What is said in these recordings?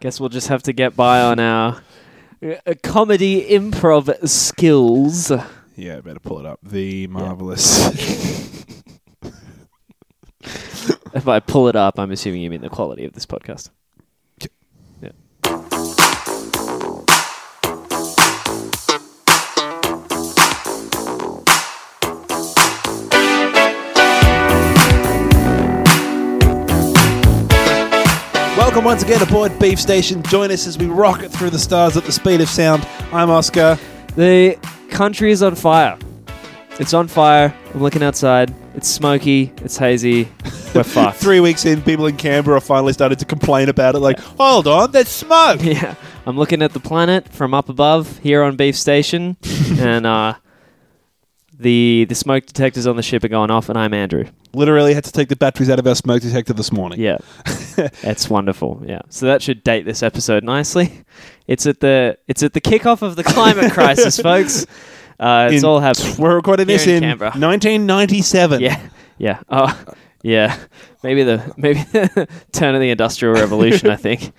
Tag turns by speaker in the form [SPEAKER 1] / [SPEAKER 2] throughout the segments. [SPEAKER 1] Guess we'll just have to get by on our uh, comedy improv skills.
[SPEAKER 2] Yeah, better pull it up. The marvelous.
[SPEAKER 1] If I pull it up, I'm assuming you mean the quality of this podcast. Yeah.
[SPEAKER 2] Welcome once again aboard Beef Station. Join us as we rocket through the stars at the speed of sound. I'm Oscar.
[SPEAKER 1] The country is on fire. It's on fire. I'm looking outside. It's smoky. It's hazy. We're fucked.
[SPEAKER 2] Three weeks in, people in Canberra finally started to complain about it. Like, hold on, there's smoke.
[SPEAKER 1] Yeah. I'm looking at the planet from up above here on Beef Station, and uh, the the smoke detectors on the ship are going off. And I'm Andrew.
[SPEAKER 2] Literally had to take the batteries out of our smoke detector this morning.
[SPEAKER 1] Yeah. it's wonderful. Yeah. So that should date this episode nicely. It's at the it's at the kickoff of the climate crisis, folks. Uh, it's
[SPEAKER 2] In-
[SPEAKER 1] all happening.
[SPEAKER 2] We're recording
[SPEAKER 1] Here
[SPEAKER 2] this
[SPEAKER 1] in
[SPEAKER 2] in,
[SPEAKER 1] Canberra.
[SPEAKER 2] 1997.
[SPEAKER 1] Yeah. Yeah. Oh. Yeah. Maybe the maybe the turn of the industrial revolution, I think.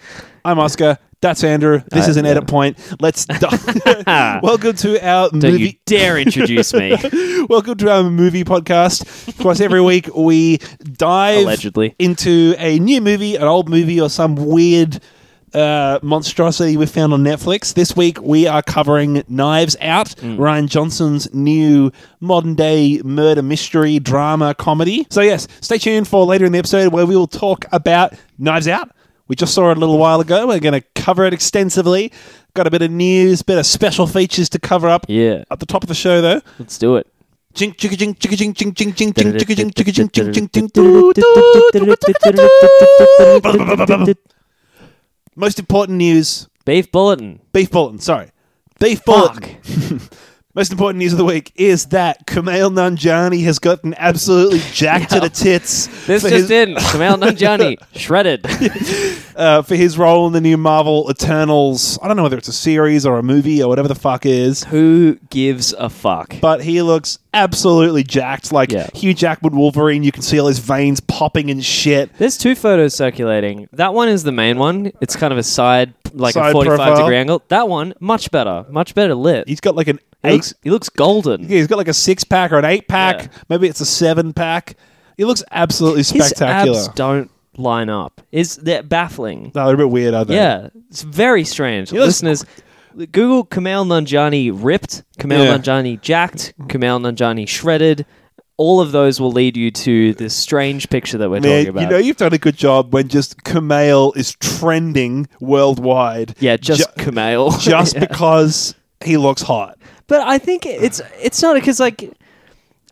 [SPEAKER 2] I'm Oscar. That's Andrew. This
[SPEAKER 1] Uh,
[SPEAKER 2] is an
[SPEAKER 1] yeah.
[SPEAKER 2] edit point. Let's. dive- Welcome to our
[SPEAKER 1] Ah, Don't you
[SPEAKER 2] movie.
[SPEAKER 1] dare introduce me,
[SPEAKER 2] Welcome to our movie podcast. Of course, every week we dive
[SPEAKER 1] allegedly.
[SPEAKER 2] into a new movie, an old movie, or some weird uh, monstrosity we found on Netflix. This week we are covering Knives Out,
[SPEAKER 1] Mm.
[SPEAKER 2] Ryan Johnson's new modern day murder mystery drama comedy. So, yes, stay tuned for later in the episode where we will talk about Knives Out. We just saw it a little while ago. We're going to cover it extensively. Got a bit of news, bit of special features to cover up
[SPEAKER 1] Yeah.
[SPEAKER 2] at the top of the show, though.
[SPEAKER 1] Let's do it.
[SPEAKER 2] Jing, chicka, jing, chicka, jing, jing, jing, jing, jing, chicka, jing, chicka, jing, jing, jing, jing, doo, doo, doo, doo, doo, doo.
[SPEAKER 1] Beef
[SPEAKER 2] Most important news
[SPEAKER 1] bulletin.
[SPEAKER 2] Beef Bulletin, sorry. Beef Bulletin.
[SPEAKER 1] Fuck.
[SPEAKER 2] Most important news of the week is that Kumail Nanjiani has gotten absolutely jacked to the tits
[SPEAKER 1] This
[SPEAKER 2] for,
[SPEAKER 1] just
[SPEAKER 2] his,
[SPEAKER 1] in. Kamal Nanjiani shredded.
[SPEAKER 2] uh, for his role in the new Marvel Eternals. I don't know whether it's a series or a movie or whatever the fuck it is.
[SPEAKER 1] Who gives a fuck?
[SPEAKER 2] But he looks absolutely jacked, like
[SPEAKER 1] Yeah.
[SPEAKER 2] Hugh Jackman Wolverine. You can see all his veins popping and shit.
[SPEAKER 1] There's two photos circulating. That one is the main one. It's kind of a side, like a
[SPEAKER 2] Side
[SPEAKER 1] 45
[SPEAKER 2] profile.
[SPEAKER 1] degree angle. That one, much better, much better lit.
[SPEAKER 2] He's got like an
[SPEAKER 1] He
[SPEAKER 2] eight
[SPEAKER 1] looks, he looks golden.
[SPEAKER 2] Yeah, he's got like a six pack or an eight pack.
[SPEAKER 1] Yeah.
[SPEAKER 2] Maybe it's a seven pack. He looks absolutely
[SPEAKER 1] His
[SPEAKER 2] spectacular.
[SPEAKER 1] abs don't line up. Is they're baffling?
[SPEAKER 2] no, they're a bit weird, are they?
[SPEAKER 1] Yeah, it's very strange.
[SPEAKER 2] looks-
[SPEAKER 1] Listeners, Google Kamal Nanjani ripped, Kamal
[SPEAKER 2] Yeah.
[SPEAKER 1] Nanjani jacked, Kamal Nanjani shredded. All of those will lead you to this strange picture that we're
[SPEAKER 2] Man,
[SPEAKER 1] talking about.
[SPEAKER 2] you know you've done a good job when just Kumail is trending worldwide.
[SPEAKER 1] yeah, just
[SPEAKER 2] Ju-
[SPEAKER 1] Kamal.
[SPEAKER 2] just
[SPEAKER 1] Yeah.
[SPEAKER 2] because he looks hot.
[SPEAKER 1] But I think it's it's not because like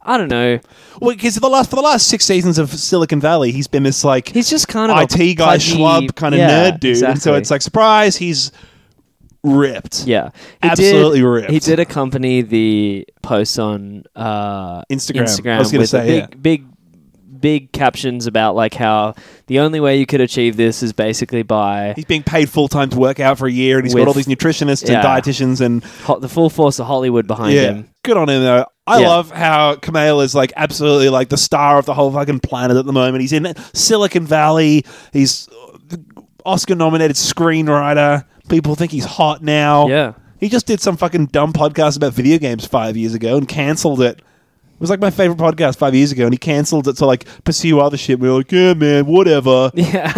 [SPEAKER 1] I don't know.
[SPEAKER 2] Well, because the last for the last six seasons of Silicon Valley, he's been this like
[SPEAKER 1] He's just kind of a
[SPEAKER 2] IT guy
[SPEAKER 1] pudgy-
[SPEAKER 2] schlub kind of
[SPEAKER 1] yeah,
[SPEAKER 2] nerd dude, and so
[SPEAKER 1] exactly.
[SPEAKER 2] it's like surprise, he's ripped.
[SPEAKER 1] yeah,
[SPEAKER 2] absolutely
[SPEAKER 1] did,
[SPEAKER 2] ripped.
[SPEAKER 1] He did accompany the posts on uh,
[SPEAKER 2] Instagram.
[SPEAKER 1] Instagram
[SPEAKER 2] I was gonna
[SPEAKER 1] with the
[SPEAKER 2] say,
[SPEAKER 1] big,
[SPEAKER 2] yeah.
[SPEAKER 1] big, big captions about like how the only way you could achieve this is basically by
[SPEAKER 2] He's being paid full time to work out for a year, and he's
[SPEAKER 1] With-
[SPEAKER 2] got all these nutritionists
[SPEAKER 1] Yeah.
[SPEAKER 2] and dietitians and
[SPEAKER 1] ho- the full force of Hollywood behind him.
[SPEAKER 2] Good on him though. I
[SPEAKER 1] Yeah.
[SPEAKER 2] love how Kumail is like absolutely like the star of the whole fucking planet at the moment. He's in Silicon Valley. He's Oscar nominated screenwriter. People think he's hot now.
[SPEAKER 1] Yeah.
[SPEAKER 2] He just did some fucking dumb podcast about video games five years ago and cancelled it. It was like my favorite podcast five years ago, and he cancelled it to like pursue other shit. We were like, yeah, man, whatever.
[SPEAKER 1] Yeah.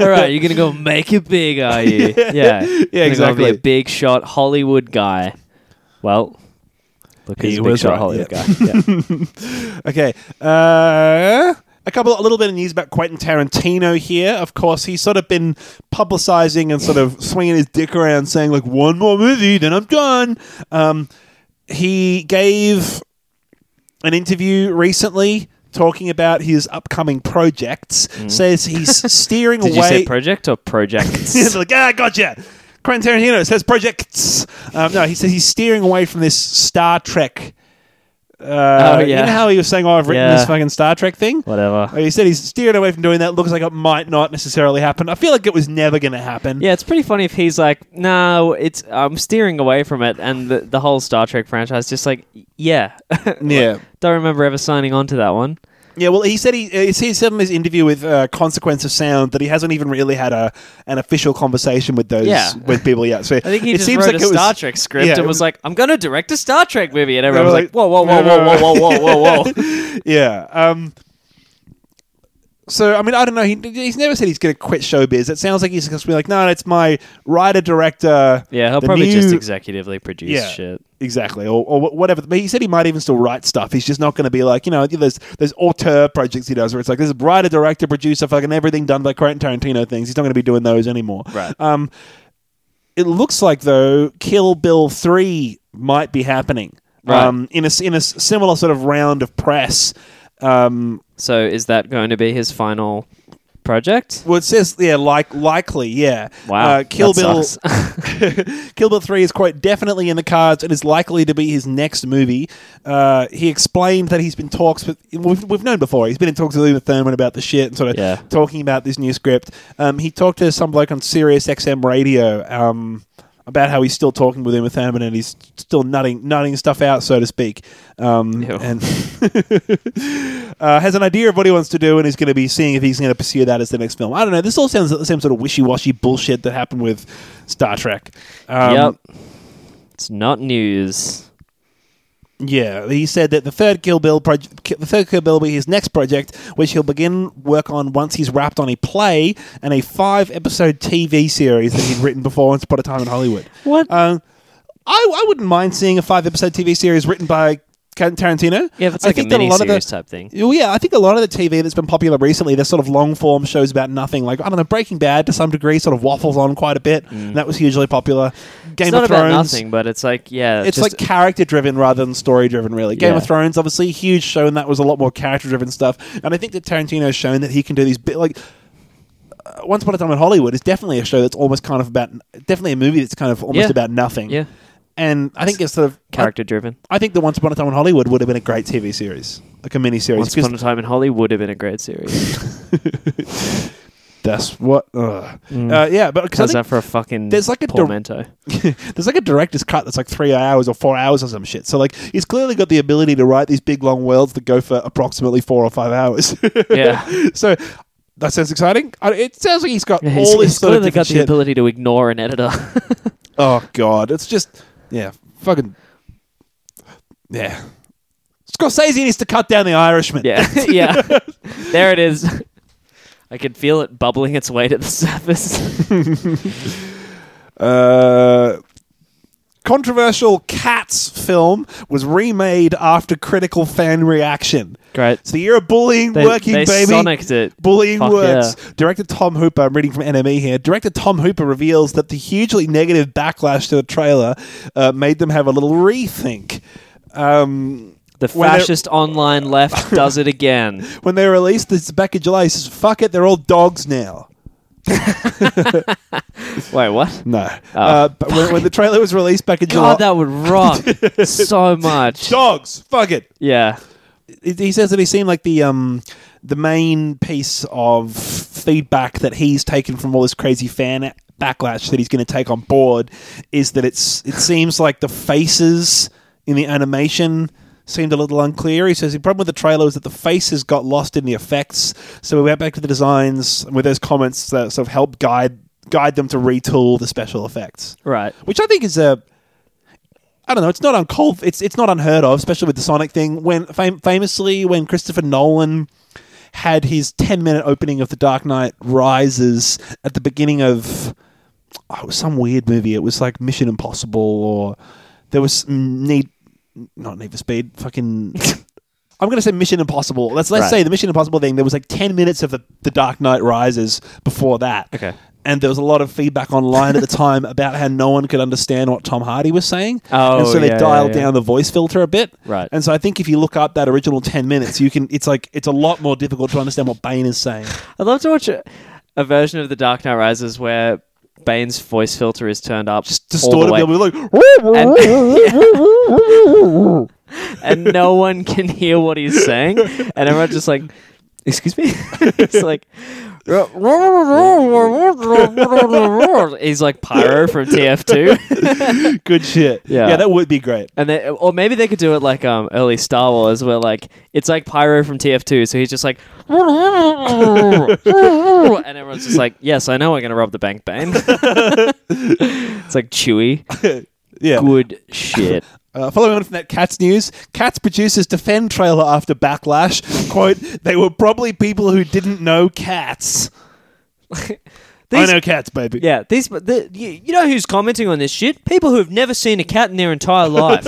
[SPEAKER 1] All right, you're gonna go make it big, are you? Yeah. Yeah. You're gonna go Be
[SPEAKER 2] exactly.
[SPEAKER 1] a big shot Hollywood guy. Well, look,
[SPEAKER 2] He
[SPEAKER 1] he's a big
[SPEAKER 2] was
[SPEAKER 1] shot
[SPEAKER 2] right,
[SPEAKER 1] Hollywood
[SPEAKER 2] yeah.
[SPEAKER 1] guy. Yeah.
[SPEAKER 2] Okay. Uh, a couple, a little bit of news about Quentin Tarantino here. Of course, he's sort of been publicizing and sort of swinging his dick around, saying like, "One more movie, then I'm done." Um, he gave an interview recently talking about his upcoming projects. Says he's steering
[SPEAKER 1] Mm. Did you
[SPEAKER 2] away.
[SPEAKER 1] say project or projects?
[SPEAKER 2] He's like, ah, gotcha. Quentin Tarantino says projects. Um, no, he says he's steering away from this Star Trek. Uh,
[SPEAKER 1] Oh, yeah.
[SPEAKER 2] You know how he was saying, oh, I've written
[SPEAKER 1] Yeah.
[SPEAKER 2] this fucking Star Trek thing?
[SPEAKER 1] Whatever.
[SPEAKER 2] He said he's steering away from doing that. Looks like it might not necessarily happen. I feel like it was never going to happen.
[SPEAKER 1] Yeah, it's pretty funny if he's like, no, it's I'm steering away from it, and the, the whole Star Trek franchise just like, yeah,
[SPEAKER 2] Yeah.
[SPEAKER 1] don't remember ever signing on to that one.
[SPEAKER 2] Yeah, well, he said he uh, he said in his interview with uh, Consequence of Sound that he hasn't even really had a an official conversation with those
[SPEAKER 1] Yeah.
[SPEAKER 2] with people yet. So
[SPEAKER 1] I think he
[SPEAKER 2] it
[SPEAKER 1] just
[SPEAKER 2] seems
[SPEAKER 1] wrote
[SPEAKER 2] like
[SPEAKER 1] a
[SPEAKER 2] it was,
[SPEAKER 1] Star Trek script
[SPEAKER 2] yeah,
[SPEAKER 1] and
[SPEAKER 2] it
[SPEAKER 1] was
[SPEAKER 2] was-
[SPEAKER 1] like, "I'm going to direct a Star Trek movie," and everyone
[SPEAKER 2] were
[SPEAKER 1] was like,
[SPEAKER 2] like,
[SPEAKER 1] "Whoa, whoa, whoa, whoa, whoa, whoa, whoa, whoa, whoa!"
[SPEAKER 2] yeah. Um, so I mean, I don't know. He, he's never said he's going to quit showbiz. It sounds like he's going to be like, no, it's my writer director.
[SPEAKER 1] Yeah, he'll
[SPEAKER 2] the
[SPEAKER 1] probably just
[SPEAKER 2] new-
[SPEAKER 1] executively produce
[SPEAKER 2] Yeah.
[SPEAKER 1] shit.
[SPEAKER 2] Exactly, or, or wh- whatever. But he said he might even still write stuff. He's just not going to be like you know there's there's auteur projects he does where it's like there's writer, director, producer, fucking everything done by Quentin Tarantino things. He's not going to be doing those anymore.
[SPEAKER 1] Right.
[SPEAKER 2] Um, it looks like though Kill Bill three might be happening.
[SPEAKER 1] Right.
[SPEAKER 2] Um, in a s- in a s- similar sort of round of press. Um,
[SPEAKER 1] So is that going to be his final project?
[SPEAKER 2] well, it says yeah, like likely, yeah.
[SPEAKER 1] Wow,
[SPEAKER 2] Uh, Kill
[SPEAKER 1] that
[SPEAKER 2] Bill.
[SPEAKER 1] sucks.
[SPEAKER 2] Kill Bill 3 is quite definitely in the cards and is likely to be his next movie. Uh, he explained that he's been talks with, we've, we've known before, he's been in talks with Uma Thurman about the shit and sort of
[SPEAKER 1] Yeah.
[SPEAKER 2] talking about this new script. Um, he talked to some bloke on Sirius XM radio um, about how he's still talking with Uma Thurman and he's still nutting, nutting stuff out, so to speak. Um,
[SPEAKER 1] Ew.
[SPEAKER 2] and uh, has an idea of what he wants to do and is going to be seeing if he's going to pursue that as the next film. I don't know. This all sounds like the same sort of wishy washy bullshit that happened with Star Trek. Um,
[SPEAKER 1] yep. It's not news.
[SPEAKER 2] Yeah, he said that the third Kill Bill project, the third Kill Bill, will be his next project, which he'll begin work on once he's wrapped on a play and a five-episode TV series that he'd written before Once Upon a Time in Hollywood.
[SPEAKER 1] What?
[SPEAKER 2] Um, I, I wouldn't mind seeing a five-episode TV series written by Quentin Tarantino.
[SPEAKER 1] yeah, if it's
[SPEAKER 2] I
[SPEAKER 1] like a
[SPEAKER 2] think that
[SPEAKER 1] mini
[SPEAKER 2] lot of the-
[SPEAKER 1] series type thing.
[SPEAKER 2] Well, yeah, I think a lot of the TV that's been popular recently, they're sort of long form shows about nothing. Like, I don't know, Breaking Bad to some degree sort of waffles on quite a bit. And that was hugely popular. Game
[SPEAKER 1] Mm. it's not
[SPEAKER 2] of
[SPEAKER 1] about
[SPEAKER 2] Thrones.
[SPEAKER 1] nothing, but it's like yeah,
[SPEAKER 2] It's
[SPEAKER 1] just-
[SPEAKER 2] like character driven rather than story driven, really. Game
[SPEAKER 1] Yeah.
[SPEAKER 2] of Thrones, obviously, huge show, and that was a lot more character driven stuff. And I think that Tarantino's shown that he can do these bit like. uh, Once Upon a Time in Hollywood is definitely a show that's almost kind of about, definitely a movie that's kind of almost
[SPEAKER 1] Yeah.
[SPEAKER 2] about nothing.
[SPEAKER 1] yeah,
[SPEAKER 2] And I think it's sort of I-
[SPEAKER 1] character driven.
[SPEAKER 2] I, think the Once Upon a Time in Hollywood would have been a great TV series, like a mini series.
[SPEAKER 1] Once upon a time in Hollywood would have been a great series.
[SPEAKER 2] That's what. ugh.
[SPEAKER 1] Mm.
[SPEAKER 2] Uh, yeah, but
[SPEAKER 1] How's
[SPEAKER 2] because
[SPEAKER 1] that for a fucking
[SPEAKER 2] there's like a dir-
[SPEAKER 1] portmanteau?
[SPEAKER 2] there's like a director's cut that's like three hours or four hours or some shit. So like, he's clearly got the ability to write these big long worlds that go for approximately four or five hours.
[SPEAKER 1] yeah,
[SPEAKER 2] so that sounds exciting. I- It sounds like he's got
[SPEAKER 1] Yeah, he's,
[SPEAKER 2] all this
[SPEAKER 1] he's
[SPEAKER 2] sort of
[SPEAKER 1] clearly got
[SPEAKER 2] different
[SPEAKER 1] the
[SPEAKER 2] shit.
[SPEAKER 1] ability to ignore an editor.
[SPEAKER 2] oh god, it's just yeah, fucking yeah. Scorsese needs to cut down the Irishman.
[SPEAKER 1] yeah, yeah, there it is. I could feel it bubbling its way to the surface.
[SPEAKER 2] Uh, controversial Cats film was remade after critical fan reaction.
[SPEAKER 1] Great.
[SPEAKER 2] So you're a bullying
[SPEAKER 1] They,
[SPEAKER 2] working
[SPEAKER 1] they
[SPEAKER 2] baby.
[SPEAKER 1] sonicked it.
[SPEAKER 2] Bullying
[SPEAKER 1] Fuck
[SPEAKER 2] works. Director Tom Hooper, I'm reading from NME here. Director Tom Hooper reveals that the hugely negative backlash to the trailer uh, made them have a little rethink. Um,
[SPEAKER 1] The
[SPEAKER 2] When they're-
[SPEAKER 1] fascist online left does it again.
[SPEAKER 2] when they released this back in July, he says, fuck it, they're all dogs now.
[SPEAKER 1] Wait, what?
[SPEAKER 2] No. Uh, but when, when the trailer was released back in July.
[SPEAKER 1] Oh. God, that would rock so much.
[SPEAKER 2] dogs! Fuck it!
[SPEAKER 1] Yeah.
[SPEAKER 2] he- he says that he seemed like the um the main piece of feedback that he's taken from all this crazy fan backlash that he's going to take on board is that it's it seems like the faces in the animation seemed a little unclear. He says the problem with the trailer was that the faces got lost in the effects, so we went back to the designs with those comments that sort of helped guide guide them to retool the special effects
[SPEAKER 1] Right.
[SPEAKER 2] which I think is a I don't know. It's not uncalled. It's it's not unheard of, especially with the Sonic thing. When fam- famously, when Christopher Nolan had his ten minute opening of The Dark Knight Rises at the beginning of oh, it was some weird movie. It was like Mission Impossible, or there was need not Need for Speed. Fucking, I'm gonna say Mission Impossible. Let's let's
[SPEAKER 1] Right.
[SPEAKER 2] say the Mission Impossible thing. There was like ten minutes of the The Dark Knight Rises before that.
[SPEAKER 1] Okay.
[SPEAKER 2] And there was a lot of feedback online at the time about how no one could understand what Tom Hardy was saying.
[SPEAKER 1] Oh,
[SPEAKER 2] and so they
[SPEAKER 1] yeah, yeah,
[SPEAKER 2] dialed
[SPEAKER 1] yeah.
[SPEAKER 2] down the voice filter a bit.
[SPEAKER 1] Right.
[SPEAKER 2] And so I think if you look up that original 10 minutes, you can it's like it's a lot more difficult to understand what Bane is saying.
[SPEAKER 1] I'd love to watch a, a version of The Dark Knight Rises where Bane's voice filter is turned up. Just
[SPEAKER 2] Distorted
[SPEAKER 1] all the
[SPEAKER 2] people
[SPEAKER 1] way.
[SPEAKER 2] like
[SPEAKER 1] And- and no one can hear what he's saying. And everyone's just like, excuse me? it's like, He's like Pyro from TF2.
[SPEAKER 2] Good shit.
[SPEAKER 1] Yeah.
[SPEAKER 2] yeah, that would be great.
[SPEAKER 1] And they, or maybe they could do it like um, early Star Wars, where like it's like Pyro from TF2, so he's just like, and everyone's just like, "Yes, I know, I'm gonna rob the bank, Bane." it's like Chewy.
[SPEAKER 2] Yeah.
[SPEAKER 1] Good shit.
[SPEAKER 2] Uh, following on from that Cats news, Cats producers defend trailer after backlash. Quote, they were probably people who didn't know cats.
[SPEAKER 1] These-
[SPEAKER 2] I know cats, baby.
[SPEAKER 1] Yeah, these the, you, you know who's commenting on this shit? People who have never seen a cat in their entire life.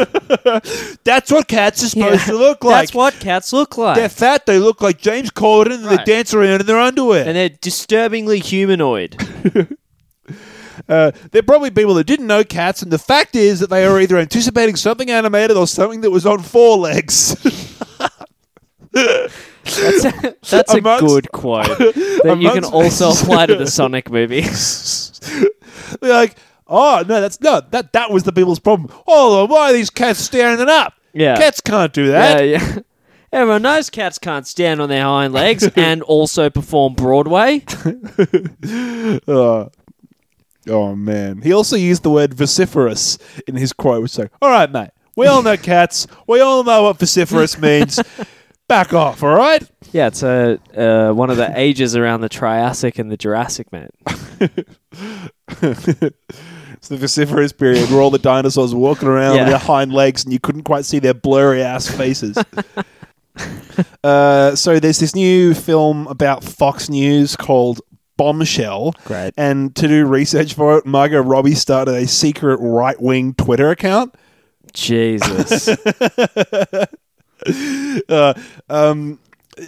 [SPEAKER 2] That's what cats are supposed
[SPEAKER 1] Yeah.
[SPEAKER 2] to look like.
[SPEAKER 1] That's what cats look like.
[SPEAKER 2] They're fat, they look like James Corden, and
[SPEAKER 1] Right.
[SPEAKER 2] they dance around in their underwear.
[SPEAKER 1] and they're disturbingly humanoid.
[SPEAKER 2] Uh, they're probably people that didn't know cats, and the fact is that they are either anticipating something animated or something that was on four legs.
[SPEAKER 1] That's a, that's a
[SPEAKER 2] Amongst-
[SPEAKER 1] good quote that you can
[SPEAKER 2] amongst-
[SPEAKER 1] also apply to the Sonic movies.
[SPEAKER 2] They're like, oh no, that's no that that was the people's problem. Oh, why are these cats standing up?
[SPEAKER 1] Yeah.
[SPEAKER 2] cats can't do that.
[SPEAKER 1] Yeah, yeah. Everyone knows cats can't stand on their hind legs and also perform Broadway.
[SPEAKER 2] Uh, oh man. He also used the word vociferous in his quote, which is like, all right, mate, we all know cats. We all know what vociferous means. Back off, all right?
[SPEAKER 1] Yeah, it's uh, uh, one of the ages around the Triassic and the Jurassic, mate.
[SPEAKER 2] It's the vociferous period where all the dinosaurs were walking around
[SPEAKER 1] Yeah.
[SPEAKER 2] on their hind legs and you couldn't quite see their blurry ass faces. uh, so there's this new film about Fox News called Bombshell.
[SPEAKER 1] Great.
[SPEAKER 2] And to do research for it, Margot Robbie started a secret right wing Twitter account.
[SPEAKER 1] Jesus.
[SPEAKER 2] Uh, um,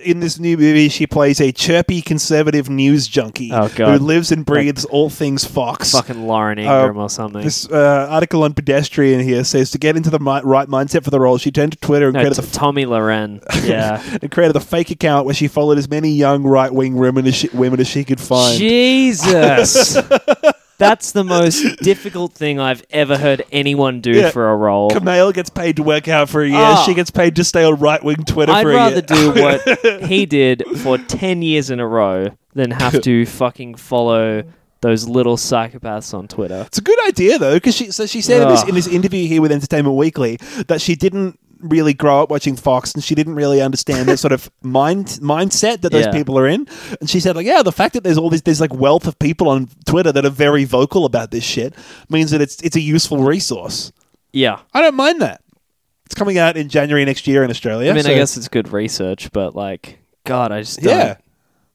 [SPEAKER 2] in this new movie, she plays a chirpy conservative news junkie
[SPEAKER 1] Oh,
[SPEAKER 2] who
[SPEAKER 1] God.
[SPEAKER 2] lives and breathes all things Fox.
[SPEAKER 1] Fucking Lauren Ingram or something.
[SPEAKER 2] This uh, article on Pedestrian here says to get into the mi- right mindset for the role, she turned to Twitter and
[SPEAKER 1] No,
[SPEAKER 2] created,
[SPEAKER 1] t- Tommy Loren. Yeah.
[SPEAKER 2] the, and created a fake account where she followed as many young right wing women as she, women as she could find.
[SPEAKER 1] Jesus. That's the most difficult thing I've ever heard anyone do
[SPEAKER 2] Yeah.
[SPEAKER 1] for a role.
[SPEAKER 2] Camille gets paid to work out for a year.
[SPEAKER 1] Ah.
[SPEAKER 2] She gets paid to stay on right wing Twitter
[SPEAKER 1] I'd
[SPEAKER 2] for a
[SPEAKER 1] rather
[SPEAKER 2] year.
[SPEAKER 1] do what he did for 10 years in a row than have to fucking follow those little psychopaths on Twitter.
[SPEAKER 2] It's a good idea though, because she so she said in this
[SPEAKER 1] Ugh.
[SPEAKER 2] in this interview here with Entertainment Weekly that she didn't really grow up watching Fox and she didn't really understand the sort of mind mindset that those
[SPEAKER 1] Yeah.
[SPEAKER 2] people are in. And she said like, yeah, the fact that there's all this there's like wealth of people on Twitter that are very vocal about this shit means that it's it's a useful resource.
[SPEAKER 1] Yeah.
[SPEAKER 2] I don't mind that. It's coming out in January next year in Australia.
[SPEAKER 1] I mean, I
[SPEAKER 2] so-
[SPEAKER 1] guess it's good research, but like, God, I just don't,
[SPEAKER 2] yeah.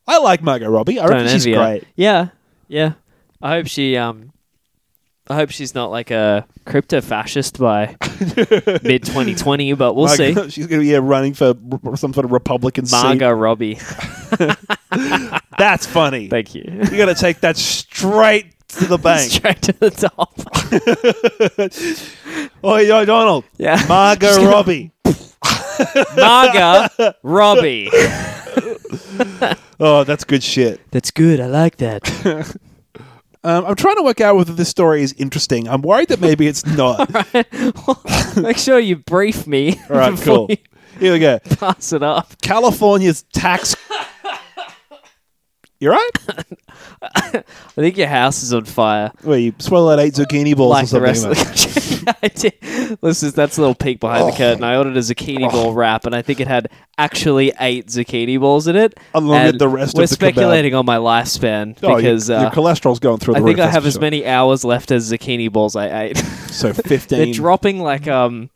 [SPEAKER 2] I like Margot Robbie. I
[SPEAKER 1] don't
[SPEAKER 2] reckon she's
[SPEAKER 1] envy her.
[SPEAKER 2] great.
[SPEAKER 1] Yeah. Yeah. I hope she, um, I hope she's not like a crypto fascist by mid 2020, but we'll see.
[SPEAKER 2] Margot- She's going to be uh, running for r- some sort of Republican seat.
[SPEAKER 1] Margot Robbie.
[SPEAKER 2] That's funny.
[SPEAKER 1] Thank you.
[SPEAKER 2] You gotta take that straight to the bank.
[SPEAKER 1] Straight to the top.
[SPEAKER 2] Oi, yo, Donald.
[SPEAKER 1] Yeah.
[SPEAKER 2] Margot Robbie.
[SPEAKER 1] Margot Robbie.
[SPEAKER 2] Oh, that's good shit.
[SPEAKER 1] That's good. I like that.
[SPEAKER 2] Um, I'm trying to work out whether this story is interesting. I'm worried that maybe it's not. All
[SPEAKER 1] Make sure you brief me.
[SPEAKER 2] right,
[SPEAKER 1] before
[SPEAKER 2] cool.
[SPEAKER 1] you
[SPEAKER 2] Here we go.
[SPEAKER 1] pass it up.
[SPEAKER 2] California's tax. You're right.
[SPEAKER 1] I think your house is on fire.
[SPEAKER 2] Well, you swallowed eight zucchini balls or
[SPEAKER 1] Like the
[SPEAKER 2] something. Oh,
[SPEAKER 1] rest of
[SPEAKER 2] mate.
[SPEAKER 1] the country. I did- Listen, that's a little peek behind
[SPEAKER 2] Oh.
[SPEAKER 1] the curtain. I ordered a zucchini ball wrap, and I think it had actually eight zucchini balls in it.
[SPEAKER 2] Along with
[SPEAKER 1] And
[SPEAKER 2] the rest of
[SPEAKER 1] we're
[SPEAKER 2] the kebab.
[SPEAKER 1] speculating on my lifespan
[SPEAKER 2] Oh, your-
[SPEAKER 1] because
[SPEAKER 2] your,
[SPEAKER 1] uh,
[SPEAKER 2] cholesterol's going through
[SPEAKER 1] I
[SPEAKER 2] the roof.
[SPEAKER 1] think I
[SPEAKER 2] that's
[SPEAKER 1] have
[SPEAKER 2] for
[SPEAKER 1] as
[SPEAKER 2] sure.
[SPEAKER 1] many hours left as zucchini balls I ate.
[SPEAKER 2] So
[SPEAKER 1] They're
[SPEAKER 2] 15.
[SPEAKER 1] dropping like um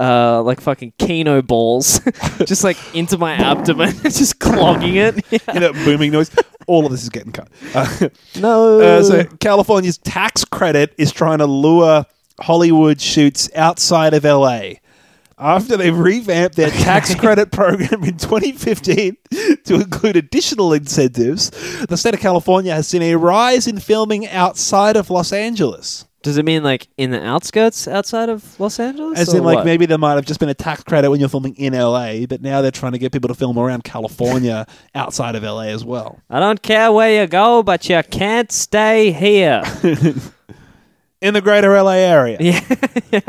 [SPEAKER 1] uh like fucking keno balls just like into my abdomen, just clogging it.
[SPEAKER 2] You know, booming noise. All of this is getting cut. Uh,
[SPEAKER 1] No.
[SPEAKER 2] Uh, so California's tax credit is trying to lure Hollywood shoots outside of LA. After they revamped their tax credit program in 2015 to include additional incentives, the state of California has seen a rise in filming outside of Los Angeles.
[SPEAKER 1] Does it mean like in the outskirts outside of Los Angeles?
[SPEAKER 2] As
[SPEAKER 1] or
[SPEAKER 2] in, like,
[SPEAKER 1] what?
[SPEAKER 2] maybe there might have just been a tax credit when you're filming in LA, but now they're trying to get people to film around California outside of LA as well.
[SPEAKER 1] I don't care where you go, but you can't stay here.
[SPEAKER 2] In the greater LA area.
[SPEAKER 1] yeah.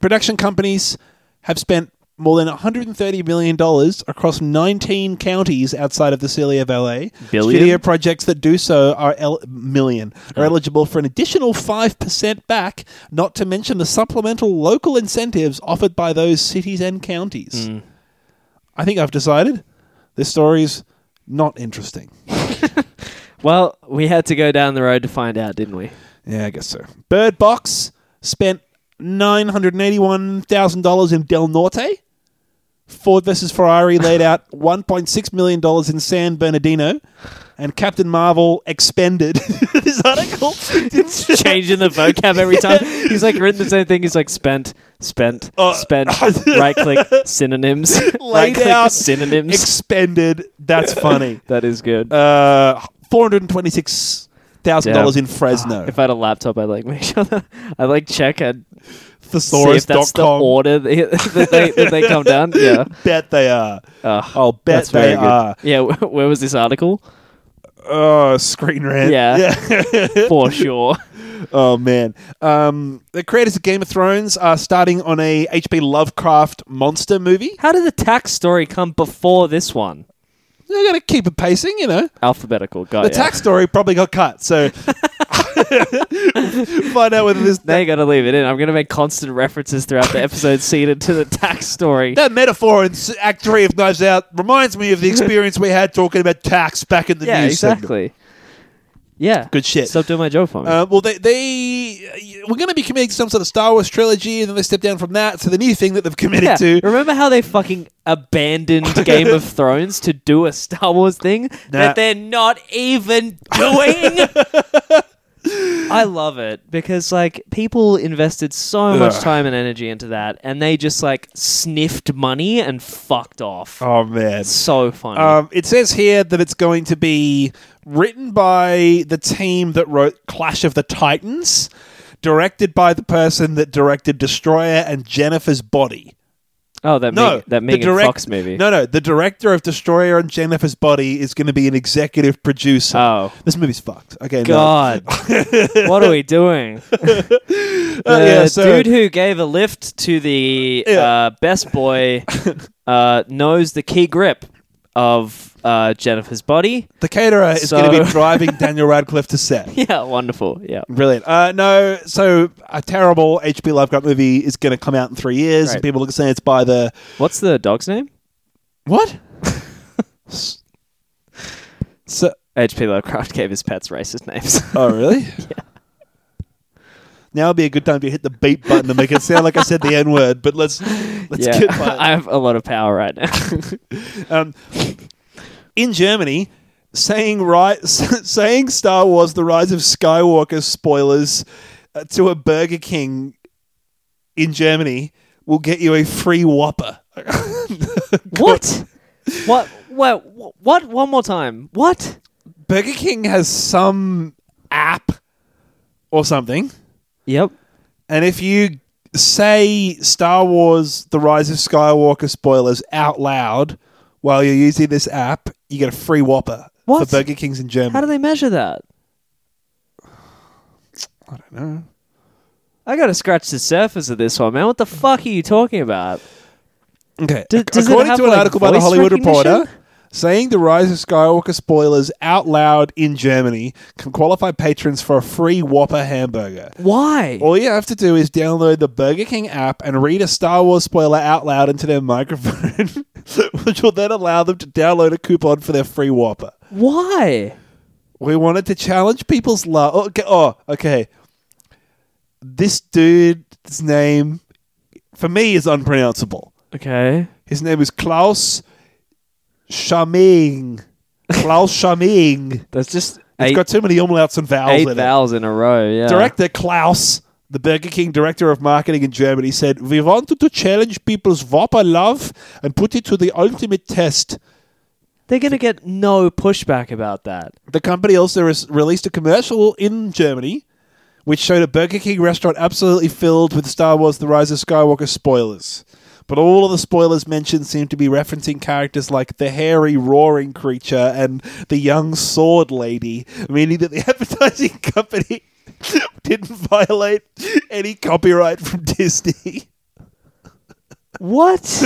[SPEAKER 2] production companies have spent more than 130 million dollars across 19 counties outside of the city of LA.
[SPEAKER 1] Billion?
[SPEAKER 2] Studio projects that do so are el- million are eligible for an additional 5% back, not to mention the supplemental local incentives offered by those cities and counties. I think I've decided this story's not interesting.
[SPEAKER 1] Well, we had to go down the road to find out, didn't we?
[SPEAKER 2] Yeah, I guess so. Bird Box spent nine hundred eighty-one thousand dollars in Del Norte. Ford versus Ferrari laid out one point six million dollars in San Bernardino, and Captain Marvel expended this article.
[SPEAKER 1] Changing the vocab every time. He's like written the same thing. He's like spent, spent,
[SPEAKER 2] Uh,
[SPEAKER 1] spent. right click synonyms. right
[SPEAKER 2] laid
[SPEAKER 1] click
[SPEAKER 2] out
[SPEAKER 1] synonyms.
[SPEAKER 2] expended. That's funny.
[SPEAKER 1] that is good.
[SPEAKER 2] Uh, four hundred twenty-six thousand dollars
[SPEAKER 1] Yeah.
[SPEAKER 2] in Fresno.
[SPEAKER 1] if I had a laptop, I'd like make sure that I like check and see if that's the
[SPEAKER 2] Thesaurus.com.
[SPEAKER 1] order that that they, that they come down. Yeah.
[SPEAKER 2] Bet they are.
[SPEAKER 1] Uh,
[SPEAKER 2] I'll bet
[SPEAKER 1] that's
[SPEAKER 2] they
[SPEAKER 1] very good.
[SPEAKER 2] are.
[SPEAKER 1] Yeah. wh- Where was this article?
[SPEAKER 2] Oh, screen rant.
[SPEAKER 1] Yeah.
[SPEAKER 2] yeah.
[SPEAKER 1] For sure.
[SPEAKER 2] Oh man, um, the creators of Game of Thrones are starting on a H.P. Lovecraft monster movie.
[SPEAKER 1] How did the tax story come before this one?
[SPEAKER 2] They're going to keep it pacing, you know.
[SPEAKER 1] Alphabetical. Got
[SPEAKER 2] The
[SPEAKER 1] ya.
[SPEAKER 2] tax story probably got cut, so find out whether this
[SPEAKER 1] They gotta leave it in. I'm gonna make constant references throughout the episode seated to the tax story.
[SPEAKER 2] that metaphor in s- Act Three of Knives Out reminds me of the experience we had talking about tax back in the
[SPEAKER 1] yeah,
[SPEAKER 2] news. segment.
[SPEAKER 1] exactly. Yeah.
[SPEAKER 2] Good shit.
[SPEAKER 1] Stop doing my job for me.
[SPEAKER 2] Uh, well, they they were going to be committing to some sort of Star Wars trilogy, and then they stepped down from that. So the new thing that they've committed
[SPEAKER 1] yeah.
[SPEAKER 2] to
[SPEAKER 1] Remember how they fucking abandoned Game of Thrones to do a Star Wars thing
[SPEAKER 2] Nah.
[SPEAKER 1] that they're not even doing? I love it because like people invested so much
[SPEAKER 2] Ugh.
[SPEAKER 1] time and energy into that and they just like sniffed money and fucked off.
[SPEAKER 2] oh man,
[SPEAKER 1] So funny.
[SPEAKER 2] Um, it says here that it's going to be written by the team that wrote Clash of the Titans, directed by the person that directed Destroyer and Jennifer's Body.
[SPEAKER 1] oh, that
[SPEAKER 2] No,
[SPEAKER 1] Meg- that
[SPEAKER 2] the
[SPEAKER 1] Megan
[SPEAKER 2] direct-
[SPEAKER 1] Fox movie.
[SPEAKER 2] No, no, the director of Destroyer and Jennifer's Body is going to be an executive producer.
[SPEAKER 1] Oh.
[SPEAKER 2] This movie's fucked. Okay, no.
[SPEAKER 1] God, what are we doing? the
[SPEAKER 2] Uh, yeah, so-
[SPEAKER 1] dude who gave a lift to the
[SPEAKER 2] Yeah.
[SPEAKER 1] uh, best boy uh, knows the key grip of uh, Jennifer's body.
[SPEAKER 2] The caterer is
[SPEAKER 1] So-
[SPEAKER 2] going to be driving Daniel Radcliffe to set.
[SPEAKER 1] Yeah, wonderful. Yeah,
[SPEAKER 2] Brilliant. Uh, no, so a terrible H.P. Lovecraft movie is going to come out in three years, and
[SPEAKER 1] Right.
[SPEAKER 2] people are saying it's by the
[SPEAKER 1] what's the dog's name?
[SPEAKER 2] What? S- so,
[SPEAKER 1] H.P. Lovecraft gave his pets racist names.
[SPEAKER 2] oh really? Now would be a good time to hit the beep button to make it sound like I said the N word, but let's let's
[SPEAKER 1] yeah,
[SPEAKER 2] get
[SPEAKER 1] I
[SPEAKER 2] by.
[SPEAKER 1] have a lot of power right now.
[SPEAKER 2] it. Um, in Germany, saying right, saying Star Wars: The Rise of Skywalker spoilers uh, to a Burger King in Germany will get you a free Whopper.
[SPEAKER 1] what? What? What? What? One more time. What?
[SPEAKER 2] Burger King has some app or something.
[SPEAKER 1] Yep.
[SPEAKER 2] And if you say Star Wars The Rise of Skywalker spoilers out loud while you're using this app, you get a free Whopper
[SPEAKER 1] What?
[SPEAKER 2] for Burger King's in Germany.
[SPEAKER 1] How do they measure that?
[SPEAKER 2] I don't know.
[SPEAKER 1] I gotta scratch the surface of this one, man. What the fuck are you talking about?
[SPEAKER 2] Okay.
[SPEAKER 1] Do-
[SPEAKER 2] ac-
[SPEAKER 1] does it
[SPEAKER 2] According
[SPEAKER 1] have,
[SPEAKER 2] to an
[SPEAKER 1] like,
[SPEAKER 2] article by the
[SPEAKER 1] voice
[SPEAKER 2] Hollywood
[SPEAKER 1] recognition?
[SPEAKER 2] Reporter, saying The Rise of Skywalker spoilers out loud in Germany can qualify patrons for a free Whopper hamburger.
[SPEAKER 1] Why?
[SPEAKER 2] All you have to do is download the Burger King app and read a Star Wars spoiler out loud into their microphone, which will then allow them to download a coupon for their free Whopper.
[SPEAKER 1] Why?
[SPEAKER 2] We wanted to challenge people's love. Oh, okay. Oh, okay. This dude's name, for me, is unpronounceable.
[SPEAKER 1] Okay.
[SPEAKER 2] His name is Klaus Schaming. Klaus Schaming.
[SPEAKER 1] That's just
[SPEAKER 2] It's
[SPEAKER 1] eight,
[SPEAKER 2] got too many umlauts and vowels
[SPEAKER 1] eight
[SPEAKER 2] in it.
[SPEAKER 1] vowels in a row. Yeah.
[SPEAKER 2] Director Klaus, the Burger King director of marketing in Germany, said, We wanted to challenge people's Whopper love and put it to the ultimate test.
[SPEAKER 1] They're gonna get no pushback about that.
[SPEAKER 2] The company also res- released a commercial in Germany which showed a Burger King restaurant absolutely filled with Star Wars The Rise of Skywalker spoilers. But all of the spoilers mentioned seem to be referencing characters like the hairy, roaring creature and the young sword lady, meaning that the advertising company didn't violate any copyright from Disney.
[SPEAKER 1] What?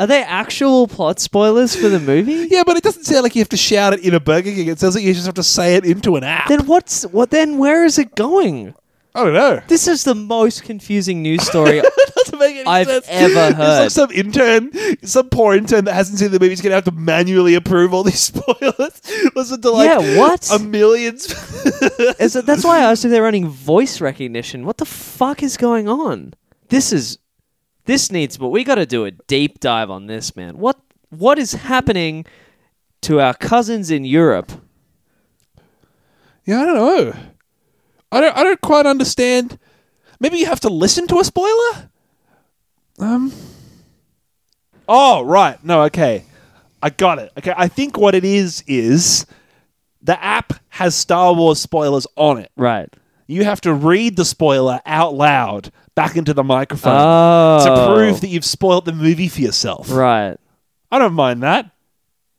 [SPEAKER 1] Are they actual plot spoilers for the movie?
[SPEAKER 2] Yeah, but it doesn't sound like you have to shout it in a Burger King. It sounds like you just have to say it into an app.
[SPEAKER 1] Then what's what? Then where is it going?
[SPEAKER 2] I don't know.
[SPEAKER 1] This is the most confusing news story.
[SPEAKER 2] doesn't make any
[SPEAKER 1] I've
[SPEAKER 2] sense.
[SPEAKER 1] ever
[SPEAKER 2] It's like
[SPEAKER 1] heard.
[SPEAKER 2] some intern, some poor intern that hasn't seen the movie is going to have to manually approve all these spoilers. Listen to like
[SPEAKER 1] Yeah, what?
[SPEAKER 2] a million. sp-
[SPEAKER 1] Is it- that's why I asked if they're running voice recognition. What the fuck is going on? This is this needs, but we got to do a deep dive on this, man. What what is happening to our cousins in Europe?
[SPEAKER 2] yeah, I don't know. I don't. I don't quite understand. Maybe you have to listen to a spoiler. Um. Oh right. No. Okay. I got it. Okay. I think what it is is the app has Star Wars spoilers on it.
[SPEAKER 1] Right.
[SPEAKER 2] You have to read the spoiler out loud back into the microphone
[SPEAKER 1] Oh.
[SPEAKER 2] to prove that you've spoiled the movie for yourself.
[SPEAKER 1] Right.
[SPEAKER 2] I don't mind that.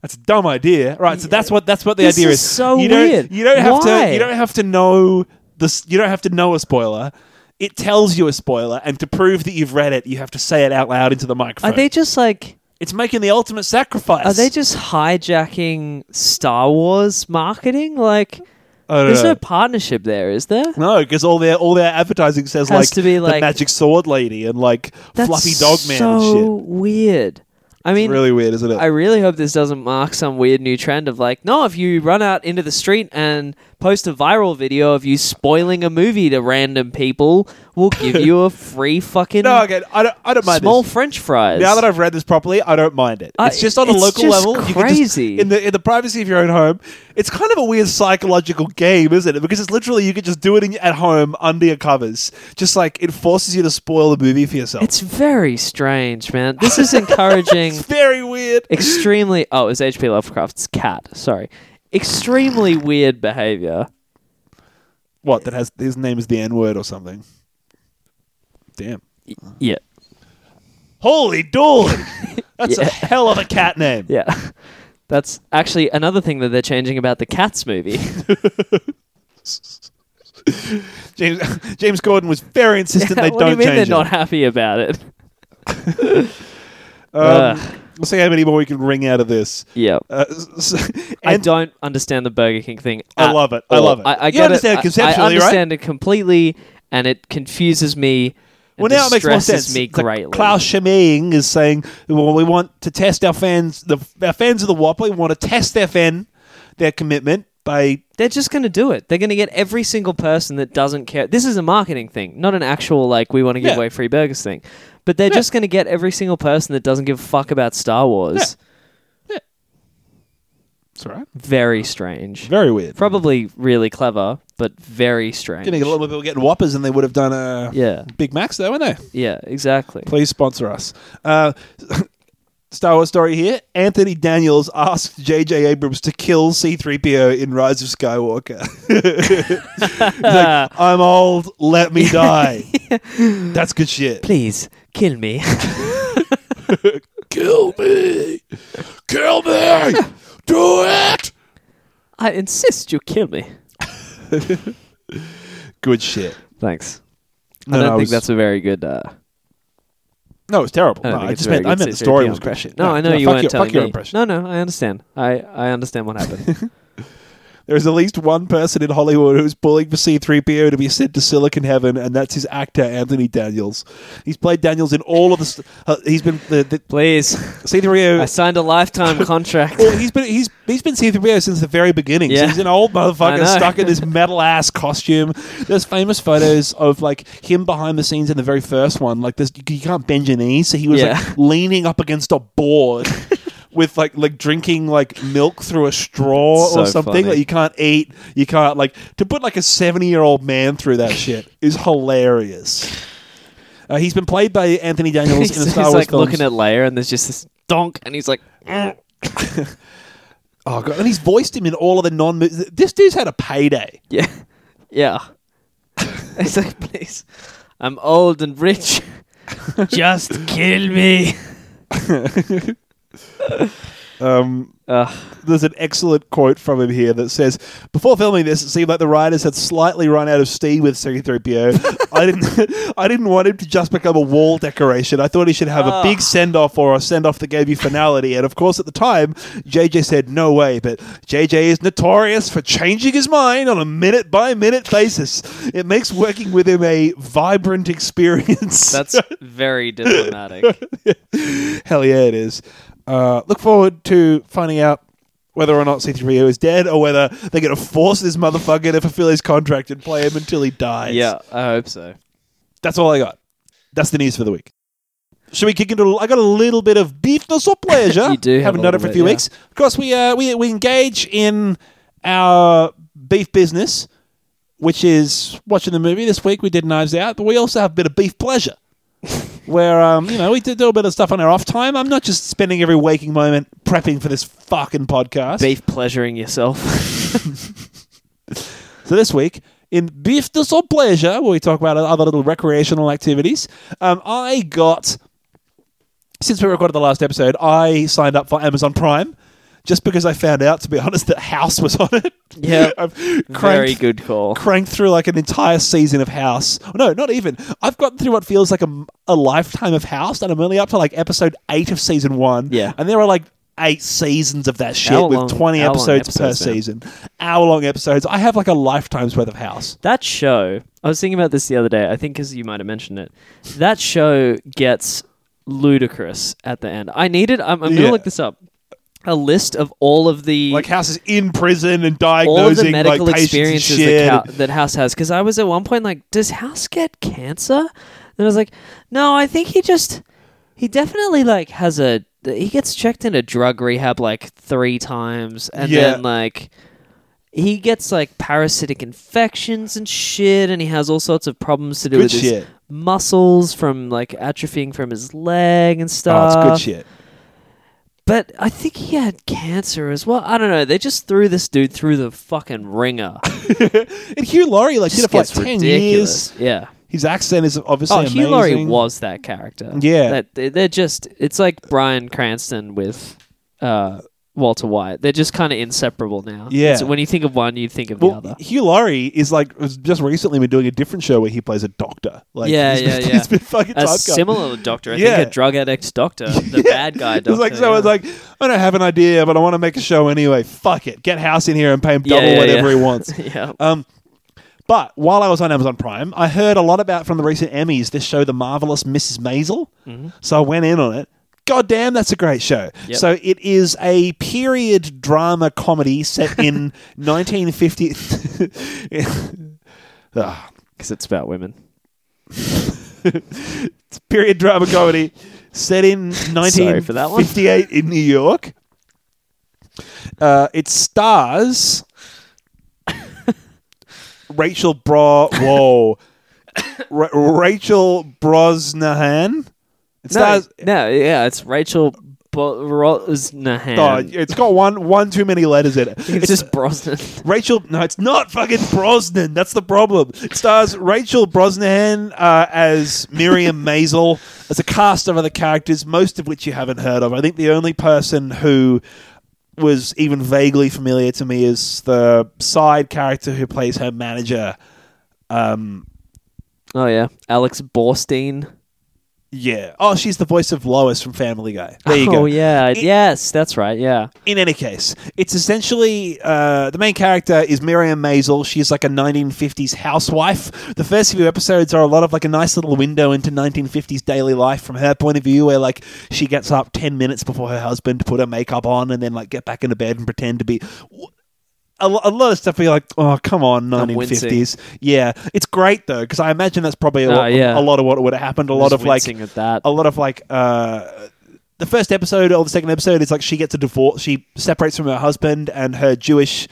[SPEAKER 2] That's a dumb idea, right? So that's what that's what the
[SPEAKER 1] This
[SPEAKER 2] idea
[SPEAKER 1] is
[SPEAKER 2] is.
[SPEAKER 1] so
[SPEAKER 2] you don't,
[SPEAKER 1] weird.
[SPEAKER 2] You don't have
[SPEAKER 1] Why?
[SPEAKER 2] to. You don't have to know this. You don't have to know a spoiler. It tells you a spoiler, and to prove that you've read it, you have to say it out loud into the microphone.
[SPEAKER 1] Are they just like
[SPEAKER 2] It's making the ultimate sacrifice.
[SPEAKER 1] are they just hijacking Star Wars marketing? Like
[SPEAKER 2] I don't
[SPEAKER 1] there's
[SPEAKER 2] know.
[SPEAKER 1] no partnership there, is there?
[SPEAKER 2] No, because all their all their advertising says
[SPEAKER 1] Has
[SPEAKER 2] like,
[SPEAKER 1] to be,
[SPEAKER 2] the
[SPEAKER 1] like-
[SPEAKER 2] magic sword lady and like
[SPEAKER 1] That's
[SPEAKER 2] fluffy dog man
[SPEAKER 1] so
[SPEAKER 2] and shit.
[SPEAKER 1] weird. I mean,
[SPEAKER 2] Really weird, isn't it?
[SPEAKER 1] I really hope this doesn't mark some weird new trend of like, no, if you run out into the street and post a viral video of you spoiling a movie to random people, we'll give you a free fucking
[SPEAKER 2] no, again, I don't. I don't mind
[SPEAKER 1] small
[SPEAKER 2] this.
[SPEAKER 1] French fries.
[SPEAKER 2] Now that I've read this properly, I don't mind it.
[SPEAKER 1] Uh,
[SPEAKER 2] It's just on a
[SPEAKER 1] it's
[SPEAKER 2] local
[SPEAKER 1] just
[SPEAKER 2] level. You can just-
[SPEAKER 1] crazy.
[SPEAKER 2] in the in the privacy of your own home. It's kind of a weird psychological game, isn't it? Because it's literally you could just do it in, at home under your covers. Just like it forces you to spoil the movie for yourself.
[SPEAKER 1] it's very strange, man. This is encouraging.
[SPEAKER 2] very weird.
[SPEAKER 1] extremely oh, it was H.P. Lovecraft's cat. Sorry, extremely weird behavior.
[SPEAKER 2] What that has his name is the N word or something. Damn.
[SPEAKER 1] Yeah,
[SPEAKER 2] Holy dooly! That's a
[SPEAKER 1] Yeah.
[SPEAKER 2] hell of a cat name.
[SPEAKER 1] yeah. That's actually another thing that they're changing about the Cats movie.
[SPEAKER 2] James James Gordon was very insistent they
[SPEAKER 1] what
[SPEAKER 2] don't
[SPEAKER 1] do you mean
[SPEAKER 2] change
[SPEAKER 1] they're
[SPEAKER 2] it.
[SPEAKER 1] not happy about it?
[SPEAKER 2] Um, we'll see how many more we can wring out of this.
[SPEAKER 1] Yeah.
[SPEAKER 2] Uh, s- s-
[SPEAKER 1] I
[SPEAKER 2] and
[SPEAKER 1] don't understand the Burger King thing.
[SPEAKER 2] I
[SPEAKER 1] at
[SPEAKER 2] love it. I
[SPEAKER 1] all.
[SPEAKER 2] love it.
[SPEAKER 1] I, I
[SPEAKER 2] You
[SPEAKER 1] get
[SPEAKER 2] understand
[SPEAKER 1] it. I- I
[SPEAKER 2] conceptually, right?
[SPEAKER 1] understand it completely, and it confuses me. and
[SPEAKER 2] well, now it makes more
[SPEAKER 1] distresses
[SPEAKER 2] sense.
[SPEAKER 1] Me
[SPEAKER 2] It's like
[SPEAKER 1] greatly.
[SPEAKER 2] Klaus Scheming is saying, "Well, we want to test our fans. The our fans of the Whopper. We want to test their fan, their commitment by
[SPEAKER 1] They're just going to do it. They're going to get every single person that doesn't care. This is a marketing thing, not an actual like we want to give
[SPEAKER 2] Yeah.
[SPEAKER 1] away free burgers thing. But they're just going to get every single person that doesn't give a fuck about Star Wars.
[SPEAKER 2] It's all right.
[SPEAKER 1] Very strange.
[SPEAKER 2] Very weird.
[SPEAKER 1] Probably really clever, but very strange.
[SPEAKER 2] Gonna get a lot more people getting Whoppers than they would have done uh,
[SPEAKER 1] yeah,
[SPEAKER 2] Big Macs, though, weren't they?
[SPEAKER 1] yeah, exactly.
[SPEAKER 2] Please sponsor us. Uh, Star Wars story here. Anthony Daniels asked J.J. Abrams to kill C-3PO in Rise of Skywalker. He's like, I'm old. Let me die. That's good shit.
[SPEAKER 1] Please kill me.
[SPEAKER 2] Kill me. Kill me. Do it.
[SPEAKER 1] I insist you kill me.
[SPEAKER 2] Good shit.
[SPEAKER 1] Thanks.
[SPEAKER 2] No,
[SPEAKER 1] I
[SPEAKER 2] no,
[SPEAKER 1] don't
[SPEAKER 2] I
[SPEAKER 1] think
[SPEAKER 2] was-
[SPEAKER 1] that's a very good. Uh,
[SPEAKER 2] No, it's terrible.
[SPEAKER 1] I,
[SPEAKER 2] No,
[SPEAKER 1] don't
[SPEAKER 2] I,
[SPEAKER 1] think it's
[SPEAKER 2] just
[SPEAKER 1] a very
[SPEAKER 2] meant, I
[SPEAKER 1] good
[SPEAKER 2] meant the story
[SPEAKER 1] CCP
[SPEAKER 2] was
[SPEAKER 1] impression.
[SPEAKER 2] good shit.
[SPEAKER 1] No, I know you
[SPEAKER 2] fuck
[SPEAKER 1] weren't
[SPEAKER 2] your,
[SPEAKER 1] telling
[SPEAKER 2] fuck your
[SPEAKER 1] me.
[SPEAKER 2] impression.
[SPEAKER 1] No, no, I understand. I, I understand what happened.
[SPEAKER 2] There's at least one person in Hollywood who's pulling for C3PO to be sent to Silicon Heaven, and that's his actor, Anthony Daniels. He's played Daniels in all of the. St- uh, he's been the, the
[SPEAKER 1] Please, I
[SPEAKER 2] C3PO.
[SPEAKER 1] signed a lifetime contract.
[SPEAKER 2] Well, he's been he's he's been C3PO since the very beginning. So
[SPEAKER 1] Yeah.
[SPEAKER 2] he's an old
[SPEAKER 1] I
[SPEAKER 2] motherfucker
[SPEAKER 1] know.
[SPEAKER 2] stuck in this metal ass costume. There's famous photos of like him behind the scenes in the very first one. Like this, you can't bend your knees, so he was
[SPEAKER 1] Yeah.
[SPEAKER 2] like leaning up against a board. With like like drinking like milk through a straw
[SPEAKER 1] So
[SPEAKER 2] or something
[SPEAKER 1] funny.
[SPEAKER 2] like you can't eat you can't like to put like a seventy year old man through that shit is hilarious. Uh, he's been played by Anthony Daniels
[SPEAKER 1] he's
[SPEAKER 2] in the
[SPEAKER 1] he's
[SPEAKER 2] Star Wars
[SPEAKER 1] like
[SPEAKER 2] films.
[SPEAKER 1] looking at Leia, and there's just this donk, and he's like, "Mm."
[SPEAKER 2] Oh god, and he's voiced him in all of the non. This dude's had a payday.
[SPEAKER 1] yeah, yeah. it's like, please, I'm old and rich. Just kill me.
[SPEAKER 2] Um,
[SPEAKER 1] Ugh.
[SPEAKER 2] there's an excellent quote from him here that says, "Before filming this, it seemed like the writers had slightly run out of steam with C-3PO. I didn't, I didn't want him to just become a wall decoration. I thought he should have a big send-off or a send-off that gave you finality. And of course, at the time, JJ said no way. But JJ is notorious for changing his mind on a minute-by-minute basis. It makes working with him a vibrant experience.
[SPEAKER 1] That's very diplomatic.
[SPEAKER 2] Hell yeah, it is. Uh, look forward to finding out whether or not C3PO is dead or whether they're going to force this motherfucker to fulfill his contract and play him until he dies.
[SPEAKER 1] yeah, I hope so.
[SPEAKER 2] That's all I got. That's the news for the week. Should we kick into? I got a little bit of beefness or pleasure.
[SPEAKER 1] You do have
[SPEAKER 2] haven't
[SPEAKER 1] a
[SPEAKER 2] done it
[SPEAKER 1] little
[SPEAKER 2] for a
[SPEAKER 1] bit,
[SPEAKER 2] few
[SPEAKER 1] yeah.
[SPEAKER 2] weeks. Of course, we uh, we we engage in our beef business, which is watching the movie. This week we did Knives Out, but we also have a bit of beef pleasure, where um you know we do, do a bit of stuff on our off time. I'm not just spending every waking moment prepping for this fucking podcast.
[SPEAKER 1] Beef pleasuring yourself.
[SPEAKER 2] So this week in Beef This or Pleasure, where we talk about other little recreational activities, um, I got since we recorded the last episode, I signed up for Amazon Prime just because I found out, to be honest, that House was on it.
[SPEAKER 1] Yeah.
[SPEAKER 2] I've cranked,
[SPEAKER 1] very good call.
[SPEAKER 2] Cranked through like an entire season of House. No, not even. I've gotten through what feels like a, a lifetime of House, and I'm only up to like episode eight of season one.
[SPEAKER 1] Yeah.
[SPEAKER 2] and there are like eight seasons of that shit
[SPEAKER 1] Hour
[SPEAKER 2] with
[SPEAKER 1] long-
[SPEAKER 2] 20
[SPEAKER 1] hour long
[SPEAKER 2] episodes,
[SPEAKER 1] episodes,
[SPEAKER 2] per
[SPEAKER 1] man.
[SPEAKER 2] season, hour long episodes. I have like a lifetime's worth of House.
[SPEAKER 1] That show, I was thinking about this the other day. I think because you might have mentioned it. That show gets ludicrous at the end. I needed. I'm, I'm
[SPEAKER 2] Yeah.
[SPEAKER 1] gonna look this up. A list of all of the
[SPEAKER 2] Like House is in prison and diagnosing
[SPEAKER 1] all of the medical
[SPEAKER 2] like patients and
[SPEAKER 1] experiences
[SPEAKER 2] shit.
[SPEAKER 1] that, Cou- that House has. Because I was at one point like, does House get cancer? And I was like, no, I think he just he definitely like has a he gets checked in a drug rehab like three times, and
[SPEAKER 2] Yeah.
[SPEAKER 1] then like he gets like parasitic infections and shit, and he has all sorts of problems to do
[SPEAKER 2] Good
[SPEAKER 1] with
[SPEAKER 2] shit.
[SPEAKER 1] his muscles from like atrophying from his leg and
[SPEAKER 2] Oh,
[SPEAKER 1] stuff.
[SPEAKER 2] it's good shit.
[SPEAKER 1] But I think he had cancer as well. I don't know. They just threw this dude through the fucking ringer.
[SPEAKER 2] And Hugh Laurie like did
[SPEAKER 1] just
[SPEAKER 2] it for like
[SPEAKER 1] gets
[SPEAKER 2] ten years.
[SPEAKER 1] ridiculous. Yeah.
[SPEAKER 2] His accent is obviously
[SPEAKER 1] Oh,
[SPEAKER 2] amazing.
[SPEAKER 1] Hugh Laurie was that character.
[SPEAKER 2] Yeah.
[SPEAKER 1] That they- they're just. It's like Brian Cranston with uh, Walter White. They're just kind of inseparable now.
[SPEAKER 2] Yeah.
[SPEAKER 1] It's- when you think of one, you think of
[SPEAKER 2] Well,
[SPEAKER 1] the other.
[SPEAKER 2] Hugh Laurie is like has just recently been doing a different show where he plays a doctor. Like,
[SPEAKER 1] Yeah,
[SPEAKER 2] he's been,
[SPEAKER 1] yeah, yeah.
[SPEAKER 2] He's been fucking
[SPEAKER 1] A
[SPEAKER 2] typecast.
[SPEAKER 1] similar doctor. I
[SPEAKER 2] Yeah.
[SPEAKER 1] think a drug addict doctor, the bad guy
[SPEAKER 2] It's
[SPEAKER 1] doctor.
[SPEAKER 2] like someone's
[SPEAKER 1] yeah.
[SPEAKER 2] like, I don't have an idea, but I want to make a show anyway. Fuck it, get House in here and pay him
[SPEAKER 1] Yeah,
[SPEAKER 2] double
[SPEAKER 1] yeah,
[SPEAKER 2] whatever
[SPEAKER 1] yeah.
[SPEAKER 2] he wants.
[SPEAKER 1] yeah.
[SPEAKER 2] Um, but while I was on Amazon Prime, I heard a lot about from the recent Emmys this show, The Marvelous Mrs. Maisel.
[SPEAKER 1] Mm-hmm.
[SPEAKER 2] So I went in on it. God damn, that's a great show.
[SPEAKER 1] Yep.
[SPEAKER 2] So it is a period drama comedy set in 1950. Ah,
[SPEAKER 1] Because it's about women.
[SPEAKER 2] period drama comedy set in
[SPEAKER 1] Sorry for that one.
[SPEAKER 2] 1958 in New York. Uh, it stars Rachel Bro. Whoa, Ra- Rachel Brosnahan.
[SPEAKER 1] No,
[SPEAKER 2] It stars.
[SPEAKER 1] no, yeah, it's Rachel Brosnahan.
[SPEAKER 2] Oh, it's got one one too many letters in it.
[SPEAKER 1] it's just Brosnan.
[SPEAKER 2] Rachel, no, it's not fucking Brosnan. That's the problem. It stars Rachel Brosnan uh, as Miriam Maisel, as a cast of other characters, most of which you haven't heard of. I think the only person who was even vaguely familiar to me is the side character who plays her manager. Um,
[SPEAKER 1] Oh yeah, Alex Borstein.
[SPEAKER 2] yeah. Oh, she's the voice of Lois from Family Guy. There you
[SPEAKER 1] oh,
[SPEAKER 2] go.
[SPEAKER 1] yeah, yes, that's right. Yeah,
[SPEAKER 2] in any case, it's essentially uh, the main character is Miriam Maisel. She's like a 1950s housewife. The first few episodes are a lot of like a nice little window into 1950s daily life from her point of view, where like she gets up 10 minutes before her husband to put her makeup on and then like get back into bed and pretend to be. A, lo- a lot of stuff where you're like, oh, come on,
[SPEAKER 1] I'm wincing.
[SPEAKER 2] 1950s. Yeah. It's great though, because I imagine that's probably a,
[SPEAKER 1] Oh,
[SPEAKER 2] lot,
[SPEAKER 1] yeah.
[SPEAKER 2] a lot of what would have happened. A lot of like
[SPEAKER 1] at that.
[SPEAKER 2] a lot of like uh the first episode or the second episode is like she gets a divorce she separates from her husband and her jewish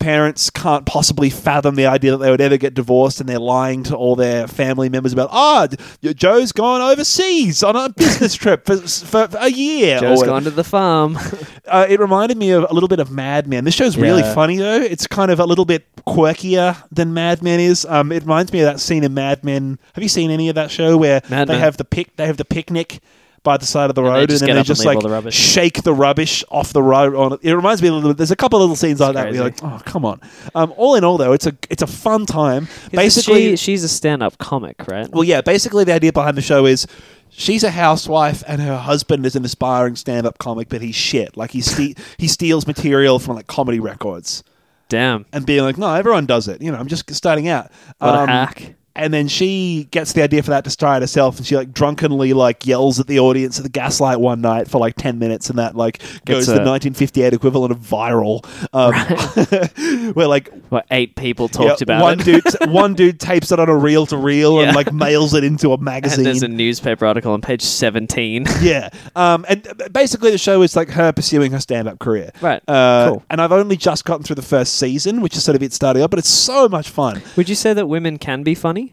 [SPEAKER 2] parents can't possibly fathom the idea that they would ever get divorced and they're lying to all their family members about ah oh, joe's gone overseas on a business trip for, for, for a year
[SPEAKER 1] Joe's
[SPEAKER 2] or-
[SPEAKER 1] gone to the farm.
[SPEAKER 2] uh, it reminded me of a little bit of Mad Men. This show's really
[SPEAKER 1] Yeah.
[SPEAKER 2] funny though. It's kind of a little bit quirkier than Mad Men is. Um, it reminds me of that scene in Mad Men. Have you seen any of that show where
[SPEAKER 1] Mad
[SPEAKER 2] they
[SPEAKER 1] Men.
[SPEAKER 2] have the pic? They have the picnic. by the side of the
[SPEAKER 1] they
[SPEAKER 2] road,
[SPEAKER 1] just
[SPEAKER 2] and
[SPEAKER 1] get
[SPEAKER 2] then they
[SPEAKER 1] up and
[SPEAKER 2] just
[SPEAKER 1] leave
[SPEAKER 2] like
[SPEAKER 1] all the rubbish.
[SPEAKER 2] shake the rubbish off the road. On it. it reminds me a little bit. There's a couple of little scenes like that. Where you're
[SPEAKER 1] crazy.
[SPEAKER 2] like, oh come on. Um, all in all, though, it's a it's a fun time.
[SPEAKER 1] 'Cause
[SPEAKER 2] Basically,
[SPEAKER 1] she, she's a stand-up comic, right?
[SPEAKER 2] well, yeah, basically the idea behind the show is she's a housewife and her husband is an aspiring stand-up comic, but he's shit. Like he ste- he steals material from like comedy records
[SPEAKER 1] Damn,
[SPEAKER 2] and being like, no, everyone does it. You know, I'm just starting out.
[SPEAKER 1] what
[SPEAKER 2] Um,
[SPEAKER 1] a hack!
[SPEAKER 2] And then she gets the idea for that to start herself, and she like drunkenly like yells at the audience at the gaslight one night for like ten minutes, and that like
[SPEAKER 1] Gets
[SPEAKER 2] goes the
[SPEAKER 1] a-
[SPEAKER 2] 1958 equivalent of viral, um, where like
[SPEAKER 1] What eight people talked
[SPEAKER 2] yeah,
[SPEAKER 1] about
[SPEAKER 2] one
[SPEAKER 1] it,
[SPEAKER 2] dude one dude tapes it on a reel to reel
[SPEAKER 1] Yeah.
[SPEAKER 2] and like mails it into a
[SPEAKER 1] and
[SPEAKER 2] magazine.
[SPEAKER 1] there's a newspaper article on page seventeen.
[SPEAKER 2] yeah. Um, and uh, basically, the show is like her pursuing her stand up career.
[SPEAKER 1] Right.
[SPEAKER 2] Uh,
[SPEAKER 1] Cool.
[SPEAKER 2] And I've only just gotten through the first season, which is sort of it starting up, but it's so much fun.
[SPEAKER 1] Would you say that women can be funny?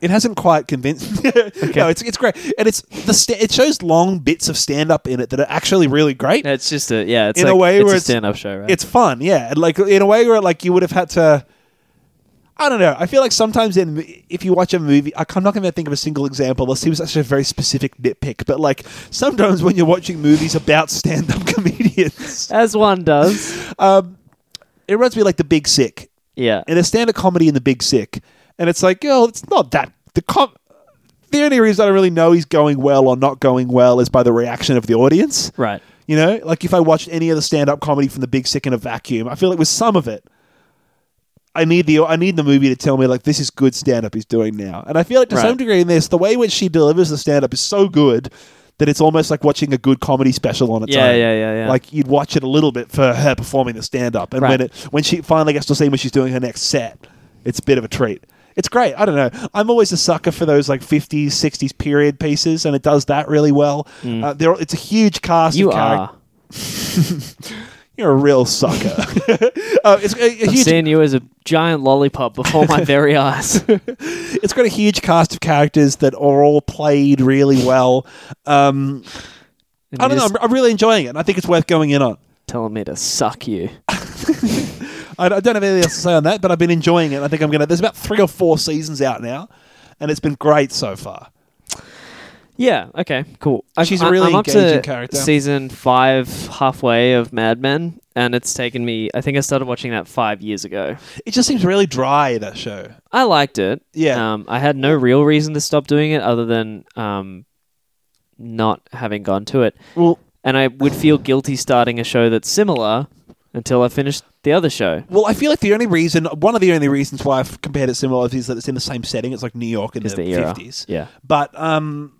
[SPEAKER 2] It hasn't quite convinced. No, it's, it's great. And it's the sta- it shows long bits of stand up in it that are actually really great.
[SPEAKER 1] It's just a yeah. It's
[SPEAKER 2] In
[SPEAKER 1] like,
[SPEAKER 2] a way
[SPEAKER 1] it's
[SPEAKER 2] where
[SPEAKER 1] a
[SPEAKER 2] it's-
[SPEAKER 1] stand-up show, right?
[SPEAKER 2] It's fun, yeah. And, Like in a way where like you would have had to. I don't know. I feel like sometimes in if you watch a movie, I- I'm not going to think of a single example. This seems such a very specific nitpick, but like sometimes when you're watching movies about stand-up comedians,
[SPEAKER 1] as one does.
[SPEAKER 2] um, it reminds me of, like The Big Sick
[SPEAKER 1] yeah,
[SPEAKER 2] and a stand-up comedy in The Big Sick, and it's like, oh, it's not that the com- the only reason I don't really know he's going well or not going well is by the reaction of the audience.
[SPEAKER 1] right.
[SPEAKER 2] You know, like if I watched any of the stand-up comedy from The Big Sick in a vacuum, I feel like with some of it, I need the I need the movie to tell me like this is good stand-up he's doing now. And I feel like to
[SPEAKER 1] Right.
[SPEAKER 2] some degree in this, the way in which she delivers the stand-up is so good that it's almost like watching a good comedy special on its
[SPEAKER 1] Yeah,
[SPEAKER 2] own.
[SPEAKER 1] yeah, yeah, yeah.
[SPEAKER 2] Like you'd watch it a little bit for her performing the stand-up, and
[SPEAKER 1] Right.
[SPEAKER 2] when it when she finally gets to see when she's doing her next set, it's a bit of a treat. It's great. I don't know. I'm always a sucker for those like 50s, 60s period pieces, and it does that really well.
[SPEAKER 1] Mm.
[SPEAKER 2] Uh, there, it's a huge cast.
[SPEAKER 1] You
[SPEAKER 2] of
[SPEAKER 1] are.
[SPEAKER 2] characters. You're a real sucker. uh, it's, a, a
[SPEAKER 1] I'm
[SPEAKER 2] huge,
[SPEAKER 1] seeing you as a giant lollipop before my very eyes.
[SPEAKER 2] it's got a huge cast of characters that are all played really well. Um, I don't know. I'm, I'm really enjoying it. and I think it's worth going in on.
[SPEAKER 1] telling me to suck you.
[SPEAKER 2] I, I don't have anything else to say on that, but I've been enjoying it. I think I'm going to. There's about three or four seasons out now, and it's been great so far.
[SPEAKER 1] Yeah. Okay. Cool. I,
[SPEAKER 2] She's a
[SPEAKER 1] I-
[SPEAKER 2] really
[SPEAKER 1] I'm up to
[SPEAKER 2] engaging character.
[SPEAKER 1] Season five, halfway of Mad Men, and it's taken me. I think I started watching that five years ago.
[SPEAKER 2] It just seems really dry, that show.
[SPEAKER 1] I liked it.
[SPEAKER 2] Yeah.
[SPEAKER 1] Um, I had no real reason to stop doing it other than um, not having gone to it,
[SPEAKER 2] Well,
[SPEAKER 1] and I would feel guilty starting a show that's similar until I finished the other show.
[SPEAKER 2] well, I feel like the only reason, one of the only reasons why I've compared it similar is that it's in the same setting. It's like New York in
[SPEAKER 1] Is
[SPEAKER 2] the
[SPEAKER 1] the era.
[SPEAKER 2] 50s.
[SPEAKER 1] Yeah.
[SPEAKER 2] But um,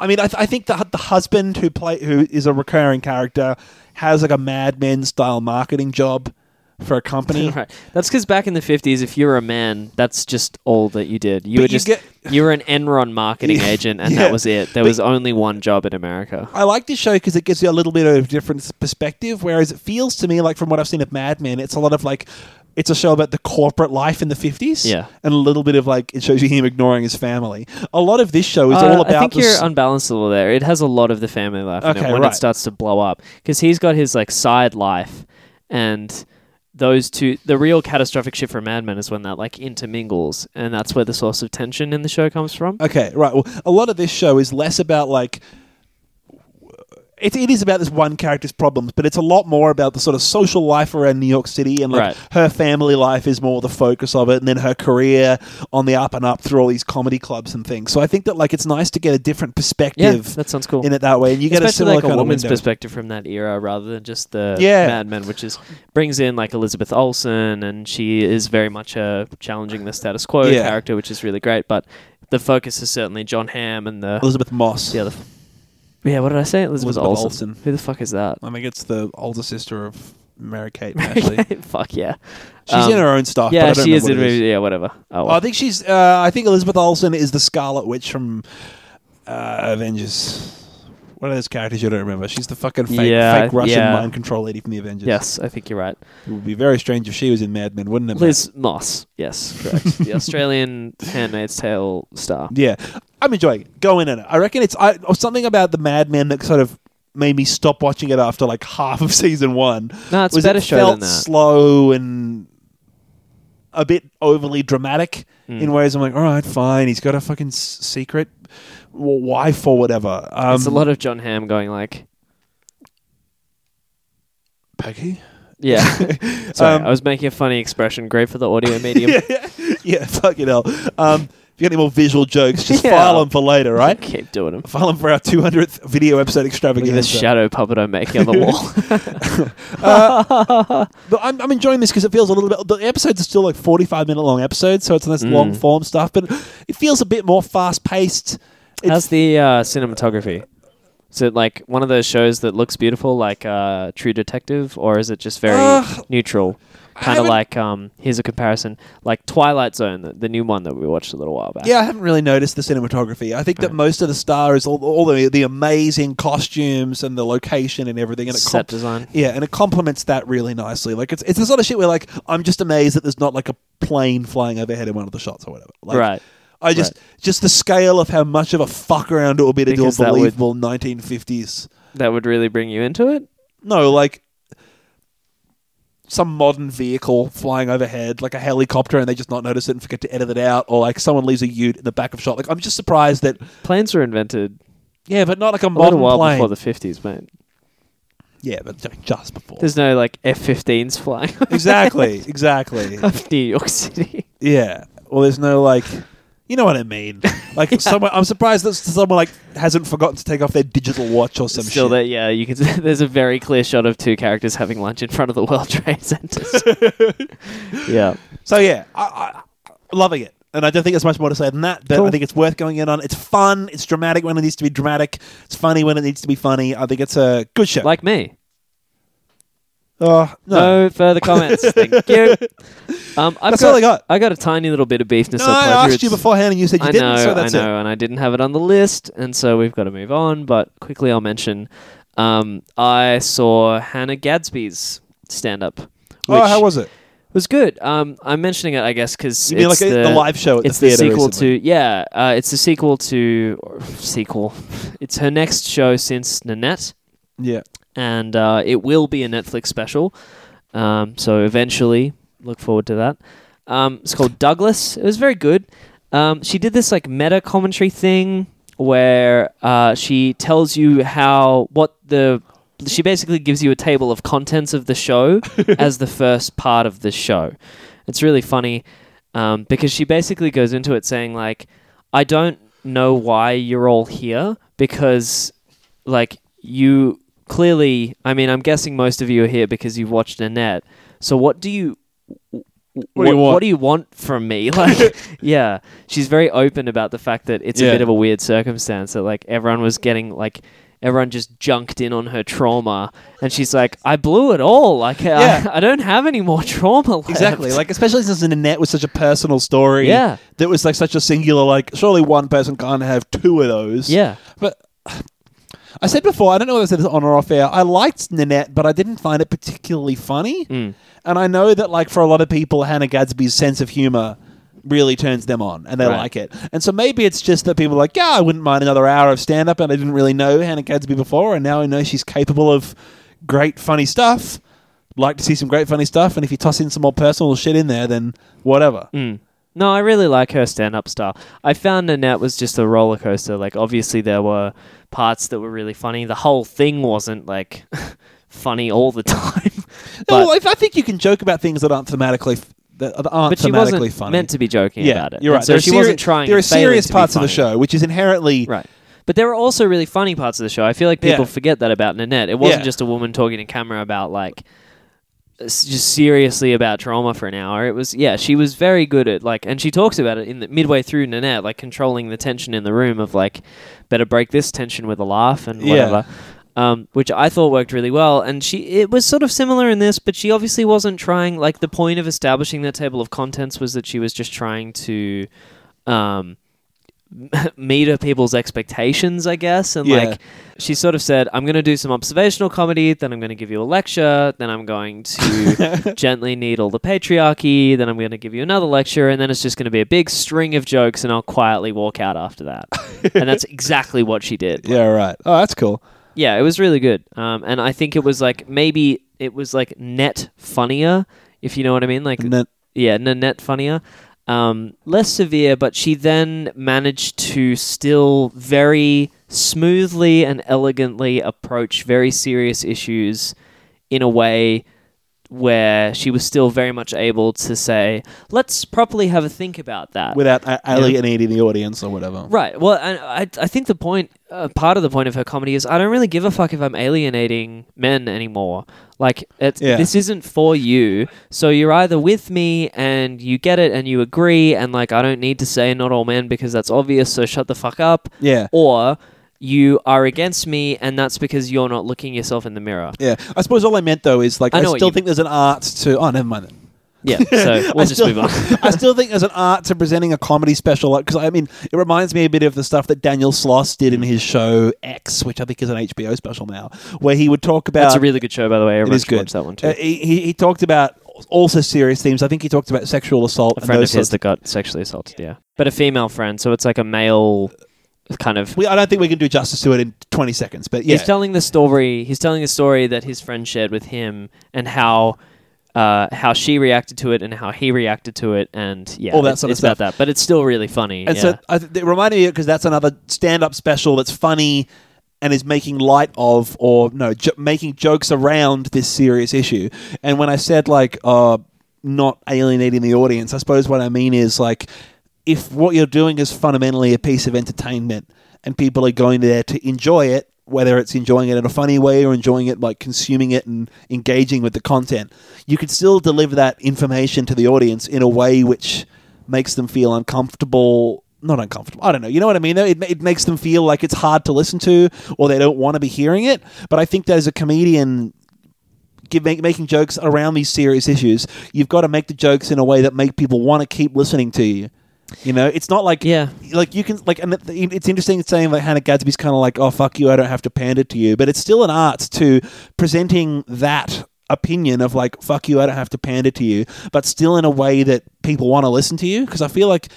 [SPEAKER 2] I mean, I, th- I think the hu- the husband who play who is a recurring character has like a Mad Men style marketing job for a company.
[SPEAKER 1] Right. That's because back in the fifties, if you were a man, that's just all that you did. You
[SPEAKER 2] But
[SPEAKER 1] were
[SPEAKER 2] you
[SPEAKER 1] just you,
[SPEAKER 2] get-
[SPEAKER 1] were an Enron marketing
[SPEAKER 2] Yeah,
[SPEAKER 1] agent, and
[SPEAKER 2] yeah.
[SPEAKER 1] that was it. There
[SPEAKER 2] But-
[SPEAKER 1] was only one job in America.
[SPEAKER 2] I like this show because it gives you a little bit of a different perspective. Whereas it feels to me like from what I've seen of Mad Men, it's a lot of like. It's a show about the corporate life in the fifties,
[SPEAKER 1] Yeah.
[SPEAKER 2] and a little bit of like it shows you him ignoring his family. A lot of this show is
[SPEAKER 1] Uh,
[SPEAKER 2] all about
[SPEAKER 1] I think
[SPEAKER 2] the
[SPEAKER 1] you're
[SPEAKER 2] s-
[SPEAKER 1] unbalanced a little there. It has a lot of the family life in
[SPEAKER 2] Okay,
[SPEAKER 1] it when
[SPEAKER 2] right.
[SPEAKER 1] it starts to blow up because he's got his like side life, and those two. The real catastrophic shit for Mad Men is when that like intermingles, and that's where the source of tension in the show comes from.
[SPEAKER 2] Okay, right. Well, a lot of this show is less about like. It, it is about this one character's problems, but it's a lot more about the sort of social life around New York City and like
[SPEAKER 1] Right.
[SPEAKER 2] her family life is more the focus of it, and then her career on the up and up through all these comedy clubs and things. So I think that like it's nice to get a different
[SPEAKER 1] Yeah,
[SPEAKER 2] perspective
[SPEAKER 1] that sounds cool.
[SPEAKER 2] in it that way, and you get a
[SPEAKER 1] especially
[SPEAKER 2] similar
[SPEAKER 1] like a
[SPEAKER 2] kind
[SPEAKER 1] woman's
[SPEAKER 2] of window.
[SPEAKER 1] perspective from that era rather than just the
[SPEAKER 2] Yeah.
[SPEAKER 1] Mad Men, which is brings in like Elizabeth Olsen, and she is very much a challenging the status quo
[SPEAKER 2] Yeah.
[SPEAKER 1] character, which is really great. But the focus is certainly John Hamm and the
[SPEAKER 2] Elizabeth Moss.
[SPEAKER 1] the other. Yeah, what did I say? Elizabeth,
[SPEAKER 2] Elizabeth
[SPEAKER 1] Olsen.
[SPEAKER 2] Olsen.
[SPEAKER 1] Who the fuck is that?
[SPEAKER 2] I think it's the older sister of Mary Kate Ashley.
[SPEAKER 1] fuck yeah. Um,
[SPEAKER 2] She's in her own stuff. but
[SPEAKER 1] Yeah,
[SPEAKER 2] I don't
[SPEAKER 1] she
[SPEAKER 2] know
[SPEAKER 1] is
[SPEAKER 2] what
[SPEAKER 1] in
[SPEAKER 2] it is.
[SPEAKER 1] movies. Yeah, whatever. Oh,
[SPEAKER 2] I
[SPEAKER 1] well.
[SPEAKER 2] think she's. Uh, I think Elizabeth Olsen is the Scarlet Witch from uh, Avengers. One of those characters you don't remember. She's the fucking fake,
[SPEAKER 1] Yeah,
[SPEAKER 2] fake Russian
[SPEAKER 1] yeah.
[SPEAKER 2] mind control lady from the Avengers.
[SPEAKER 1] yes, I think you're right.
[SPEAKER 2] it would be very strange if she was in Mad Men, wouldn't it?
[SPEAKER 1] Liz Moss. Yes, correct. the Australian Handmaid's Tale star.
[SPEAKER 2] mate? Yeah, I'm enjoying it. Go in on it. I reckon it's I, or something about the Mad Men that sort of made me stop watching it after like half of season one.
[SPEAKER 1] No, it's a
[SPEAKER 2] was
[SPEAKER 1] better
[SPEAKER 2] it
[SPEAKER 1] show
[SPEAKER 2] felt
[SPEAKER 1] than that.
[SPEAKER 2] slow and a bit overly dramatic
[SPEAKER 1] Hmm.
[SPEAKER 2] in ways. I'm like, all right, fine. He's got a fucking s- secret w- wife or whatever. Um,
[SPEAKER 1] It's a lot of John Hamm going like,
[SPEAKER 2] Peggy.
[SPEAKER 1] yeah. Sorry,
[SPEAKER 2] Um,
[SPEAKER 1] I was making a funny expression. Great for the audio medium.
[SPEAKER 2] yeah, fucking hell. Um, if you got any more visual jokes, just
[SPEAKER 1] Yeah.
[SPEAKER 2] file them for later, right?
[SPEAKER 1] Keep doing them.
[SPEAKER 2] File them for our 200th video episode
[SPEAKER 1] Look at
[SPEAKER 2] extravaganza.
[SPEAKER 1] this shadow puppet I'm making on the wall.
[SPEAKER 2] Uh, But I'm, I'm enjoying this because it feels a little bit. The episodes are still like 45 minute long episodes, so it's nice
[SPEAKER 1] Hmm.
[SPEAKER 2] long form stuff, but it feels a bit more fast paced.
[SPEAKER 1] How's the uh, cinematography? Is it like one of those shows that looks beautiful, like uh, True Detective, or is it just very
[SPEAKER 2] Uh,
[SPEAKER 1] neutral?
[SPEAKER 2] I
[SPEAKER 1] Kind of
[SPEAKER 2] haven't-
[SPEAKER 1] like um, here's a comparison, like Twilight Zone, the, the new one that Mm. we watched a little while back.
[SPEAKER 2] Yeah, I haven't really noticed the cinematography. I think that most of the star is all, all the, the amazing costumes and the location and everything. And it
[SPEAKER 1] set
[SPEAKER 2] comp-
[SPEAKER 1] design.
[SPEAKER 2] Yeah, and it complements that really nicely. Like it's it's the sort of shit where like I'm just amazed that there's not like a plane flying overhead in one of the shots or whatever. Like,
[SPEAKER 1] Right.
[SPEAKER 2] I just just the scale of how much of a fuck around it will be to
[SPEAKER 1] Because
[SPEAKER 2] do a
[SPEAKER 1] that would-
[SPEAKER 2] believable 1950s.
[SPEAKER 1] That would really bring you into it.
[SPEAKER 2] No, like some modern vehicle flying overhead, like a helicopter, and they just not notice it and forget to edit it out, or like someone leaves a ute in the back of shot. Like I'm just surprised that
[SPEAKER 1] Planes were invented
[SPEAKER 2] yeah, but not like a
[SPEAKER 1] a little
[SPEAKER 2] modern
[SPEAKER 1] while
[SPEAKER 2] plane.
[SPEAKER 1] before the fifties, mate.
[SPEAKER 2] yeah, but ju- just before.
[SPEAKER 1] There's no like F-15s flying
[SPEAKER 2] exactly, exactly.
[SPEAKER 1] off New York City.
[SPEAKER 2] Yeah. Well, there's no like, you know what I mean. Like, someone, I'm surprised that someone like hasn't forgotten to take off their digital watch or some
[SPEAKER 1] Still,
[SPEAKER 2] shit.
[SPEAKER 1] there, yeah, you can. There's a very clear shot of two characters having lunch in front of the World Trade Centers. yeah.
[SPEAKER 2] So yeah, I, I, loving it. And I don't think there's much more to say than that, but
[SPEAKER 1] Cool.
[SPEAKER 2] I think it's worth going in on. It's fun. It's dramatic when it needs to be dramatic. It's funny when it needs to be funny. I think it's a good show.
[SPEAKER 1] like me.
[SPEAKER 2] oh, no,
[SPEAKER 1] No, further comments. Thank you. Um, I've
[SPEAKER 2] That's
[SPEAKER 1] got,
[SPEAKER 2] all I got.
[SPEAKER 1] a tiny little bit of beefness.
[SPEAKER 2] no.
[SPEAKER 1] or pleasure.
[SPEAKER 2] I asked you
[SPEAKER 1] It's-
[SPEAKER 2] beforehand, and you said you
[SPEAKER 1] I
[SPEAKER 2] didn't.
[SPEAKER 1] know,
[SPEAKER 2] so that's
[SPEAKER 1] I know,
[SPEAKER 2] it.
[SPEAKER 1] and I didn't have it on the list, and so we've got to move on. But quickly, I'll mention. Um, I saw Hannah Gadsby's stand-up. Which
[SPEAKER 2] oh, how was it?
[SPEAKER 1] was good. Um, I'm mentioning it, I guess, because
[SPEAKER 2] You mean
[SPEAKER 1] it's
[SPEAKER 2] like a-
[SPEAKER 1] the,
[SPEAKER 2] the live show at the
[SPEAKER 1] it's the,
[SPEAKER 2] theatre
[SPEAKER 1] sequel
[SPEAKER 2] recently?
[SPEAKER 1] to yeah. Uh, it's the sequel to or sequel. It's her next show since Nanette
[SPEAKER 2] Yeah.
[SPEAKER 1] and uh, it will be a Netflix special. Um, so eventually, look forward to that. Um, it's called Douglas. It was very good. Um, she did this like meta commentary thing where uh, she tells you how what the she basically gives you a table of contents of the show as the first part of the show. It's really funny um, because she basically goes into it saying like, "I don't know why you're all here because like you clearly i mean i'm guessing most of you are here because you've watched annette so what do you
[SPEAKER 2] What do you want?
[SPEAKER 1] what do you want from me like yeah she's very open about the fact that it's
[SPEAKER 2] Yeah.
[SPEAKER 1] a bit of a weird circumstance that like everyone was getting like everyone just junked in on her trauma and she's like i blew it all like I-
[SPEAKER 2] Yeah.
[SPEAKER 1] I, don't have any more trauma left.
[SPEAKER 2] Exactly. Like, especially since Nanette was such a personal story.
[SPEAKER 1] Yeah.
[SPEAKER 2] That was like such a singular, like, surely one person can't have two of those.
[SPEAKER 1] yeah
[SPEAKER 2] But I said before, I don't know whether I said this on or off air. I liked Nanette, but I didn't find it particularly funny.
[SPEAKER 1] Mm.
[SPEAKER 2] And I know that, like, for a lot of people, Hannah Gadsby's sense of humor really turns them on and they
[SPEAKER 1] Right.
[SPEAKER 2] like it. And so maybe it's just that people are like, yeah, I wouldn't mind another hour of stand up, and I didn't really know Hannah Gadsby before, and now I know she's capable of great, funny stuff. Like to see some great, funny stuff, and if you toss in some more personal shit in there, then whatever.
[SPEAKER 1] Mm. No, I really like her stand up style. I found Nanette was just a roller coaster. Like, obviously, there were parts that were really funny. The whole thing wasn't like funny all the time.
[SPEAKER 2] No,
[SPEAKER 1] but
[SPEAKER 2] I, I think you can joke about things that aren't thematically f- that aren't
[SPEAKER 1] but she
[SPEAKER 2] thematically
[SPEAKER 1] wasn't
[SPEAKER 2] funny.
[SPEAKER 1] meant to be joking about it.
[SPEAKER 2] You're
[SPEAKER 1] And
[SPEAKER 2] right.
[SPEAKER 1] So
[SPEAKER 2] There are
[SPEAKER 1] she
[SPEAKER 2] seri-
[SPEAKER 1] wasn't trying.
[SPEAKER 2] There are
[SPEAKER 1] and failing
[SPEAKER 2] serious
[SPEAKER 1] to be
[SPEAKER 2] parts of the
[SPEAKER 1] funny.
[SPEAKER 2] show which is inherently
[SPEAKER 1] Right. But there were also really funny parts of the show. I feel like
[SPEAKER 2] Yeah.
[SPEAKER 1] people forget that about Nanette. It wasn't
[SPEAKER 2] Yeah.
[SPEAKER 1] just a woman talking to camera about like s- just seriously about trauma for an hour. It was yeah, she was very good at like and she talks about it in the midway through Nanette like controlling the tension in the room of like better break this tension with a laugh and
[SPEAKER 2] Yeah.
[SPEAKER 1] whatever. Um, which I thought worked really well, and she it was sort of similar in this, but she obviously wasn't trying. Like the point of establishing that table of contents was that she was just trying to um, meter people's expectations, I guess. And
[SPEAKER 2] Yeah.
[SPEAKER 1] like, she sort of said, I'm going to do some observational comedy, then I'm going to give you a lecture, then I'm going to gently needle the patriarchy, then I'm going to give you another lecture, and then it's just going to be a big string of jokes, and I'll quietly walk out after that. and that's exactly what she did.
[SPEAKER 2] Yeah, right. Oh, that's cool.
[SPEAKER 1] Yeah, it was really good. Um, and I think it was like maybe it was like net funnier, if you know what I mean. Like,
[SPEAKER 2] And then
[SPEAKER 1] yeah, Nanette Funnier. Um, less severe, but she then managed to still very smoothly and elegantly approach very serious issues in a way where she was still very much able to say, let's properly have a think about that.
[SPEAKER 2] without uh, alienating the audience or whatever.
[SPEAKER 1] Right. Well, and I, I think the point, uh, part of the point of her comedy is I don't really give a fuck if I'm alienating men anymore. Like, it's,
[SPEAKER 2] Yeah.
[SPEAKER 1] this isn't for you. So you're either with me and you get it and you agree, and like, I don't need to say not all men because that's obvious, so shut the fuck up.
[SPEAKER 2] Yeah.
[SPEAKER 1] Or you are against me and that's because you're not looking yourself in the mirror.
[SPEAKER 2] Yeah. I suppose all I meant though is like
[SPEAKER 1] I
[SPEAKER 2] I,
[SPEAKER 1] know what
[SPEAKER 2] still
[SPEAKER 1] you-
[SPEAKER 2] think there's an art to. Oh, never mind. Then.
[SPEAKER 1] Yeah. So we'll
[SPEAKER 2] I
[SPEAKER 1] just
[SPEAKER 2] still,
[SPEAKER 1] move on.
[SPEAKER 2] I still think there's an art to presenting a comedy special because I mean it reminds me a bit of the stuff that Daniel Sloss did in his show X, which I think is an HBO special now, where he would talk about
[SPEAKER 1] That's a really good show, by the way. Everyone
[SPEAKER 2] is
[SPEAKER 1] should
[SPEAKER 2] good.
[SPEAKER 1] watch that one too.
[SPEAKER 2] uh, he, he he talked about also serious themes. I think he talked about sexual assault.
[SPEAKER 1] a friend
[SPEAKER 2] and
[SPEAKER 1] of
[SPEAKER 2] those
[SPEAKER 1] his
[SPEAKER 2] sorts.
[SPEAKER 1] that got sexually assaulted. Yeah, but a female friend, so it's like a male kind of.
[SPEAKER 2] We, I don't think we can do justice to it in 20 seconds, but yeah,
[SPEAKER 1] He's telling the story. He's telling the story that his friend shared with him, and how. Uh, how she reacted to it and how he reacted to it, and yeah,
[SPEAKER 2] All that
[SPEAKER 1] it's,
[SPEAKER 2] sort of
[SPEAKER 1] it's about that,
[SPEAKER 2] stuff.
[SPEAKER 1] but it's still really funny.
[SPEAKER 2] And
[SPEAKER 1] yeah.
[SPEAKER 2] so I th- it reminded me because that's another stand-up special that's funny and is making light of or no jo- making jokes around this serious issue. And when I said like uh, not alienating the audience, I suppose what I mean is like if what you're doing is fundamentally a piece of entertainment and people are going there to enjoy it, whether it's enjoying it in a funny way or enjoying it like consuming it and engaging with the content, you can still deliver that information to the audience in a way which makes them feel uncomfortable. Not uncomfortable. I don't know. You know what I mean? though? It, it makes them feel like it's hard to listen to or they don't want to be hearing it. But I think that as a comedian, give, make, making jokes around these serious issues, you've got to make the jokes in a way that make people want to keep listening to you. You know, it's not like
[SPEAKER 1] Yeah.
[SPEAKER 2] like you can like, and it- it's interesting saying like Hannah Gadsby's kind of like, oh fuck you, I don't have to pander to you, but it's still an art to presenting that opinion of like fuck you, I don't have to pander to you, but still in a way that people want to listen to you because I feel like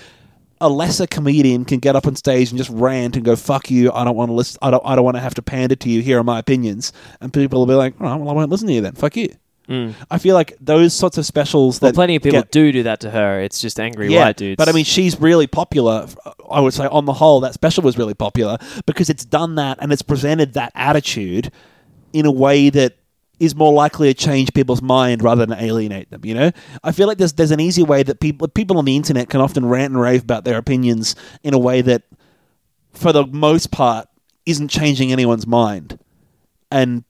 [SPEAKER 2] a lesser comedian can get up on stage and just rant and go fuck you, I don't want to listen, I don't, I don't want to have to pander to you. Here are my opinions, and people will be like, all right, well I won't listen to you then, fuck you. I feel like those sorts of specials that
[SPEAKER 1] Mm. well, plenty of people
[SPEAKER 2] get-
[SPEAKER 1] do do that to her. It's just angry white dudes.
[SPEAKER 2] but I mean, she's really popular. I would say, on the whole, that special was really popular because it's done that and it's presented that attitude in a way that is more likely to change people's mind rather than alienate them. You know, I feel like there's there's an easy way that people people on the internet can often rant and rave about their opinions in a way that, for the most part, isn't changing anyone's mind, and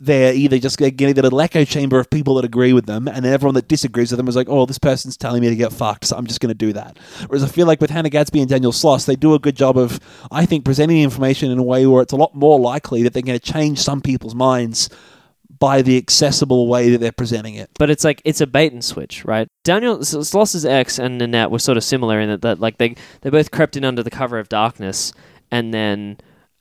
[SPEAKER 2] they're either just going to get a little echo chamber of people that agree with them, and then everyone that disagrees with them is like, oh, this person's telling me to get fucked, so I'm just going to do that. Whereas I feel like with Hannah Gadsby and Daniel Sloss, they do a good job of, I think, presenting the information in a way where it's a lot more likely that they're going to change some people's minds by the accessible way that they're presenting it.
[SPEAKER 1] but it's like it's a bait and switch, right? Daniel S- Sloss's ex and Nanette were sort of similar in that, that like they they both crept in under the cover of darkness, and then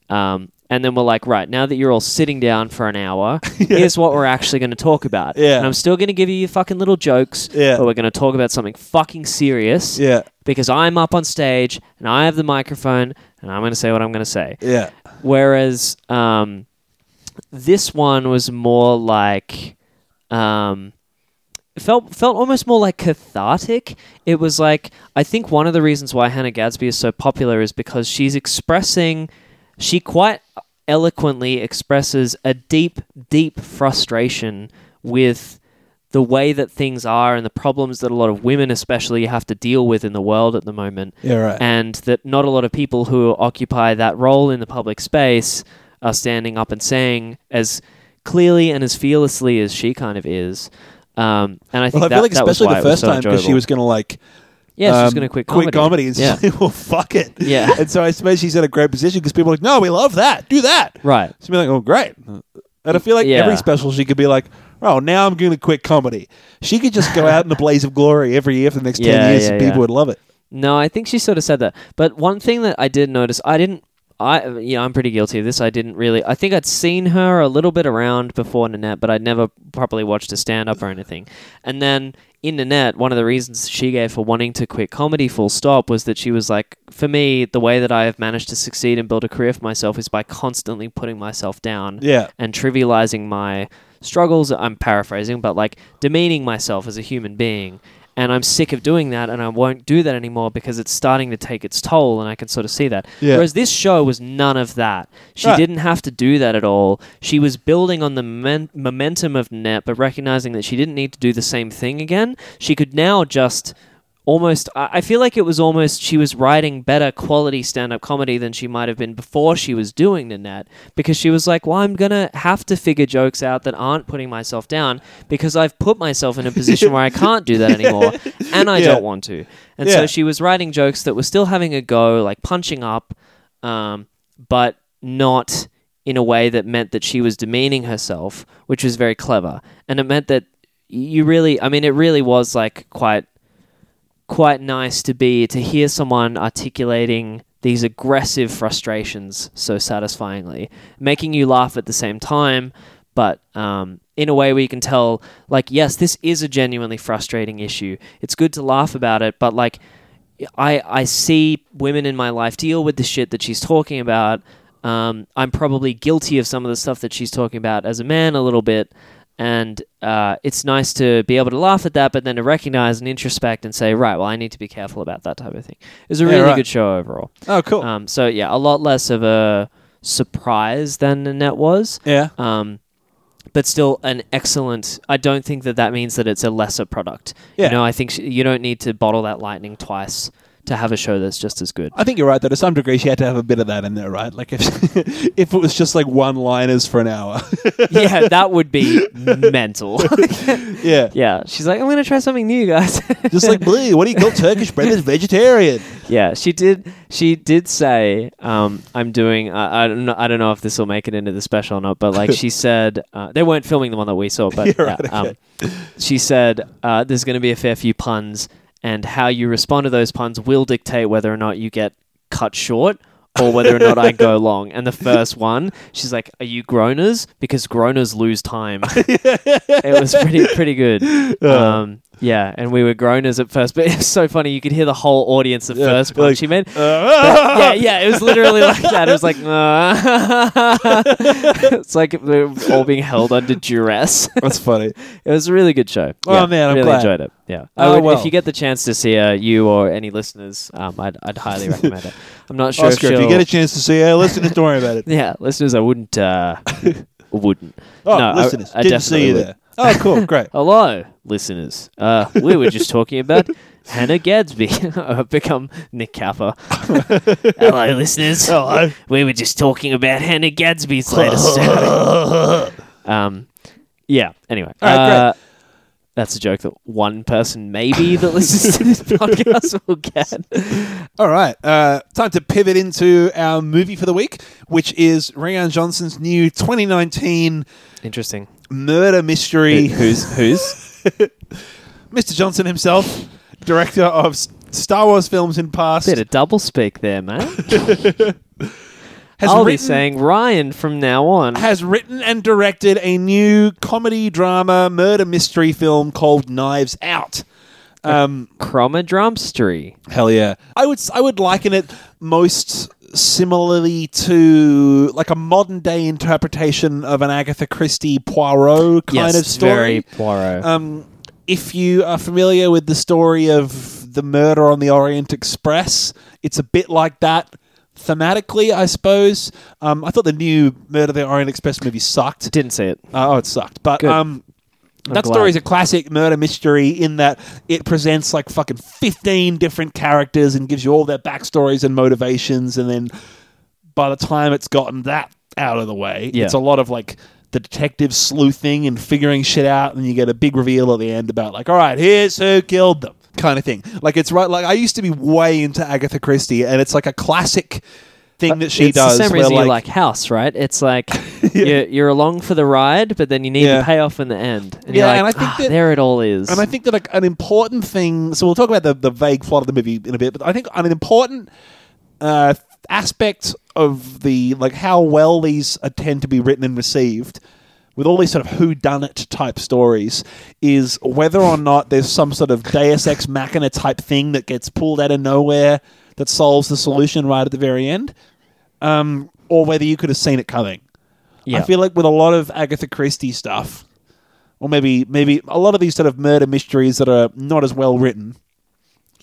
[SPEAKER 1] um, and then we're like, right now that you're all sitting down for an hour, here's what we're actually going to talk about.
[SPEAKER 2] Yeah.
[SPEAKER 1] and I'm still going to give you your fucking little jokes.
[SPEAKER 2] Yeah.
[SPEAKER 1] but we're going to talk about something fucking serious.
[SPEAKER 2] Yeah,
[SPEAKER 1] because I'm up on stage and I have the microphone and I'm going to say what I'm going to say.
[SPEAKER 2] yeah,
[SPEAKER 1] Whereas um, this one was more like um, felt felt almost more like cathartic. It was like I think one of the reasons why Hannah Gadsby is so popular is because she's expressing she quite eloquently expresses a deep deep frustration with the way that things are and the problems that a lot of women especially have to deal with in the world at the moment
[SPEAKER 2] yeah, right.
[SPEAKER 1] and that not a lot of people who occupy that role in the public space are standing up and saying as clearly and as fearlessly as she kind of is. Um, and I think
[SPEAKER 2] well, I
[SPEAKER 1] that,
[SPEAKER 2] feel like
[SPEAKER 1] that was
[SPEAKER 2] especially
[SPEAKER 1] why
[SPEAKER 2] the
[SPEAKER 1] it was
[SPEAKER 2] first
[SPEAKER 1] so
[SPEAKER 2] time because she
[SPEAKER 1] enjoyable.
[SPEAKER 2] was going to like
[SPEAKER 1] yeah, she was
[SPEAKER 2] um,
[SPEAKER 1] going to quit comedy.
[SPEAKER 2] quit comedy and
[SPEAKER 1] yeah,
[SPEAKER 2] she's like, well, fuck it.
[SPEAKER 1] Yeah.
[SPEAKER 2] and so I suppose she's in a great position because people are like, no, we love that, do that.
[SPEAKER 1] right.
[SPEAKER 2] She'd be like, oh, great. And I feel like
[SPEAKER 1] Yeah.
[SPEAKER 2] every special, she could be like, oh, now I'm going to quit comedy. She could just go out in a blaze of glory every year for the next
[SPEAKER 1] Yeah,
[SPEAKER 2] 10 years
[SPEAKER 1] yeah,
[SPEAKER 2] and
[SPEAKER 1] yeah.
[SPEAKER 2] people would love it.
[SPEAKER 1] No, I think she sort of said that. But one thing that I did notice, I didn't. I yeah, I'm pretty guilty of this. I didn't really. I think I'd seen her a little bit around before Nanette, but I'd never properly watched a stand up or anything. And then in Nanette, one of the reasons she gave for wanting to quit comedy full stop was that she was like, for me, the way that I have managed to succeed and build a career for myself is by constantly putting myself down
[SPEAKER 2] Yeah.
[SPEAKER 1] and trivializing my struggles. I'm paraphrasing, but like demeaning myself as a human being. and I'm sick of doing that, and I won't do that anymore because it's starting to take its toll, and I can sort of see that.
[SPEAKER 2] Yeah.
[SPEAKER 1] Whereas this show was none of that. She
[SPEAKER 2] Right.
[SPEAKER 1] didn't have to do that at all. She was building on the men- momentum of Net, but recognizing that she didn't need to do the same thing again. She could now just almost. I I feel like it was almost she was writing better quality stand up comedy than she might have been before she was doing Nanette because she was like, well, I'm going to have to figure jokes out that aren't putting myself down because I've put myself in a position where I can't do that anymore and I
[SPEAKER 2] Yeah.
[SPEAKER 1] don't want to. And
[SPEAKER 2] Yeah.
[SPEAKER 1] so she was writing jokes that were still having a go, like punching up, um, but not in a way that meant that she was demeaning herself, which was very clever. And it meant that you really, I mean, it really was like quite, quite nice to be to hear someone articulating these aggressive frustrations so satisfyingly, making you laugh at the same time, but um, in a way where you can tell, like, yes, this is a genuinely frustrating issue. It's good to laugh about it, but like, I I see women in my life deal with the shit that she's talking about. Um, I'm probably guilty of some of the stuff that she's talking about as a man a little bit, and uh, it's nice to be able to laugh at that, but then to recognize and introspect and say, right, well, I need to be careful about that type of thing. It was a
[SPEAKER 2] Yeah,
[SPEAKER 1] really
[SPEAKER 2] right.
[SPEAKER 1] good show overall.
[SPEAKER 2] Oh, cool.
[SPEAKER 1] Um, so yeah, a lot less of a surprise than Nanette was.
[SPEAKER 2] yeah.
[SPEAKER 1] Um, but still an excellent. I don't think that that means that it's a lesser product.
[SPEAKER 2] Yeah.
[SPEAKER 1] You know, I think sh- you don't need to bottle that lightning twice to have a show that's just as good.
[SPEAKER 2] I think you're right. That to some degree, she had to have a bit of that in there, right? Like if if it was just like one-liners for an hour.
[SPEAKER 1] yeah, that would be mental.
[SPEAKER 2] yeah.
[SPEAKER 1] yeah, she's like, I'm gonna try something new, guys.
[SPEAKER 2] Just like, "Bleh, what do you call Turkish bread is vegetarian?
[SPEAKER 1] yeah, she did. She did say, um, "I'm doing." I, I don't know. I don't know if this will make it into the special or not, but like she said, uh, they weren't filming the one that we saw, but
[SPEAKER 2] Yeah, right,
[SPEAKER 1] yeah, um, she said uh, there's going to be a fair few puns, and how you respond to those puns will dictate whether or not you get cut short. or whether or not I go long. And the first one, she's like, "Are you groaners? Because groaners lose time." it was pretty pretty good. Um, yeah, and we were groaners at first, but it's so funny. You could hear the whole audience the first punch
[SPEAKER 2] like,
[SPEAKER 1] she made.
[SPEAKER 2] Uh,
[SPEAKER 1] yeah, yeah, it was literally like that. It was like, uh, it's like we're all being held under duress.
[SPEAKER 2] That's funny.
[SPEAKER 1] It was a really good show.
[SPEAKER 2] Oh,
[SPEAKER 1] Yeah,
[SPEAKER 2] man, I'm
[SPEAKER 1] really
[SPEAKER 2] glad.
[SPEAKER 1] enjoyed it. Yeah,
[SPEAKER 2] Oh,
[SPEAKER 1] I would,
[SPEAKER 2] well.
[SPEAKER 1] if you get the chance to see her, you or any listeners, um, I'd, I'd highly recommend it. I'm not sure
[SPEAKER 2] Oscar,
[SPEAKER 1] if,
[SPEAKER 2] if you
[SPEAKER 1] she'll-
[SPEAKER 2] get a chance to see her, listen, don't worry about it.
[SPEAKER 1] yeah, listeners, I wouldn't, uh, wouldn't.
[SPEAKER 2] Oh,
[SPEAKER 1] No, I-
[SPEAKER 2] listeners,
[SPEAKER 1] I
[SPEAKER 2] didn't see
[SPEAKER 1] definitely
[SPEAKER 2] you
[SPEAKER 1] would.
[SPEAKER 2] there. Oh, cool, great.
[SPEAKER 1] Hello, listeners. Uh, we were just talking about Hannah Gadsby. I've become Nick Kappa. Hello, listeners.
[SPEAKER 2] Hello.
[SPEAKER 1] We were just talking about Hannah Gadsby's latest outing. Um, yeah, anyway.
[SPEAKER 2] All right,
[SPEAKER 1] uh, That's a joke that one person, maybe, that listens to this podcast will get.
[SPEAKER 2] All right, uh, time to pivot into our movie for the week, which is Rian Johnson's new 2019
[SPEAKER 1] Interesting.
[SPEAKER 2] murder mystery.
[SPEAKER 1] Who's who's?
[SPEAKER 2] Mr. Johnson himself, director of S- Star Wars films in past,
[SPEAKER 1] Bit of double speak there, man.
[SPEAKER 2] has
[SPEAKER 1] I'll be
[SPEAKER 2] written
[SPEAKER 1] saying Ryan from now on.
[SPEAKER 2] has written and directed a new comedy drama murder mystery film called Knives Out. Um,
[SPEAKER 1] Chroma Drumstree.
[SPEAKER 2] hell yeah! I would s- I would liken it most similarly to like a modern day interpretation of an Agatha Christie Poirot kind
[SPEAKER 1] yes,
[SPEAKER 2] of story.
[SPEAKER 1] Very Poirot.
[SPEAKER 2] Um, if you are familiar with the story of the murder on the Orient Express, it's a bit like that thematically, I suppose. Um, I thought the new Murder on the Orient Express movie sucked.
[SPEAKER 1] Didn't see it.
[SPEAKER 2] Uh, oh, it sucked. But
[SPEAKER 1] Good.
[SPEAKER 2] um, that
[SPEAKER 1] glad.
[SPEAKER 2] story is a classic murder mystery in that it presents like fucking 15 different characters and gives you all their backstories and motivations. And then by the time it's gotten that out of the way,
[SPEAKER 1] Yeah.
[SPEAKER 2] it's a lot of like the detective sleuthing and figuring shit out. And you get a big reveal at the end about like, all right, here's who killed them kind of thing. Like it's right. Like I used to be way into Agatha Christie and it's like a classic thing that she
[SPEAKER 1] Uh, it's
[SPEAKER 2] does.
[SPEAKER 1] The same
[SPEAKER 2] where,
[SPEAKER 1] reason you like House, right? It's like you're, you're along for the ride, but then you need
[SPEAKER 2] Yeah.
[SPEAKER 1] the payoff in the end. And
[SPEAKER 2] Yeah,
[SPEAKER 1] you're
[SPEAKER 2] and
[SPEAKER 1] like,
[SPEAKER 2] I think
[SPEAKER 1] "Ah,
[SPEAKER 2] that-
[SPEAKER 1] there it all is.
[SPEAKER 2] And I think that like, an important thing. So we'll talk about the, the vague plot of the movie in a bit, but I think an important uh, aspect of the like how well these are, tend to be written and received with all these sort of who done it type stories is whether or not there's some sort of Deus Ex Machina type thing that gets pulled out of nowhere that solves the solution right at the very end, um, or whether you could have seen it coming.
[SPEAKER 1] yeah.
[SPEAKER 2] I feel like with a lot of Agatha Christie stuff, or maybe maybe a lot of these sort of murder mysteries that are not as well written,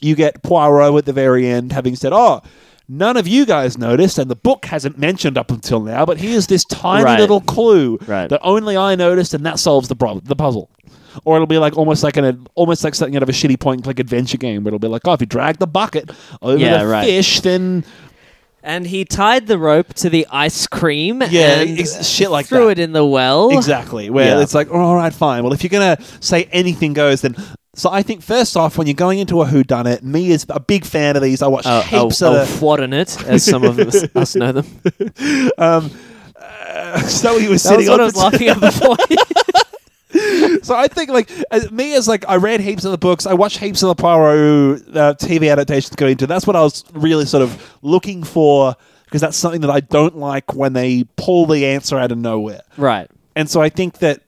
[SPEAKER 2] you get Poirot at the very end having said, "Oh, none of you guys noticed, and the book hasn't mentioned up until now, but here's this tiny
[SPEAKER 1] Right.
[SPEAKER 2] little clue
[SPEAKER 1] Right.
[SPEAKER 2] that only I noticed, and that solves the problem, the puzzle." Or it'll be like almost like an almost like something out of a shitty point and click adventure game where it'll be like, oh, if you drag the bucket over
[SPEAKER 1] Yeah,
[SPEAKER 2] the
[SPEAKER 1] right.
[SPEAKER 2] fish, then
[SPEAKER 1] And he tied the rope to the ice cream.
[SPEAKER 2] Yeah,
[SPEAKER 1] and
[SPEAKER 2] ex- shit like
[SPEAKER 1] threw
[SPEAKER 2] that.
[SPEAKER 1] it in the well.
[SPEAKER 2] Exactly. Where
[SPEAKER 1] Yeah.
[SPEAKER 2] it's like, oh, all right, fine. Well, if you're gonna say anything goes, then. So I think first off, when you're going into a whodunit, me is a big fan of these. I watch
[SPEAKER 1] Oh, oh,
[SPEAKER 2] heaps
[SPEAKER 1] oh,
[SPEAKER 2] of. the
[SPEAKER 1] what in it, as some of us, us know them.
[SPEAKER 2] so he was
[SPEAKER 1] That was
[SPEAKER 2] sitting
[SPEAKER 1] what I
[SPEAKER 2] on.
[SPEAKER 1] was laughing at before.
[SPEAKER 2] so I think like as, me as like I read heaps of the books. I watched heaps of the Poirot uh, TV adaptations go into. That's what I was really sort of looking for because that's something that I don't like when they pull the answer out of nowhere.
[SPEAKER 1] right.
[SPEAKER 2] And so I think that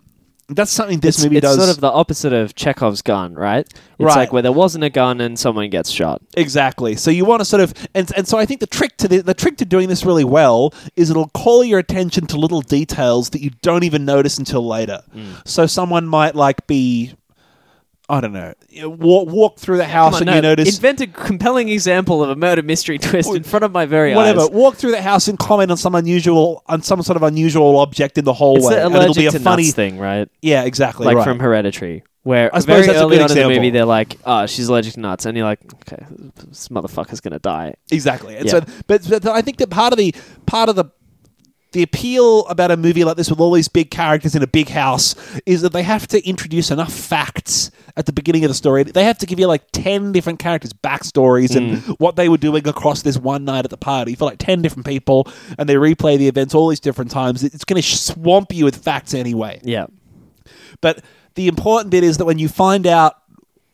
[SPEAKER 2] that's something this movie
[SPEAKER 1] it's
[SPEAKER 2] does.
[SPEAKER 1] sort of the opposite of Chekhov's gun, right? It's
[SPEAKER 2] Right.
[SPEAKER 1] like where there wasn't a gun and someone gets shot.
[SPEAKER 2] Exactly. So you want to sort of, and, and so I think the trick to the, the trick to doing this really well is it'll call your attention to little details that you don't even notice until later.
[SPEAKER 1] Mm.
[SPEAKER 2] So someone might like be, I don't know, walk, walk through the house
[SPEAKER 1] Come on,
[SPEAKER 2] and
[SPEAKER 1] no,
[SPEAKER 2] you notice
[SPEAKER 1] Invent a compelling example of a murder mystery twist in front of my very
[SPEAKER 2] whatever.
[SPEAKER 1] eyes.
[SPEAKER 2] Walk through the house and comment on some unusual on some sort of unusual object in the hallway,
[SPEAKER 1] It's the
[SPEAKER 2] and it'll
[SPEAKER 1] allergic
[SPEAKER 2] be a
[SPEAKER 1] to
[SPEAKER 2] funny
[SPEAKER 1] nuts thing, right?
[SPEAKER 2] Yeah, exactly.
[SPEAKER 1] Like
[SPEAKER 2] right.
[SPEAKER 1] from Hereditary, where
[SPEAKER 2] I
[SPEAKER 1] very
[SPEAKER 2] suppose that's a
[SPEAKER 1] early
[SPEAKER 2] good
[SPEAKER 1] on in the
[SPEAKER 2] example.
[SPEAKER 1] movie they're like, "Oh, she's allergic to nuts," and you're like, "Okay, this motherfucker's gonna die."
[SPEAKER 2] Exactly. And
[SPEAKER 1] Yeah.
[SPEAKER 2] so, but, but I think that part of the part of the the appeal about a movie like this with all these big characters in a big house is that they have to introduce enough facts at the beginning of the story. They have to give you like 10 different characters' backstories and what they were doing across this one night at the party for like 10 different people, and they replay the events all these different times. It's going to swamp you with facts anyway.
[SPEAKER 1] Yeah,
[SPEAKER 2] But the important bit is that when you find out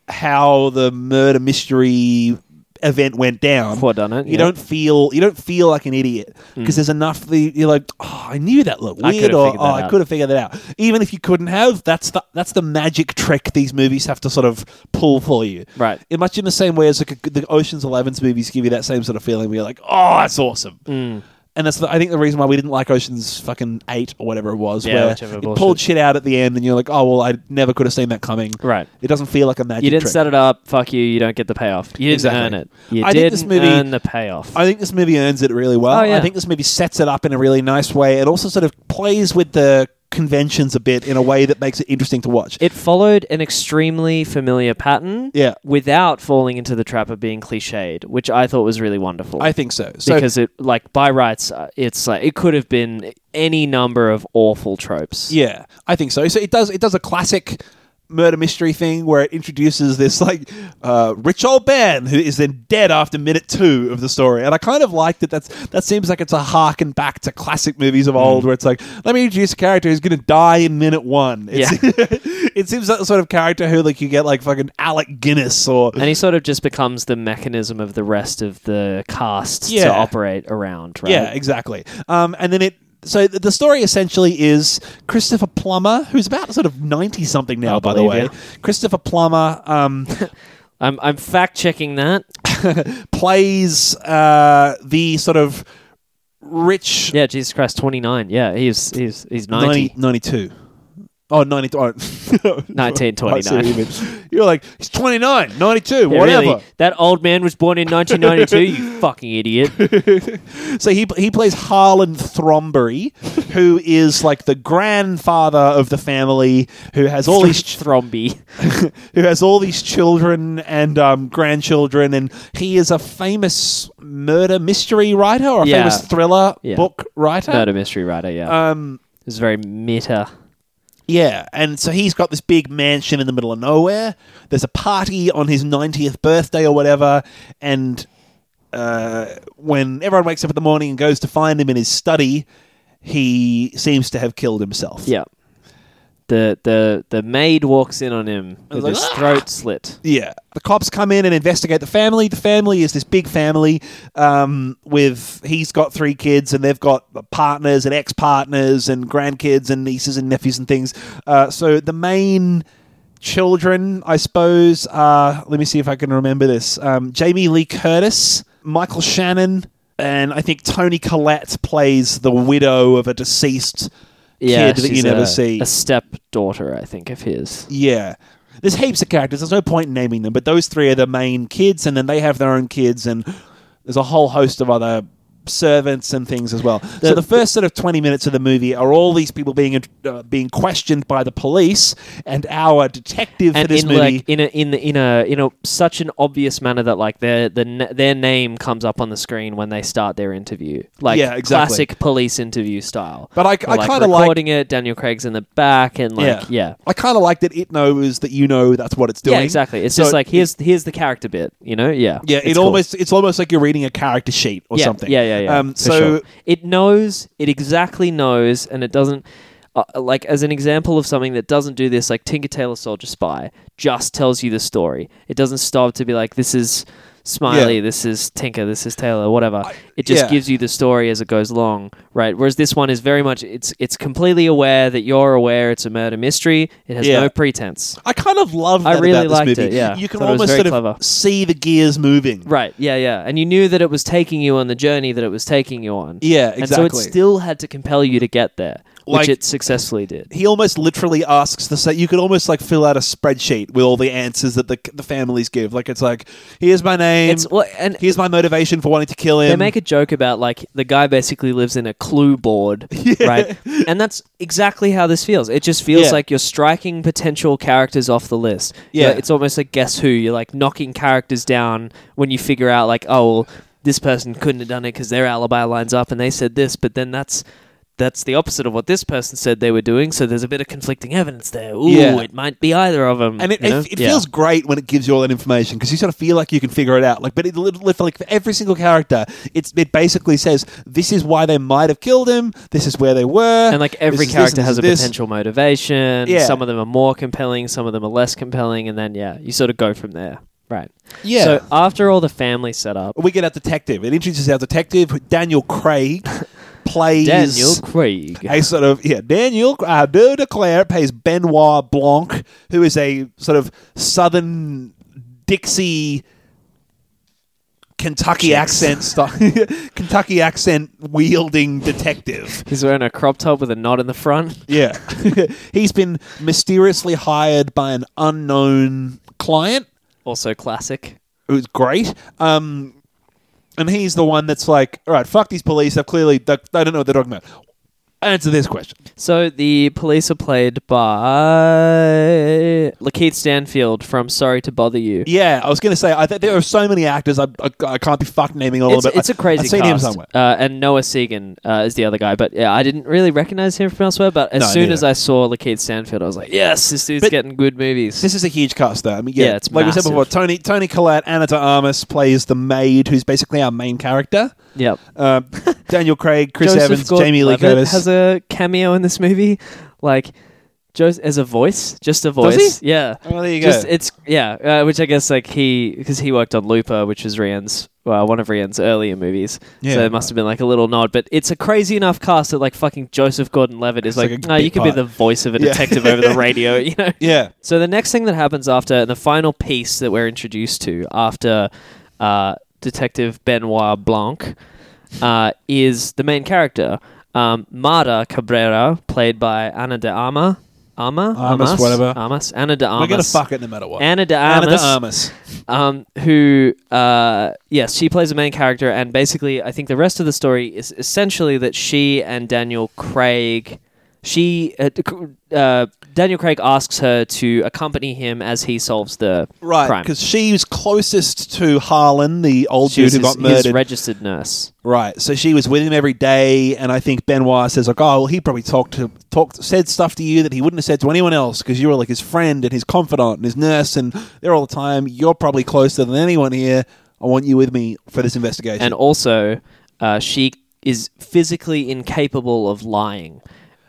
[SPEAKER 2] how the murder mystery event went down,
[SPEAKER 1] Poor Dunnett,
[SPEAKER 2] you
[SPEAKER 1] yeah. Mm.
[SPEAKER 2] don't feel you don't feel like an idiot because there's enough that you're like, oh, I knew that looked
[SPEAKER 1] I
[SPEAKER 2] weird,
[SPEAKER 1] could've
[SPEAKER 2] or
[SPEAKER 1] figured
[SPEAKER 2] oh,
[SPEAKER 1] that
[SPEAKER 2] I
[SPEAKER 1] out."
[SPEAKER 2] could have figured that out. Even if you couldn't have, that's the that's the magic trick these movies have to sort of pull for you,
[SPEAKER 1] Right.
[SPEAKER 2] In much in the same way as like a, the Ocean's Eleven's movies give you that same sort of feeling where you're like, oh, that's awesome.
[SPEAKER 1] Mm.
[SPEAKER 2] And that's the, I think the reason why we didn't like Ocean's fucking eight or whatever it was,
[SPEAKER 1] Yeah,
[SPEAKER 2] where it
[SPEAKER 1] whichever
[SPEAKER 2] pulled
[SPEAKER 1] bullshit.
[SPEAKER 2] shit out at the end, and you're like, oh well, I never could have seen that coming.
[SPEAKER 1] Right.
[SPEAKER 2] It doesn't feel like a magic.
[SPEAKER 1] you didn't
[SPEAKER 2] trick.
[SPEAKER 1] set it up. Fuck you. You don't get the payoff. You didn't
[SPEAKER 2] Exactly.
[SPEAKER 1] earn it. You
[SPEAKER 2] I think
[SPEAKER 1] didn't
[SPEAKER 2] this movie-
[SPEAKER 1] earn the payoff.
[SPEAKER 2] I think this movie earns it really well.
[SPEAKER 1] Oh, yeah.
[SPEAKER 2] I think this movie sets it up in a really nice way. It also sort of plays with the conventions a bit in a way that makes it interesting to watch.
[SPEAKER 1] it followed an extremely familiar pattern.
[SPEAKER 2] Yeah.
[SPEAKER 1] Without falling into the trap of being cliched, which I thought was really wonderful.
[SPEAKER 2] I think so. So
[SPEAKER 1] because it like by rights uh, it's like it could have been any number of awful tropes
[SPEAKER 2] Yeah, I think so. So it does. It does a classic murder mystery thing where it introduces this like uh, rich old man who is then dead after minute two of the story, and I kind of like that. That's that seems like it's a harken back to classic movies of old, where it's like, let me introduce a character who's going to die in minute one. It's, it seems like the sort of character who like you get like fucking Alec Guinness or
[SPEAKER 1] and he sort of just becomes the mechanism of the rest of the cast
[SPEAKER 2] Yeah.
[SPEAKER 1] to operate around right
[SPEAKER 2] Yeah, exactly. Um, and then it. So th- the story essentially is Christopher Plummer, who's about sort of ninety something now,
[SPEAKER 1] I'll
[SPEAKER 2] by the way.
[SPEAKER 1] believe
[SPEAKER 2] Christopher Plummer um,
[SPEAKER 1] i'm, I'm fact checking that
[SPEAKER 2] plays uh, the sort of rich
[SPEAKER 1] yeah jesus christ 29 yeah he's he's he's 90,
[SPEAKER 2] 90, 92. Oh, 92. Oh.
[SPEAKER 1] 1929.
[SPEAKER 2] I see what you mean. You're like, he's 29, 92,
[SPEAKER 1] Yeah,
[SPEAKER 2] whatever.
[SPEAKER 1] really, that old man was born in 1992 you fucking idiot
[SPEAKER 2] So he he plays Harlan Thrombury, who is like the grandfather of the family, who has all these
[SPEAKER 1] thromby
[SPEAKER 2] who has all these children and um, grandchildren, and he is a famous murder mystery writer or a
[SPEAKER 1] Yeah.
[SPEAKER 2] famous thriller
[SPEAKER 1] Yeah.
[SPEAKER 2] book writer.
[SPEAKER 1] murder mystery writer yeah
[SPEAKER 2] Um,
[SPEAKER 1] it's Uh, very meta
[SPEAKER 2] yeah, and so he's got this big mansion in the middle of nowhere. There's a party on his 90th birthday or whatever, and uh, when everyone wakes up in the morning and goes to find him in his study, he seems to have killed himself.
[SPEAKER 1] yeah the the the maid walks in on him with
[SPEAKER 2] like,
[SPEAKER 1] his
[SPEAKER 2] "Ah!"
[SPEAKER 1] throat slit
[SPEAKER 2] Yeah. The cops come in and investigate the family. The family is this big family um, with he's got three kids and they've got partners and ex-partners and grandkids and nieces and nephews and things. Uh, so the main children, I suppose, are let me see if I can remember this. Um, Jamie Lee Curtis, Michael Shannon, and I think Tony Collette plays the widow of a deceased kid that you
[SPEAKER 1] she's
[SPEAKER 2] never
[SPEAKER 1] a-
[SPEAKER 2] see.
[SPEAKER 1] A stepdaughter, I think, of his.
[SPEAKER 2] Yeah. There's heaps of characters. There's no point in naming them, but those three are the main kids, and then they have their own kids, and there's a whole host of other servants and things as well. so the first sort of 20 minutes of the movie are all these people being uh, being questioned by the police, and our detective for
[SPEAKER 1] And
[SPEAKER 2] this
[SPEAKER 1] in
[SPEAKER 2] movie.
[SPEAKER 1] like in a in the, in a in a such an obvious manner that like their the n- their name comes up on the screen when they start their interview, like
[SPEAKER 2] Yeah, exactly.
[SPEAKER 1] classic police interview style.
[SPEAKER 2] But I-
[SPEAKER 1] Where,
[SPEAKER 2] I
[SPEAKER 1] like,
[SPEAKER 2] kinda like-
[SPEAKER 1] recording it. Daniel Craig's in the back, and like yeah,
[SPEAKER 2] I kind of like that it knows that you know that's what it's doing.
[SPEAKER 1] yeah, exactly. It's
[SPEAKER 2] So
[SPEAKER 1] just
[SPEAKER 2] it-
[SPEAKER 1] like here's here's the character bit, you know? Yeah,
[SPEAKER 2] Yeah, it
[SPEAKER 1] It's cool.
[SPEAKER 2] almost it's almost like you're reading a character sheet or
[SPEAKER 1] yeah,
[SPEAKER 2] something.
[SPEAKER 1] Yeah, yeah, yeah.
[SPEAKER 2] Um,
[SPEAKER 1] for
[SPEAKER 2] so
[SPEAKER 1] sure. it knows, it exactly knows, and it doesn't. Uh, like as an example of something that doesn't do this, like Tinker Tailor Soldier Spy just tells you the story. It doesn't stop to be like, this is Smiley,
[SPEAKER 2] Yeah.
[SPEAKER 1] this is Tinker, this is Taylor, whatever. it just
[SPEAKER 2] yeah.
[SPEAKER 1] gives you the story as it goes along, right? Whereas this one is very much it's it's completely aware that you're aware it's a murder mystery. It has
[SPEAKER 2] Yeah.
[SPEAKER 1] no pretense.
[SPEAKER 2] I kind of love that
[SPEAKER 1] I really
[SPEAKER 2] about this
[SPEAKER 1] liked
[SPEAKER 2] movie.
[SPEAKER 1] it, yeah.
[SPEAKER 2] You can
[SPEAKER 1] Thought it was
[SPEAKER 2] almost
[SPEAKER 1] very
[SPEAKER 2] sort of
[SPEAKER 1] clever.
[SPEAKER 2] see the gears moving.
[SPEAKER 1] Right, yeah, yeah. And you knew that it was taking you on the journey that it was taking you on.
[SPEAKER 2] Yeah,
[SPEAKER 1] And so
[SPEAKER 2] exactly.
[SPEAKER 1] it still had to compel you to get there,
[SPEAKER 2] Like-
[SPEAKER 1] which it successfully did.
[SPEAKER 2] He almost literally asks the set. You could almost like fill out a spreadsheet with all the answers that the the families give. Like it's like, here's my name.
[SPEAKER 1] It's well, and
[SPEAKER 2] here's my motivation for wanting to kill him.
[SPEAKER 1] they make a joke about like the guy basically lives in a clue board, right? And that's exactly how this feels. It just feels
[SPEAKER 2] Yeah.
[SPEAKER 1] like you're striking potential characters off the list.
[SPEAKER 2] Yeah.
[SPEAKER 1] You're- it's almost like guess who. You're like knocking characters down when you figure out like, oh, well, this person couldn't have done it because their alibi lines up and they said this, but then that's. That's the opposite of what this person said they were doing, so there's a bit of conflicting evidence there. Ooh,
[SPEAKER 2] Yeah.
[SPEAKER 1] it might be either of them.
[SPEAKER 2] and it, it, it feels great when it gives you all that information because you sort of feel like you can figure it out. Like, but it lit- lit- like for every single character, it's it basically says this is why they might have killed him. This is where they were.
[SPEAKER 1] and like every
[SPEAKER 2] this is this,
[SPEAKER 1] character
[SPEAKER 2] this
[SPEAKER 1] has
[SPEAKER 2] is
[SPEAKER 1] a
[SPEAKER 2] this.
[SPEAKER 1] potential motivation.
[SPEAKER 2] Yeah.
[SPEAKER 1] Some of them are more compelling, some of them are less compelling, and then yeah, you sort of go from there. Right.
[SPEAKER 2] Yeah. Oh,
[SPEAKER 1] So after all the family setup,
[SPEAKER 2] we get our detective. It introduces our detective, Daniel Craig, plays
[SPEAKER 1] Daniel Craig.
[SPEAKER 2] a sort of yeah. Daniel, I do declare, plays Benoit Blanc, who is a sort of Southern Dixie. Kentucky accent style, Kentucky accent wielding detective.
[SPEAKER 1] He's wearing a crop top with a knot in the front.
[SPEAKER 2] Yeah. He's been mysteriously hired by an unknown client
[SPEAKER 1] Also classic.
[SPEAKER 2] who's great. Um, and he's the one that's like, all right, fuck these police. They've clearly, they, they don't know what they're talking about. Answer this question.
[SPEAKER 1] So the police are played by Lakeith Stanfield from Sorry to Bother You.
[SPEAKER 2] Yeah, I was going to say, I th- there are so many actors, I, I, I can't be fucked naming all
[SPEAKER 1] It's,
[SPEAKER 2] of it.
[SPEAKER 1] it's a crazy
[SPEAKER 2] I've seen him
[SPEAKER 1] cast.
[SPEAKER 2] somewhere.
[SPEAKER 1] Uh, and Noah Segan uh, is the other guy. But yeah, I didn't really recognize him from elsewhere. But as
[SPEAKER 2] No,
[SPEAKER 1] soon
[SPEAKER 2] neither.
[SPEAKER 1] as I saw Lakeith Stanfield, I was like, yes, this dude's
[SPEAKER 2] But-
[SPEAKER 1] getting good movies.
[SPEAKER 2] This is a huge cast, though. I mean, yeah,
[SPEAKER 1] Yeah, it's
[SPEAKER 2] like we said
[SPEAKER 1] massive.
[SPEAKER 2] before, Tony Tony Collette, Anna de Armas plays the maid, who's basically our main character.
[SPEAKER 1] yep.
[SPEAKER 2] Uh, Daniel Craig, Chris
[SPEAKER 1] Joseph
[SPEAKER 2] Evans, Jamie Lee
[SPEAKER 1] Gordon-Levitt
[SPEAKER 2] Curtis.
[SPEAKER 1] has a cameo in this movie, like Jos as a voice, just a voice.
[SPEAKER 2] he?
[SPEAKER 1] Yeah,
[SPEAKER 2] oh, there you go.
[SPEAKER 1] just it's yeah, uh, which I guess like he because he worked on Looper, which was Rian's well, one of Rian's earlier movies.
[SPEAKER 2] Yeah.
[SPEAKER 1] So it must have been like a little nod, but it's a crazy enough cast that like fucking Joseph Gordon-Levitt is
[SPEAKER 2] It's like
[SPEAKER 1] like,
[SPEAKER 2] a
[SPEAKER 1] no,
[SPEAKER 2] bit
[SPEAKER 1] you could be
[SPEAKER 2] part."
[SPEAKER 1] the voice of a
[SPEAKER 2] Yeah.
[SPEAKER 1] detective over the radio, you know.
[SPEAKER 2] yeah.
[SPEAKER 1] So the next thing that happens after, and the final piece that we're introduced to after uh, Detective Benoit Blanc, uh, is the main character, um, Mara Cabrera, played by Ana de Arma. Ama?
[SPEAKER 2] Armas, whatever.
[SPEAKER 1] Armas? Ana de Armas.
[SPEAKER 2] We're gonna fuck it no matter what.
[SPEAKER 1] Ana de
[SPEAKER 2] Anna de
[SPEAKER 1] Armas,
[SPEAKER 2] Armas.
[SPEAKER 1] um, who, uh, yes, she plays the main character, and basically, I think the rest of the story is essentially that she and Daniel Craig, she, uh, uh, Daniel Craig asks her to accompany him as he solves the
[SPEAKER 2] Right,
[SPEAKER 1] crime.
[SPEAKER 2] because she was closest to Harlan, the old
[SPEAKER 1] she
[SPEAKER 2] dude
[SPEAKER 1] was
[SPEAKER 2] who
[SPEAKER 1] his,
[SPEAKER 2] got
[SPEAKER 1] his
[SPEAKER 2] murdered.
[SPEAKER 1] registered nurse.
[SPEAKER 2] right, so she was with him every day, and I think Benoit says like, "Oh, well, he probably talked to talked said stuff to you that he wouldn't have said to anyone else because you were like his friend and his confidant and his nurse, and there all the time. You're probably closer than anyone here. I want you with me for this investigation."
[SPEAKER 1] And also, uh, she is physically incapable of lying.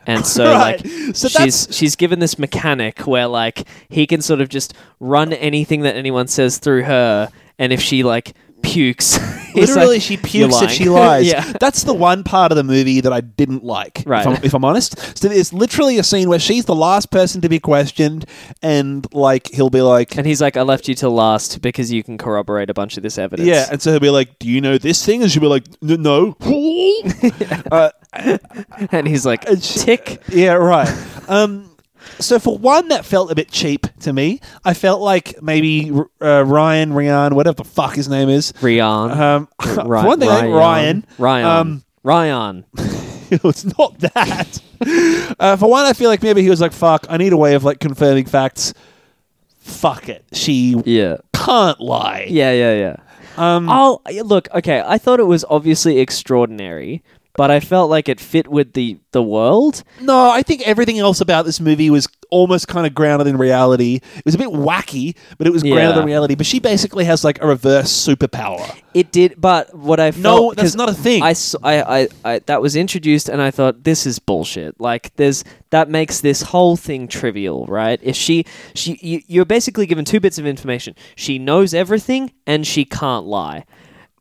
[SPEAKER 1] And so,
[SPEAKER 2] Right.
[SPEAKER 1] like,
[SPEAKER 2] So
[SPEAKER 1] she's she's given this mechanic where, like, he can sort of just run anything that anyone says through her, and if she like pukes, he's like,
[SPEAKER 2] Literally, she
[SPEAKER 1] "You're
[SPEAKER 2] pukes if she
[SPEAKER 1] lying."
[SPEAKER 2] lies.
[SPEAKER 1] yeah,
[SPEAKER 2] That's the one part of the movie that I didn't like,
[SPEAKER 1] Right.
[SPEAKER 2] if, I'm, if I'm honest. So there's literally a scene where she's the last person to be questioned, and like he'll be like,
[SPEAKER 1] and he's like, "I left you till last because you can corroborate a bunch of this evidence."
[SPEAKER 2] Yeah, and so he'll be like, "Do you know this thing?" And she'll be like, "N- "No." me? uh,
[SPEAKER 1] and he's like,
[SPEAKER 2] Uh, sh-
[SPEAKER 1] tick.
[SPEAKER 2] yeah, right. Um, so for one, that felt a bit cheap to me. I felt like maybe uh, Ryan, Rian, whatever the fuck his name is.
[SPEAKER 1] Rion.
[SPEAKER 2] Um,
[SPEAKER 1] Ri-
[SPEAKER 2] for one thing, I think Ryan.
[SPEAKER 1] Ryan.
[SPEAKER 2] Um,
[SPEAKER 1] Ryan.
[SPEAKER 2] it's not that. uh, for one, I feel like maybe he was like, "Fuck, I need a way of like confirming facts." Fuck it, she
[SPEAKER 1] Yeah.
[SPEAKER 2] can't lie.
[SPEAKER 1] Yeah, yeah, yeah.
[SPEAKER 2] Um,
[SPEAKER 1] I'll yeah, look. Okay, I thought it was obviously extraordinary, but I felt like it fit with the the world.
[SPEAKER 2] No, I think everything else about this movie was almost kind of grounded in reality. It was a bit wacky, but it was grounded
[SPEAKER 1] Yeah.
[SPEAKER 2] in reality. But she basically has like a reverse superpower.
[SPEAKER 1] It did, but what I felt
[SPEAKER 2] No, that's
[SPEAKER 1] 'cause
[SPEAKER 2] not a thing.
[SPEAKER 1] I, s- I- I- I- that was introduced, and I thought this is bullshit. Like, there's that makes this whole thing trivial, right? If she she you, you're basically given two bits of information. She knows everything, and she can't lie.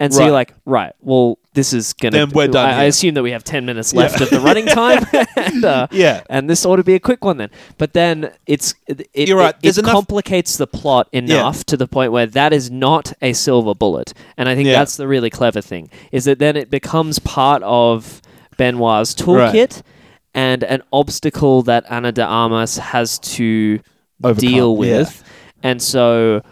[SPEAKER 1] And so
[SPEAKER 2] Right.
[SPEAKER 1] you're like, right, well, this is gonna.
[SPEAKER 2] Then we're done
[SPEAKER 1] I, I
[SPEAKER 2] here.
[SPEAKER 1] assume that we have ten minutes left of the running time. and, uh,
[SPEAKER 2] Yeah.
[SPEAKER 1] and this ought to be a quick one then. But then it's it, it-
[SPEAKER 2] You're right.
[SPEAKER 1] it-
[SPEAKER 2] There's
[SPEAKER 1] it
[SPEAKER 2] enough-
[SPEAKER 1] complicates the plot enough to the point where that is not a silver bullet. And I think
[SPEAKER 2] Yeah.
[SPEAKER 1] that's the really clever thing is that then it becomes part of Benoit's toolkit and an obstacle that Ana de Armas has to
[SPEAKER 2] Overcome,
[SPEAKER 1] deal
[SPEAKER 2] yeah.
[SPEAKER 1] with. And so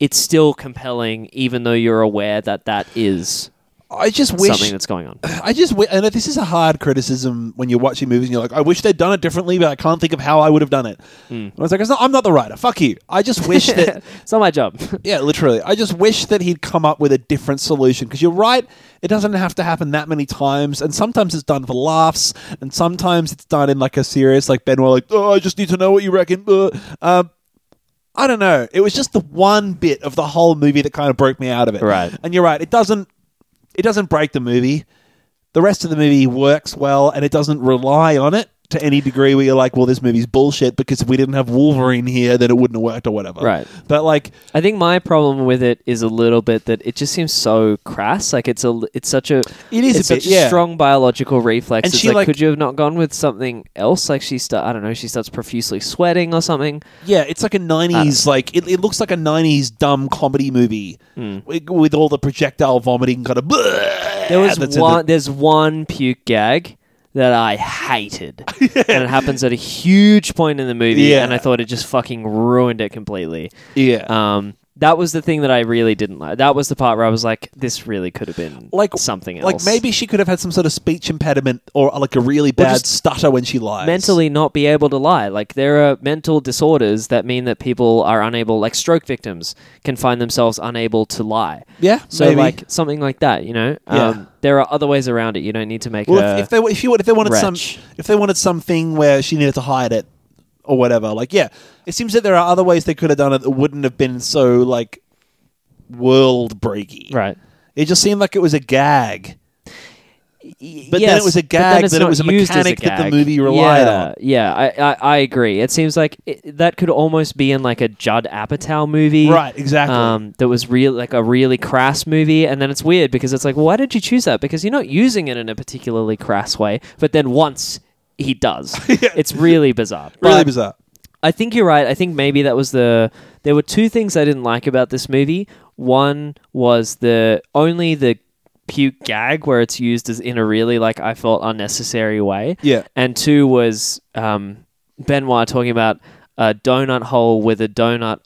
[SPEAKER 1] it's still compelling even though you're aware that that is
[SPEAKER 2] I just wish.
[SPEAKER 1] something that's going on.
[SPEAKER 2] I just. Wi- I know this is a hard criticism when you're watching movies and you're like, I wish they'd done it differently, but I can't think of how I would have done it. And I was like, it's not, I'm not the writer. Fuck you. I just wish that.
[SPEAKER 1] It's not my job.
[SPEAKER 2] Yeah, literally. I just wish that he'd come up with a different solution because you're right. It doesn't have to happen that many times, and sometimes it's done for laughs, and sometimes it's done in like a serious, like Benoit, like, oh, I just need to know what you reckon. uh." Um, I don't know. It was just the one bit of the whole movie that kind of broke me out of it.
[SPEAKER 1] Right.
[SPEAKER 2] And you're right. It doesn't. It doesn't break the movie. The rest of the movie works well, and it doesn't rely on it to any degree where you're like, well, this movie's bullshit because if we didn't have Wolverine here, then it wouldn't have worked or whatever.
[SPEAKER 1] Right.
[SPEAKER 2] But like.
[SPEAKER 1] I think my problem with it is a little bit that it just seems so crass. Like it's a, it's such a,
[SPEAKER 2] It is a
[SPEAKER 1] it's
[SPEAKER 2] bit,
[SPEAKER 1] such
[SPEAKER 2] yeah.
[SPEAKER 1] strong biological reflex.
[SPEAKER 2] And
[SPEAKER 1] it's
[SPEAKER 2] she,
[SPEAKER 1] like,
[SPEAKER 2] like-
[SPEAKER 1] could you have not gone with something else? Like she start, I don't know, she starts profusely sweating or something.
[SPEAKER 2] Yeah, it's like a '90s
[SPEAKER 1] Uh,
[SPEAKER 2] like it, it looks like a '90s dumb comedy movie
[SPEAKER 1] Hmm.
[SPEAKER 2] with, with all the projectile vomiting kind of.
[SPEAKER 1] There was one, there's one puke gag that I hated, and it happens at a huge point in the movie,
[SPEAKER 2] Yeah.
[SPEAKER 1] and I thought it just fucking ruined it completely.
[SPEAKER 2] yeah,
[SPEAKER 1] Um, that was the thing that I really didn't like. That was the part where I was like, this really could have been
[SPEAKER 2] like
[SPEAKER 1] something else.
[SPEAKER 2] Like maybe she could have had some sort of speech impediment or uh, like a really bad
[SPEAKER 1] just
[SPEAKER 2] stutter when she lies.
[SPEAKER 1] mentally not be able to lie. Like there are mental disorders that mean that people are unable, like stroke victims can find themselves unable to lie.
[SPEAKER 2] yeah.
[SPEAKER 1] So
[SPEAKER 2] maybe.
[SPEAKER 1] like something like that, you know.
[SPEAKER 2] Yeah.
[SPEAKER 1] Um, there are other ways around it. You don't need to make
[SPEAKER 2] well,
[SPEAKER 1] a-
[SPEAKER 2] if, if they if you if they wanted
[SPEAKER 1] wretch.
[SPEAKER 2] some if they wanted something where she needed to hide it or whatever, like yeah, it seems that there are other ways they could have done it that wouldn't have been so like world breaky.
[SPEAKER 1] right.
[SPEAKER 2] It just seemed like it was a gag. But then it was a
[SPEAKER 1] but then
[SPEAKER 2] gag
[SPEAKER 1] it's
[SPEAKER 2] that it
[SPEAKER 1] not
[SPEAKER 2] was a
[SPEAKER 1] used as
[SPEAKER 2] mechanic that the
[SPEAKER 1] gag.
[SPEAKER 2] movie relied
[SPEAKER 1] yeah,
[SPEAKER 2] on.
[SPEAKER 1] Yeah, I, I, I agree. It seems like it, that could almost be in like a Judd Apatow movie,
[SPEAKER 2] Right, exactly.
[SPEAKER 1] Um, that was real, like a really crass movie, and then it's weird because it's like, why did you choose that? Because you're not using it in a particularly crass way, but then once he does, it's really bizarre.
[SPEAKER 2] really
[SPEAKER 1] But-
[SPEAKER 2] bizarre.
[SPEAKER 1] I think you're right. I think maybe that was the. There were two things I didn't like about this movie. One was the only the puke gag where it's used as in a really like I felt unnecessary way.
[SPEAKER 2] Yeah.
[SPEAKER 1] And two was um, Benoit talking about a donut hole with a donut,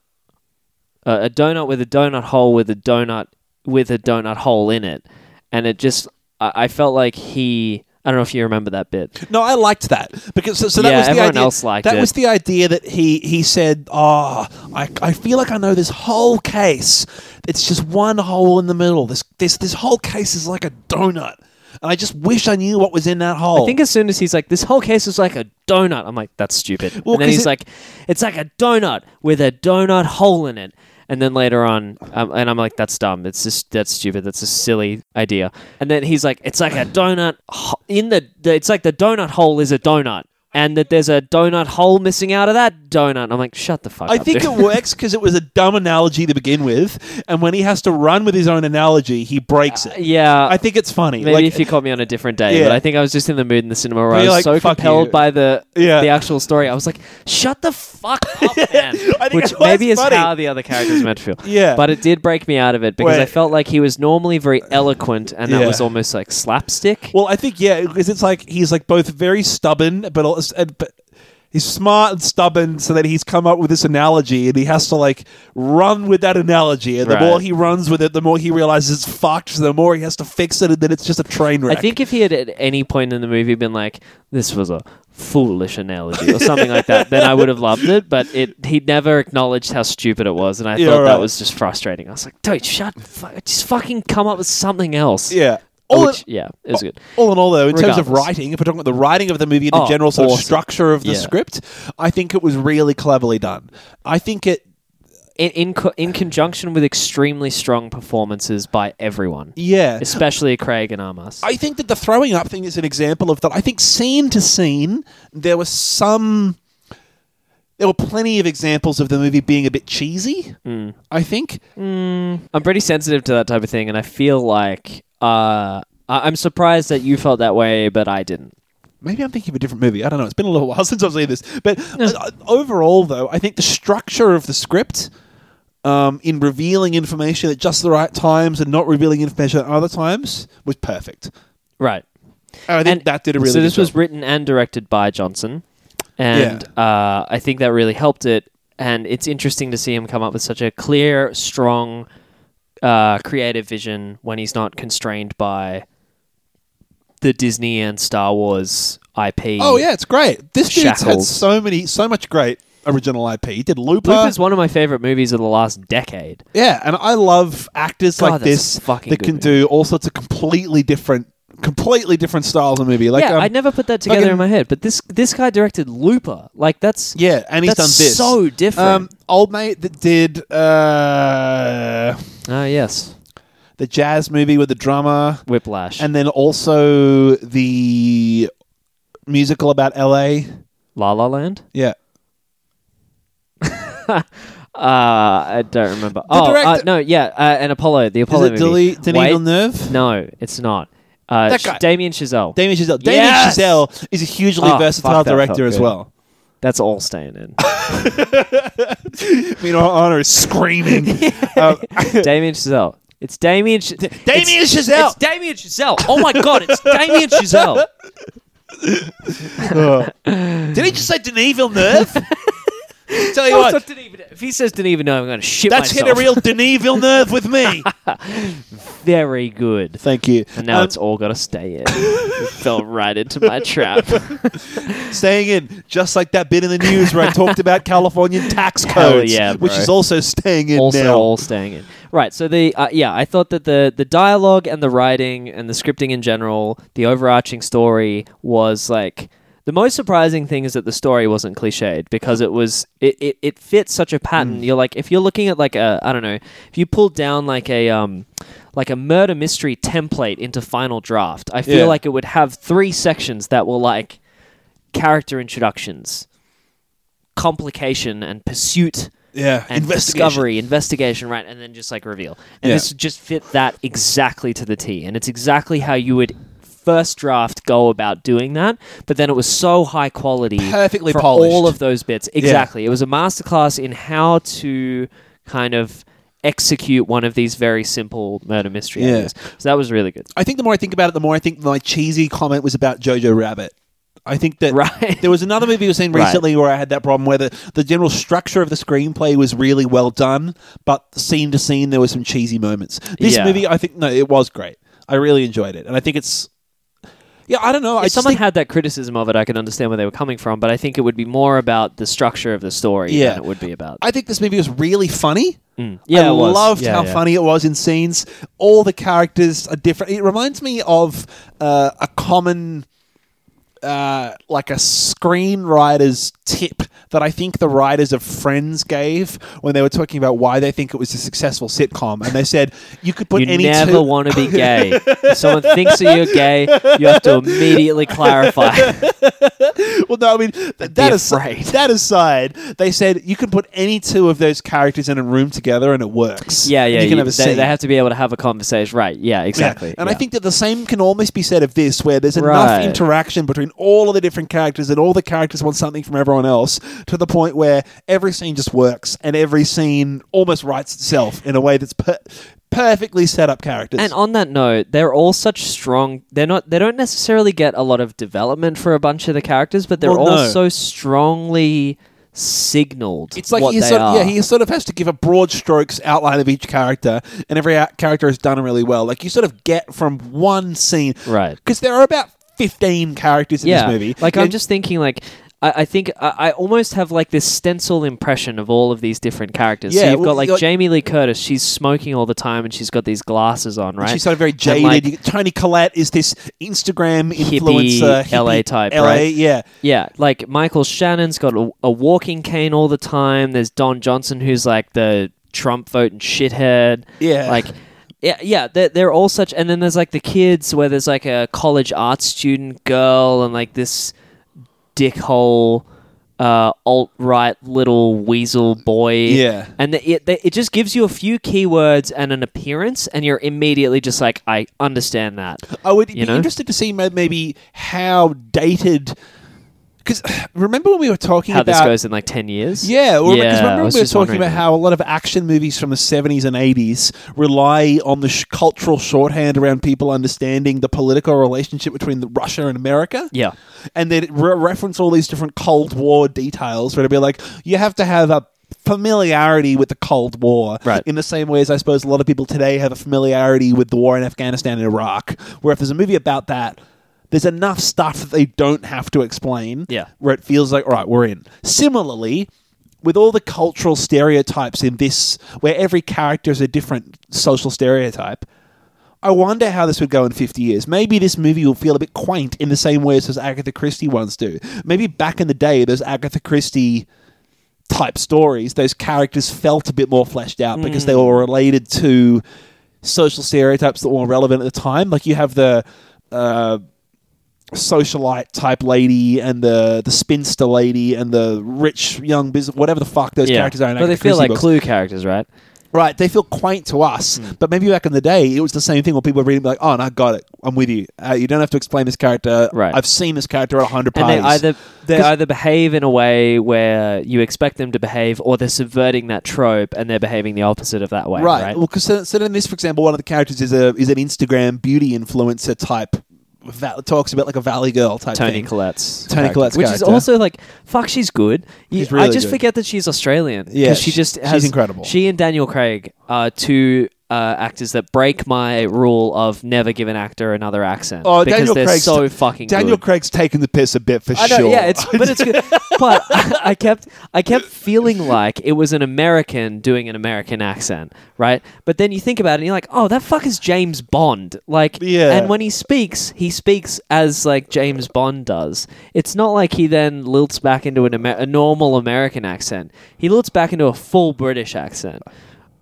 [SPEAKER 1] uh, a donut with a donut hole with a donut with a donut hole in it, and it just I, I felt like he. I don't know if you remember that bit.
[SPEAKER 2] No, I liked that because so, so that
[SPEAKER 1] Yeah,
[SPEAKER 2] was the
[SPEAKER 1] everyone
[SPEAKER 2] idea.
[SPEAKER 1] else liked
[SPEAKER 2] that
[SPEAKER 1] it.
[SPEAKER 2] was the idea that he he said, "Ah, I, I feel like I know this whole case. It's just one hole in the middle. This this this whole case is like a donut, and I just wish I knew what was in that hole."
[SPEAKER 1] I think as soon as he's like, this whole case is like a donut, I'm like, that's stupid.
[SPEAKER 2] Well,
[SPEAKER 1] and then
[SPEAKER 2] 'cause
[SPEAKER 1] he's
[SPEAKER 2] it-
[SPEAKER 1] like, it's like a donut with a donut hole in it. And then later on, um, and I'm like, that's dumb. It's just that's stupid. That's a silly idea. And then he's like, it's like a donut ho- in the, the. It's like the donut hole is a donut. and that there's a donut hole missing out of that donut. And I'm like, shut the fuck
[SPEAKER 2] I
[SPEAKER 1] up.
[SPEAKER 2] think
[SPEAKER 1] dude.
[SPEAKER 2] it works because it was a dumb analogy to begin with, and when he has to run with his own analogy, he breaks it.
[SPEAKER 1] yeah.
[SPEAKER 2] I think it's funny.
[SPEAKER 1] Maybe
[SPEAKER 2] like,
[SPEAKER 1] if you caught me on a different day,
[SPEAKER 2] Yeah.
[SPEAKER 1] but I think I was just in the mood in the cinema where I
[SPEAKER 2] Be
[SPEAKER 1] was
[SPEAKER 2] like,
[SPEAKER 1] so
[SPEAKER 2] "Fuck
[SPEAKER 1] compelled
[SPEAKER 2] you."
[SPEAKER 1] by the
[SPEAKER 2] Yeah.
[SPEAKER 1] the actual story. I was like, "Shut the fuck up, man!"
[SPEAKER 2] I think
[SPEAKER 1] Which
[SPEAKER 2] that's
[SPEAKER 1] maybe is
[SPEAKER 2] funny.
[SPEAKER 1] how the other characters are meant to feel.
[SPEAKER 2] Yeah.
[SPEAKER 1] but it did break me out of it because
[SPEAKER 2] Wait.
[SPEAKER 1] I felt like he was normally very eloquent, and that
[SPEAKER 2] Yeah.
[SPEAKER 1] was almost like slapstick.
[SPEAKER 2] Well, I think yeah, because it's like he's like both very stubborn, but, also, and- but he's smart and stubborn, so that he's come up with this analogy, and he has to like run with that analogy. And the
[SPEAKER 1] Right.
[SPEAKER 2] more he runs with it, the more he realizes it's fucked. So the more he has to fix it, and then it's just a train
[SPEAKER 1] I
[SPEAKER 2] wreck.
[SPEAKER 1] think if he had at any point in the movie been like, "This was a foolish analogy" or something like that, then I would have loved it. But it he never acknowledged how stupid it was, and I
[SPEAKER 2] Yeah,
[SPEAKER 1] thought
[SPEAKER 2] right.
[SPEAKER 1] that was just frustrating. I was like, "Dude, shut! Fu- just fucking come up with something else."
[SPEAKER 2] yeah. All,
[SPEAKER 1] Which, yeah, it was good.
[SPEAKER 2] all in all, though, in terms of
[SPEAKER 1] Regardless.
[SPEAKER 2] writing, if we're talking about the writing of the movie and the
[SPEAKER 1] Oh,
[SPEAKER 2] general sort of
[SPEAKER 1] awesome.
[SPEAKER 2] structure of the
[SPEAKER 1] Yeah.
[SPEAKER 2] script, I think it was really cleverly done. I think it
[SPEAKER 1] In in, co- in conjunction with extremely strong performances by everyone,
[SPEAKER 2] yeah.
[SPEAKER 1] especially Craig and Armas.
[SPEAKER 2] I think that the throwing up thing is an example of that. I think scene to scene, there was some. There were plenty of examples of the movie being a bit cheesy.
[SPEAKER 1] Hmm.
[SPEAKER 2] I think.
[SPEAKER 1] I'm pretty sensitive to that type of thing, and I feel like uh, I- I'm surprised that you felt that way, but I didn't.
[SPEAKER 2] Maybe I'm thinking of a different movie. I don't know. It's been a little while since I've seen this. But uh, overall, though, I think the structure of the script um, in revealing information at just the right times and not revealing information at other times was perfect.
[SPEAKER 1] Right.
[SPEAKER 2] And I think
[SPEAKER 1] And-
[SPEAKER 2] that did a really
[SPEAKER 1] so this
[SPEAKER 2] good
[SPEAKER 1] was
[SPEAKER 2] job.
[SPEAKER 1] written and directed by Johnson, and uh, I think that really helped it. And it's interesting to see him come up with such a clear, strong, uh, creative vision when he's not constrained by the Disney and Star Wars IP.
[SPEAKER 2] Oh, yeah, it's great. This dude's had
[SPEAKER 1] Shackled.
[SPEAKER 2] so many, so much great original IP. He did Looper.
[SPEAKER 1] Looper's one of my favorite movies of the last decade.
[SPEAKER 2] Yeah, and I love actors
[SPEAKER 1] God,
[SPEAKER 2] like
[SPEAKER 1] that's
[SPEAKER 2] this
[SPEAKER 1] fucking
[SPEAKER 2] that
[SPEAKER 1] good
[SPEAKER 2] can
[SPEAKER 1] movie.
[SPEAKER 2] do all sorts of completely different, completely different styles of movie. Like,
[SPEAKER 1] yeah,
[SPEAKER 2] um,
[SPEAKER 1] I never put that together
[SPEAKER 2] fucking-
[SPEAKER 1] in my head, but this this guy directed Looper. Like that's
[SPEAKER 2] yeah, and he's
[SPEAKER 1] that's
[SPEAKER 2] done this.
[SPEAKER 1] so different.
[SPEAKER 2] um, old mate that did uh,
[SPEAKER 1] Ah, yes,
[SPEAKER 2] the jazz movie with the drummer,
[SPEAKER 1] Whiplash and
[SPEAKER 2] and then also the musical about L.A.
[SPEAKER 1] La La Land.
[SPEAKER 2] Yeah,
[SPEAKER 1] Uh, I don't remember. oh, uh,
[SPEAKER 2] director-
[SPEAKER 1] no, yeah, uh, and Apollo, the
[SPEAKER 2] is
[SPEAKER 1] Apollo
[SPEAKER 2] it
[SPEAKER 1] movie.
[SPEAKER 2] Denis, Denis
[SPEAKER 1] Wait,
[SPEAKER 2] Villeneuve?
[SPEAKER 1] no, it's not. Uh,
[SPEAKER 2] That
[SPEAKER 1] Sh-
[SPEAKER 2] guy.
[SPEAKER 1] Damien Chazelle.
[SPEAKER 2] Damien Chazelle. Damien
[SPEAKER 1] Yes!
[SPEAKER 2] Chazelle is a hugely
[SPEAKER 1] Oh, fuck,
[SPEAKER 2] versatile
[SPEAKER 1] that felt
[SPEAKER 2] director as
[SPEAKER 1] good.
[SPEAKER 2] well.
[SPEAKER 1] That's all staying in.
[SPEAKER 2] I mean, Honor is screaming. Um,
[SPEAKER 1] Damien Chazelle. It's Damien. Ch-
[SPEAKER 2] Damien
[SPEAKER 1] it's,
[SPEAKER 2] Chazelle!
[SPEAKER 1] It's Damien Chazelle. Oh my god, it's Damien Chazelle.
[SPEAKER 2] Did he just say Denis Villeneuve? Tell you
[SPEAKER 1] Oh,
[SPEAKER 2] what,
[SPEAKER 1] it's not Denis Villeneuve. if he says didn't even know, I'm going to shit
[SPEAKER 2] that's hit
[SPEAKER 1] myself.
[SPEAKER 2] a real Denis Villeneuve with me.
[SPEAKER 1] Very good.
[SPEAKER 2] Thank you.
[SPEAKER 1] And now
[SPEAKER 2] Um,
[SPEAKER 1] it's all got to stay in. it fell right into my trap.
[SPEAKER 2] staying in, just like that bit in the news where I talked about Californian tax
[SPEAKER 1] Hell
[SPEAKER 2] codes,
[SPEAKER 1] yeah,
[SPEAKER 2] which
[SPEAKER 1] bro.
[SPEAKER 2] is also staying in
[SPEAKER 1] also
[SPEAKER 2] now.
[SPEAKER 1] all staying in. Right. So the uh, yeah, I thought that the the dialogue and the writing and the scripting in general, the overarching story was like the most surprising thing is that the story wasn't cliched because it was it it, it fits such a pattern.
[SPEAKER 2] Hmm.
[SPEAKER 1] You're like if you're looking at like a I don't know if you pulled down like a um like a murder mystery template into Final Draft, I feel
[SPEAKER 2] Yeah.
[SPEAKER 1] like it would have three sections that were like character introductions, complication, and pursuit
[SPEAKER 2] yeah,
[SPEAKER 1] and
[SPEAKER 2] investigation.
[SPEAKER 1] discovery, investigation, right, and then just like reveal. And
[SPEAKER 2] Yeah.
[SPEAKER 1] this just fit that exactly to the T. And it's exactly how you would first draft go about doing that. But then it was so high quality,
[SPEAKER 2] Perfectly
[SPEAKER 1] for
[SPEAKER 2] polished.
[SPEAKER 1] all of those bits. Exactly, it was a masterclass in how to kind of execute one of these very simple murder mystery
[SPEAKER 2] Yeah.
[SPEAKER 1] ideas. So that was really good.
[SPEAKER 2] I think the more I think about it, the more I think my cheesy comment was about Jojo Rabbit. I think that
[SPEAKER 1] Right.
[SPEAKER 2] there was another movie we've seen
[SPEAKER 1] Right.
[SPEAKER 2] recently where I had that problem where the, the general structure of the screenplay was really well done, but scene to scene there were some cheesy moments. This
[SPEAKER 1] Yeah.
[SPEAKER 2] movie, I think, no, it was great. I really enjoyed it, and I think it's yeah, I don't know. I
[SPEAKER 1] If
[SPEAKER 2] just
[SPEAKER 1] someone
[SPEAKER 2] think,
[SPEAKER 1] had that criticism of it, I could understand where they were coming from, but I think it would be more about the structure of the story
[SPEAKER 2] Yeah.
[SPEAKER 1] than it would be about.
[SPEAKER 2] I think this movie was really funny.
[SPEAKER 1] Mm. Yeah,
[SPEAKER 2] I
[SPEAKER 1] it was.
[SPEAKER 2] loved
[SPEAKER 1] Yeah,
[SPEAKER 2] how
[SPEAKER 1] yeah.
[SPEAKER 2] funny it was in scenes. All the characters are different. It reminds me of uh, a common uh, like a screenwriter's tip that I think the writers of Friends gave when they were talking about why they think it was a successful sitcom, and they said you could put
[SPEAKER 1] You
[SPEAKER 2] any
[SPEAKER 1] never
[SPEAKER 2] two.
[SPEAKER 1] want to be gay. if someone thinks that you're gay, you have to immediately clarify.
[SPEAKER 2] well, no, I mean th- that aside,
[SPEAKER 1] afraid.
[SPEAKER 2] that aside, they said you can put any two of those characters in a room together and it works.
[SPEAKER 1] Yeah,
[SPEAKER 2] And
[SPEAKER 1] yeah.
[SPEAKER 2] you can
[SPEAKER 1] you-
[SPEAKER 2] have a
[SPEAKER 1] they,
[SPEAKER 2] scene.
[SPEAKER 1] they have to be able to have a conversation. Right. Yeah,
[SPEAKER 2] Yeah.
[SPEAKER 1] exactly.
[SPEAKER 2] And I
[SPEAKER 1] yeah.
[SPEAKER 2] think that the same can almost be said of this, where there's enough
[SPEAKER 1] Right.
[SPEAKER 2] interaction between all of the different characters, and all the characters want something from everyone else, to the point where every scene just works, and every scene almost writes itself in a way that's per- perfectly set up characters.
[SPEAKER 1] And on that note, they're all such strong. They're not. They don't necessarily get a lot of development for a bunch of the characters, but they're
[SPEAKER 2] Well,
[SPEAKER 1] all
[SPEAKER 2] no.
[SPEAKER 1] so strongly signaled.
[SPEAKER 2] it's like
[SPEAKER 1] what
[SPEAKER 2] he
[SPEAKER 1] they
[SPEAKER 2] sort of,
[SPEAKER 1] are.
[SPEAKER 2] yeah, he sort of has to give a broad strokes outline of each character, and every out- character is done really well. Like you sort of get from one scene,
[SPEAKER 1] Right.
[SPEAKER 2] Because there are about fifteen characters in
[SPEAKER 1] yeah.
[SPEAKER 2] this movie.
[SPEAKER 1] Like
[SPEAKER 2] and
[SPEAKER 1] I'm just thinking, like I, I think I, I almost have like this stencil impression of all of these different characters. so
[SPEAKER 2] Yeah,
[SPEAKER 1] you've
[SPEAKER 2] well,
[SPEAKER 1] got like
[SPEAKER 2] you're-
[SPEAKER 1] Jamie Lee Curtis. She's smoking all the time, and she's got these glasses on, right?
[SPEAKER 2] She's sort of very
[SPEAKER 1] And,
[SPEAKER 2] jaded.
[SPEAKER 1] like,
[SPEAKER 2] You- Tony Collette is this Instagram
[SPEAKER 1] Hippie,
[SPEAKER 2] influencer, hippie,
[SPEAKER 1] LA type,
[SPEAKER 2] LA,
[SPEAKER 1] right?
[SPEAKER 2] yeah.
[SPEAKER 1] Yeah, like Michael Shannon's got a, a walking cane all the time. There's Don Johnson, who's like the Trump voting shithead.
[SPEAKER 2] Yeah.
[SPEAKER 1] like yeah, yeah. They're, they're all such. And then there's like the kids where there's like a college art student girl and like this dickhole uh, alt right little weasel boy.
[SPEAKER 2] Yeah.
[SPEAKER 1] and the, it they, it just gives you a few keywords and an appearance, and you're immediately just like, I understand that.
[SPEAKER 2] I would
[SPEAKER 1] You
[SPEAKER 2] be
[SPEAKER 1] know?
[SPEAKER 2] interested to see ma- maybe how dated. Because remember when we were talking
[SPEAKER 1] How
[SPEAKER 2] about
[SPEAKER 1] this goes in like ten years?
[SPEAKER 2] Yeah, well, because remember
[SPEAKER 1] I
[SPEAKER 2] when
[SPEAKER 1] was
[SPEAKER 2] we were
[SPEAKER 1] just
[SPEAKER 2] talking
[SPEAKER 1] wondering
[SPEAKER 2] about
[SPEAKER 1] that.
[SPEAKER 2] how a lot of action movies from the 70s and 80s rely on the sh- cultural shorthand around people understanding the political relationship between the Russia and America?
[SPEAKER 1] Yeah.
[SPEAKER 2] And they'd re- reference all these different Cold War details where it'd be like, you have to have a familiarity with the Cold War.
[SPEAKER 1] Right.
[SPEAKER 2] In the same way as I suppose a lot of people today have a familiarity with the war in Afghanistan and Iraq, where if there's a movie about that, there's enough stuff that they don't have to explain
[SPEAKER 1] Yeah.
[SPEAKER 2] where it feels like, all right, we're in. Similarly, with all the cultural stereotypes in this, where every character is a different social stereotype, I wonder how this would go in 50 years. Maybe this movie will feel a bit quaint in the same way as those Agatha Christie ones do. Maybe back in the day, those Agatha Christie type stories, those characters felt a bit more fleshed out because
[SPEAKER 1] Hmm.
[SPEAKER 2] they were related to social stereotypes that were relevant at the time. Like you have the. Uh, socialite type lady and the the spinster lady and the rich young business whatever the fuck those characters are in
[SPEAKER 1] But they
[SPEAKER 2] Agatha
[SPEAKER 1] feel
[SPEAKER 2] Christie
[SPEAKER 1] like
[SPEAKER 2] books.
[SPEAKER 1] clue characters, right?
[SPEAKER 2] right they feel quaint to us
[SPEAKER 1] Hmm.
[SPEAKER 2] but maybe back in the day it was the same thing where people were reading like oh no I got it I'm with you uh, you don't have to explain this character
[SPEAKER 1] Right.
[SPEAKER 2] I've seen this character at 100
[SPEAKER 1] And
[SPEAKER 2] parties
[SPEAKER 1] they either they
[SPEAKER 2] 'Cause-
[SPEAKER 1] either behave in a way where you expect them to behave, or they're subverting that trope and they're behaving the opposite of that way. Right.
[SPEAKER 2] Well, because so, so in this, for example, one of the characters is a is an Instagram beauty influencer type. That talks about like a valley girl type
[SPEAKER 1] Tony
[SPEAKER 2] thing.
[SPEAKER 1] Collette's
[SPEAKER 2] Toni
[SPEAKER 1] character,
[SPEAKER 2] Collette's
[SPEAKER 1] which is
[SPEAKER 2] character.
[SPEAKER 1] also like fuck, she's good. You-
[SPEAKER 2] She's really
[SPEAKER 1] I just
[SPEAKER 2] good.
[SPEAKER 1] forget that she's Australian. 'cause
[SPEAKER 2] Yeah,
[SPEAKER 1] she
[SPEAKER 2] sh-
[SPEAKER 1] just
[SPEAKER 2] she's
[SPEAKER 1] has,
[SPEAKER 2] incredible.
[SPEAKER 1] She and Daniel Craig are two uh, actors that break my rule of never give an actor another accent
[SPEAKER 2] Oh,
[SPEAKER 1] because
[SPEAKER 2] Daniel
[SPEAKER 1] they're
[SPEAKER 2] Craig's-
[SPEAKER 1] so fucking
[SPEAKER 2] Daniel
[SPEAKER 1] good.
[SPEAKER 2] Craig's taken the piss a bit for
[SPEAKER 1] I know,
[SPEAKER 2] sure.
[SPEAKER 1] yeah, it's but it's good. but I, I kept I kept feeling like it was an American doing an American accent, right? But then you think about it, and you're like, oh, that fuck is James Bond, like,
[SPEAKER 2] Yeah.
[SPEAKER 1] And when he speaks, he speaks as like James Bond does. It's not like he then lilts back into an Amer- a normal American accent. He lilts back into a full British accent.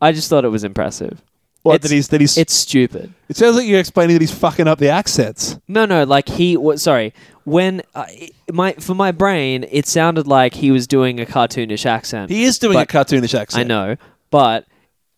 [SPEAKER 1] I just thought it was impressive.
[SPEAKER 2] what,
[SPEAKER 1] it's-
[SPEAKER 2] that he's, that he's,
[SPEAKER 1] It's stupid.
[SPEAKER 2] it sounds like you're explaining that he's fucking up the accents.
[SPEAKER 1] No, no, like he was sorry. When uh, my for my brain, it sounded like he was doing a cartoonish accent.
[SPEAKER 2] He is doing
[SPEAKER 1] But-
[SPEAKER 2] a cartoonish accent.
[SPEAKER 1] I know, but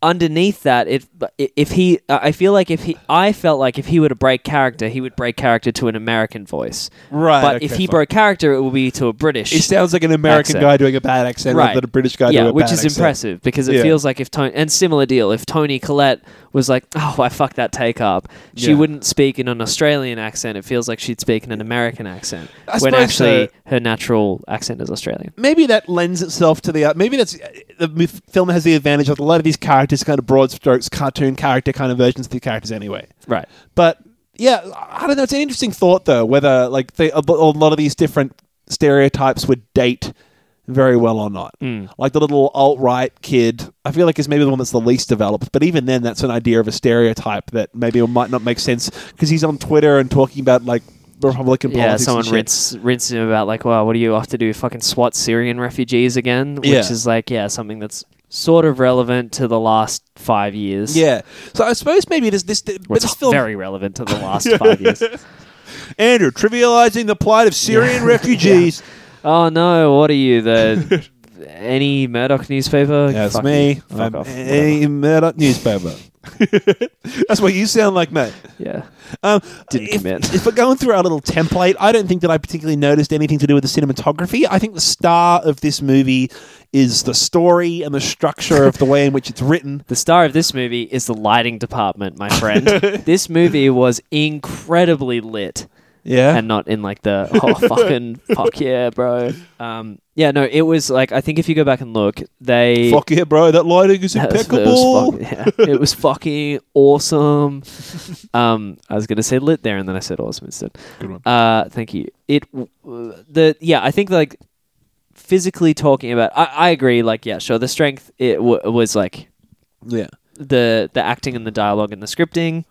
[SPEAKER 1] underneath that, it if he, I feel like if he, I felt like if he were to break character, he would break character to an American voice.
[SPEAKER 2] Right,
[SPEAKER 1] But if
[SPEAKER 2] okay,
[SPEAKER 1] he
[SPEAKER 2] fine.
[SPEAKER 1] broke character, it would be to a British.
[SPEAKER 2] He sounds like an American
[SPEAKER 1] Accent.
[SPEAKER 2] guy doing a bad accent
[SPEAKER 1] Right.
[SPEAKER 2] rather than a British guy
[SPEAKER 1] yeah,
[SPEAKER 2] doing a
[SPEAKER 1] which
[SPEAKER 2] bad
[SPEAKER 1] is
[SPEAKER 2] accent.
[SPEAKER 1] impressive because it
[SPEAKER 2] Yeah.
[SPEAKER 1] feels like if Tony and similar deal, if Tony Collette was like, "Oh, I fucked that take up," she
[SPEAKER 2] Yeah.
[SPEAKER 1] wouldn't speak in an Australian accent. It feels like she'd speak in an American accent
[SPEAKER 2] I
[SPEAKER 1] when
[SPEAKER 2] suppose
[SPEAKER 1] actually
[SPEAKER 2] so.
[SPEAKER 1] her natural accent is Australian.
[SPEAKER 2] maybe that lends itself to the uh, maybe that's the m- film has the advantage of a lot of these characters kind of broad strokes cartoon character kind of versions of the characters anyway
[SPEAKER 1] Right.
[SPEAKER 2] but yeah i don't know it's an interesting thought though whether like they, a b- a lot of these different stereotypes would date very well or not
[SPEAKER 1] Mm.
[SPEAKER 2] like the little alt-right kid i feel like is maybe the one that's the least developed but even then that's an idea of a stereotype that maybe might not make sense because he's on twitter and talking about like Republican
[SPEAKER 1] Yeah,
[SPEAKER 2] politics. and
[SPEAKER 1] someone
[SPEAKER 2] shit.
[SPEAKER 1] rinse, rinse him about like, wow, what do you off to do? Fucking SWAT Syrian refugees again? Which
[SPEAKER 2] Yeah.
[SPEAKER 1] is like, yeah, something that's sort of relevant to the last five years.
[SPEAKER 2] Yeah, so I suppose maybe this this but
[SPEAKER 1] Well,
[SPEAKER 2] this
[SPEAKER 1] it's
[SPEAKER 2] film
[SPEAKER 1] very relevant to the last five years.
[SPEAKER 2] Andrew trivializing the plight of Syrian refugees.
[SPEAKER 1] Oh no, what are you the any Murdoch newspaper?
[SPEAKER 2] That's
[SPEAKER 1] Fuck
[SPEAKER 2] me.
[SPEAKER 1] you. Fuck
[SPEAKER 2] I'm eh.
[SPEAKER 1] off, whatever.
[SPEAKER 2] a murder newspaper. That's what you sound like, mate.
[SPEAKER 1] yeah.
[SPEAKER 2] Um,
[SPEAKER 1] Didn't
[SPEAKER 2] if,
[SPEAKER 1] commit.
[SPEAKER 2] if we're going through our little template, I don't think that I particularly noticed anything to do with the cinematography. I think the star of this movie is the story and the structure of the way in which it's written.
[SPEAKER 1] The star of this movie is the lighting department, my friend. this movie was incredibly lit,
[SPEAKER 2] Yeah.
[SPEAKER 1] and not in like the oh fucking fuck yeah, bro. Um, yeah, no, it was like I think if you go back and look, they
[SPEAKER 2] Fuck yeah, bro. That lighting is
[SPEAKER 1] That was- that
[SPEAKER 2] impeccable.
[SPEAKER 1] was fuck- yeah. it was fucking awesome. Um, I was gonna say lit there, and then I said awesome instead.
[SPEAKER 2] Good one.
[SPEAKER 1] Uh, thank you. It w- w- the yeah, I think like physically talking about. I, I agree. Like yeah, sure. The strength it w- was like
[SPEAKER 2] yeah.
[SPEAKER 1] the the acting and the dialogue and the scripting.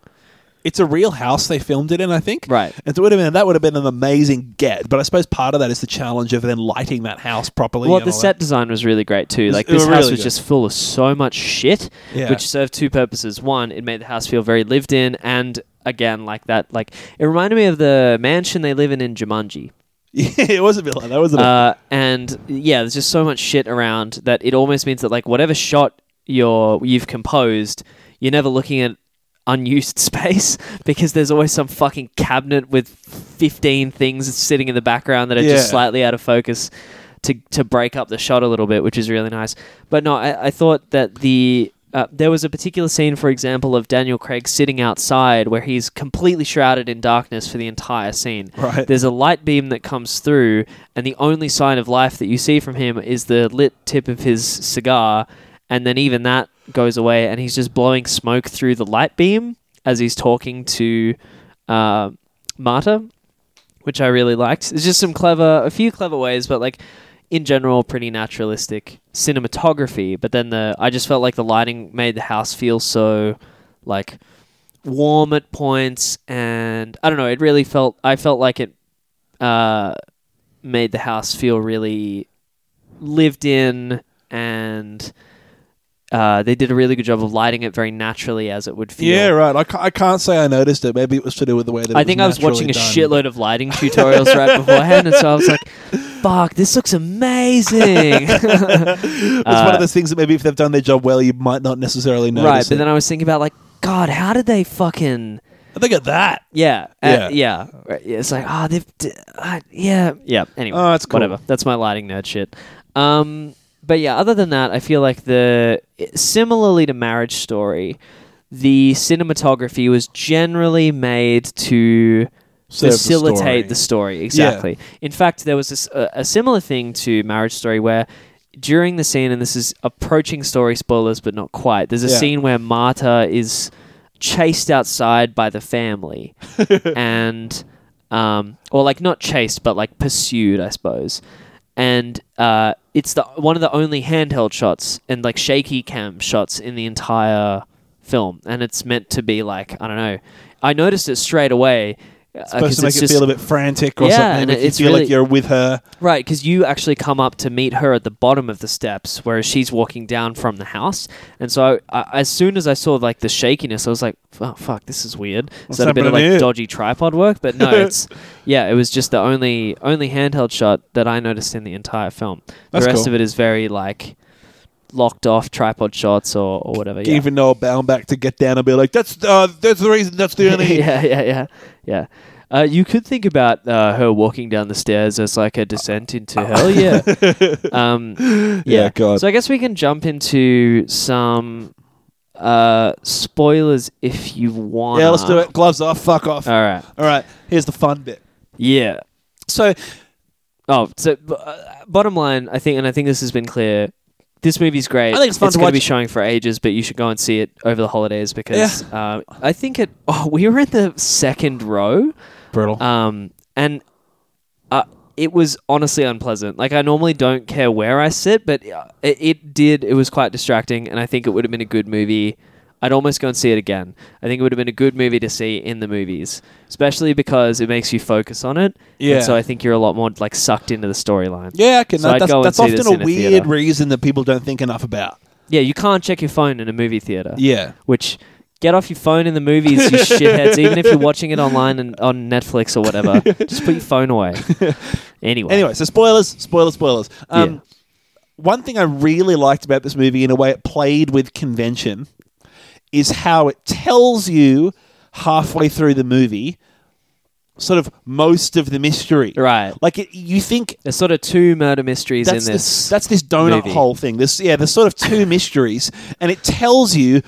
[SPEAKER 2] It's a real house they filmed it in, I think.
[SPEAKER 1] Right.
[SPEAKER 2] And so it would have been, that would have been an amazing get. But I suppose part of that is the challenge of then lighting that house properly.
[SPEAKER 1] Well,
[SPEAKER 2] and
[SPEAKER 1] the
[SPEAKER 2] all
[SPEAKER 1] set design was really great too.
[SPEAKER 2] It's-
[SPEAKER 1] Like
[SPEAKER 2] it
[SPEAKER 1] this
[SPEAKER 2] was
[SPEAKER 1] house
[SPEAKER 2] really
[SPEAKER 1] was
[SPEAKER 2] good.
[SPEAKER 1] just full of so much shit,
[SPEAKER 2] Yeah.
[SPEAKER 1] which served two purposes. One, it made the house feel very lived in, and again, like that, like it reminded me of the mansion they live in in Jumanji.
[SPEAKER 2] that. Yeah, it was a bit like that, wasn't it?
[SPEAKER 1] Uh, and yeah, there's just so much shit around that it almost means that like whatever shot you're you've composed, you're never looking at unused space because there's always some fucking cabinet with 15 things sitting in the background that are
[SPEAKER 2] Yeah.
[SPEAKER 1] just slightly out of focus to to break up the shot a little bit, which is really nice. But no, I, I thought that the uh, there was a particular scene, for example, of Daniel Craig sitting outside where he's completely shrouded in darkness for the entire scene.
[SPEAKER 2] Right.
[SPEAKER 1] There's a light beam that comes through, and the only sign of life that you see from him is the lit tip of his cigar, and then even that goes away, and he's just blowing smoke through the light beam as he's talking to uh, Marta, which I really liked. It's just some clever, a few clever ways, but like in general, pretty naturalistic cinematography. But then the, I just felt like the lighting made the house feel so like warm at points, and I don't know. It really felt. I felt like it uh, made the house feel really lived in and. Uh, they did a really good job of lighting it very naturally as it would feel.
[SPEAKER 2] Yeah, right. I, ca- I can't say I noticed it. Maybe it was to do with the way that
[SPEAKER 1] I
[SPEAKER 2] it
[SPEAKER 1] think I
[SPEAKER 2] was
[SPEAKER 1] was watching a
[SPEAKER 2] naturally
[SPEAKER 1] shitload of lighting tutorials right beforehand, and so I was like, "Fuck, this looks amazing!"
[SPEAKER 2] done. It's one of those things that maybe if they've done their job well, you might not necessarily notice.
[SPEAKER 1] uh, right,
[SPEAKER 2] it.
[SPEAKER 1] but then I was thinking about like, God, how did they fucking
[SPEAKER 2] I think at that.
[SPEAKER 1] yeah,
[SPEAKER 2] Yeah.
[SPEAKER 1] uh, yeah, right, yeah. It's like, oh, they've d- uh, yeah, yeah. Anyway,
[SPEAKER 2] Oh, that's cool.
[SPEAKER 1] whatever. That's my lighting nerd shit. Um, but yeah, other than that, I feel like the similarly to Marriage Story, the cinematography was generally made to
[SPEAKER 2] Serve the
[SPEAKER 1] facilitate
[SPEAKER 2] story.
[SPEAKER 1] the story. Exactly. In fact, there was this, a, a similar thing to Marriage Story where during the scene, and this is approaching story spoilers, but not quite. There's a
[SPEAKER 2] Yeah.
[SPEAKER 1] scene where Marta is chased outside by the family, and um, or like not chased, but like pursued, I suppose. And uh, it's the one of the only handheld shots and like shaky cam shots in the entire film, and it's meant to be like I don't know. I noticed it straight away. uh,
[SPEAKER 2] Supposed
[SPEAKER 1] 'cause
[SPEAKER 2] to make
[SPEAKER 1] it's
[SPEAKER 2] it
[SPEAKER 1] just-
[SPEAKER 2] feel a bit frantic or
[SPEAKER 1] Yeah,
[SPEAKER 2] something.
[SPEAKER 1] and
[SPEAKER 2] make you
[SPEAKER 1] it's
[SPEAKER 2] feel like
[SPEAKER 1] really-
[SPEAKER 2] you're with her.
[SPEAKER 1] Right, because you actually come up to meet her at the bottom of the steps, whereas she's walking down from the house. And so, I, as soon as I saw like the shakiness, I was like, "Oh fuck, this is weird."
[SPEAKER 2] What's
[SPEAKER 1] Is that a bit of
[SPEAKER 2] happening
[SPEAKER 1] like
[SPEAKER 2] here?
[SPEAKER 1] dodgy tripod work? But no, it's yeah, it was just the only only handheld shot that I noticed in the entire film.
[SPEAKER 2] That's
[SPEAKER 1] the rest
[SPEAKER 2] cool.
[SPEAKER 1] of it is very like locked off tripod shots or, or whatever. Yeah.
[SPEAKER 2] Even though bound back to get down and be like, that's uh, that's the reason. That's the only.
[SPEAKER 1] yeah, yeah, yeah, yeah. Uh, you could think about uh, her walking down the stairs as like a descent into hell. Yeah. um, yeah.
[SPEAKER 2] Uh, Yeah, God.
[SPEAKER 1] So I guess we can jump into some uh, spoilers if you want.
[SPEAKER 2] Yeah, let's do it. Gloves off. Fuck off.
[SPEAKER 1] Uh-huh. All right.
[SPEAKER 2] All right. Here's the fun bit.
[SPEAKER 1] Yeah.
[SPEAKER 2] So
[SPEAKER 1] Oh, so b- uh, bottom line, I think, and I think this has been clear. This movie's great.
[SPEAKER 2] I think it's fun to
[SPEAKER 1] gonna
[SPEAKER 2] watch.
[SPEAKER 1] be showing for ages, but you should go and see it over the holidays because uh, I think it. Oh, we were in the second row.
[SPEAKER 2] brutal.
[SPEAKER 1] Um, and uh, it was honestly unpleasant. Like I normally don't care where I sit, but uh, it, it did. It was quite distracting, and I think it would have been a good movie I'd almost go and see it again. I think it would have been a good movie to see in the movies, especially because it makes you focus on it. and
[SPEAKER 2] Yeah.
[SPEAKER 1] so I think you're a lot more like sucked into the storyline.
[SPEAKER 2] Yeah, I can. uh,
[SPEAKER 1] So I'd
[SPEAKER 2] that's
[SPEAKER 1] go and
[SPEAKER 2] that's
[SPEAKER 1] see this
[SPEAKER 2] often
[SPEAKER 1] in
[SPEAKER 2] a
[SPEAKER 1] a
[SPEAKER 2] weird
[SPEAKER 1] theater.
[SPEAKER 2] reason that people don't think enough about.
[SPEAKER 1] Yeah, you can't check your phone in a movie theater.
[SPEAKER 2] Yeah.
[SPEAKER 1] Which get off your phone in the movies, you shitheads. Even if you're watching it online and on Netflix or whatever, just put your phone away. Anyway.
[SPEAKER 2] Anyway, so spoilers, spoilers, spoilers. Um,
[SPEAKER 1] Yeah.
[SPEAKER 2] One thing I really liked about this movie, in a way it played with convention, is how it tells you halfway through the movie, sort of most of the mystery.
[SPEAKER 1] Right.
[SPEAKER 2] Like it, you think
[SPEAKER 1] There's sort of two murder mysteries
[SPEAKER 2] that's
[SPEAKER 1] in
[SPEAKER 2] this.
[SPEAKER 1] this.
[SPEAKER 2] that's this donut
[SPEAKER 1] movie.
[SPEAKER 2] hole thing. This yeah, there's sort of two mysteries, and it tells you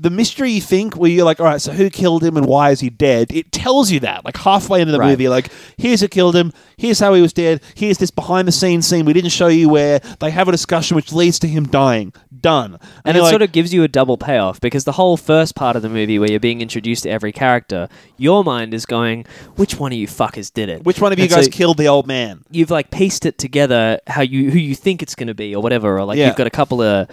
[SPEAKER 2] the mystery you think where you're like, all right, so who killed him and why is he dead? It tells you that like halfway into the
[SPEAKER 1] Right.
[SPEAKER 2] movie, like here's who killed him, here's how he was dead, here's this behind the scenes scene we didn't show you where they have a discussion which leads to him dying. Done. And,
[SPEAKER 1] and it
[SPEAKER 2] you're like,
[SPEAKER 1] sort of gives you a double payoff because the whole first part of the movie where you're being introduced to every character, your mind is going, which one of you fuckers did it?
[SPEAKER 2] which one of you
[SPEAKER 1] And so
[SPEAKER 2] guys killed the old man?
[SPEAKER 1] You've like pieced it together how you who you think it's going to be or whatever or like
[SPEAKER 2] Yeah.
[SPEAKER 1] you've got a couple of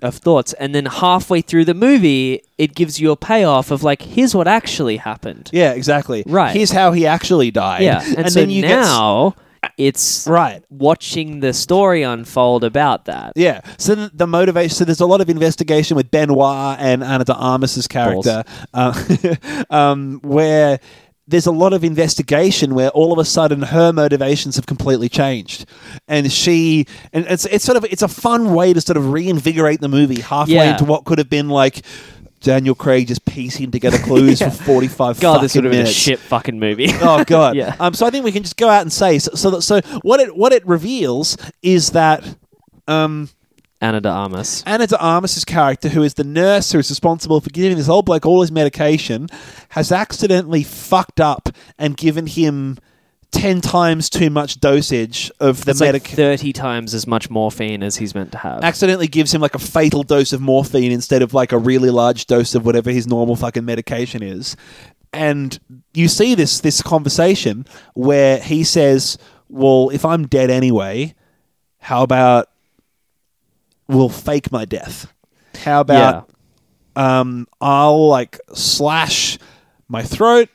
[SPEAKER 1] of thoughts and then halfway through the movie it gives you a payoff of like here's what actually happened.
[SPEAKER 2] Yeah, exactly.
[SPEAKER 1] Right.
[SPEAKER 2] Here's how he actually died.
[SPEAKER 1] Yeah. And, so
[SPEAKER 2] then you get s-
[SPEAKER 1] now it's
[SPEAKER 2] right.
[SPEAKER 1] watching the story unfold about that.
[SPEAKER 2] Yeah. So the, the motivation. So there's a lot of investigation with Benoit and Anna de Armas's character, uh, um, where there's a lot of investigation where all of a sudden her motivations have completely changed, and she and it's it's sort of it's a fun way to sort of reinvigorate the movie halfway
[SPEAKER 1] Yeah.
[SPEAKER 2] into what could have been like. Daniel Craig just piecing together clues for 45
[SPEAKER 1] God,
[SPEAKER 2] fucking
[SPEAKER 1] this would have been a
[SPEAKER 2] minutes.
[SPEAKER 1] shit fucking movie.
[SPEAKER 2] Oh god.
[SPEAKER 1] Yeah.
[SPEAKER 2] Um. So I think we can just go out and say so. So, so what it what it reveals is that um
[SPEAKER 1] Anna de Armas.
[SPEAKER 2] Anna de Armas's character, who is the nurse who is responsible for giving this old bloke all his medication, has accidentally fucked up and given him ten times too much dosage of the
[SPEAKER 1] It's like
[SPEAKER 2] medic.
[SPEAKER 1] 30 times as much morphine as he's meant to have.
[SPEAKER 2] accidentally gives him like a fatal dose of morphine instead of like a really large dose of whatever his normal fucking medication is. And you see this this conversation where he says, "Well, if I'm dead anyway, how about we'll fake my death? How about um, I'll like slash my throat.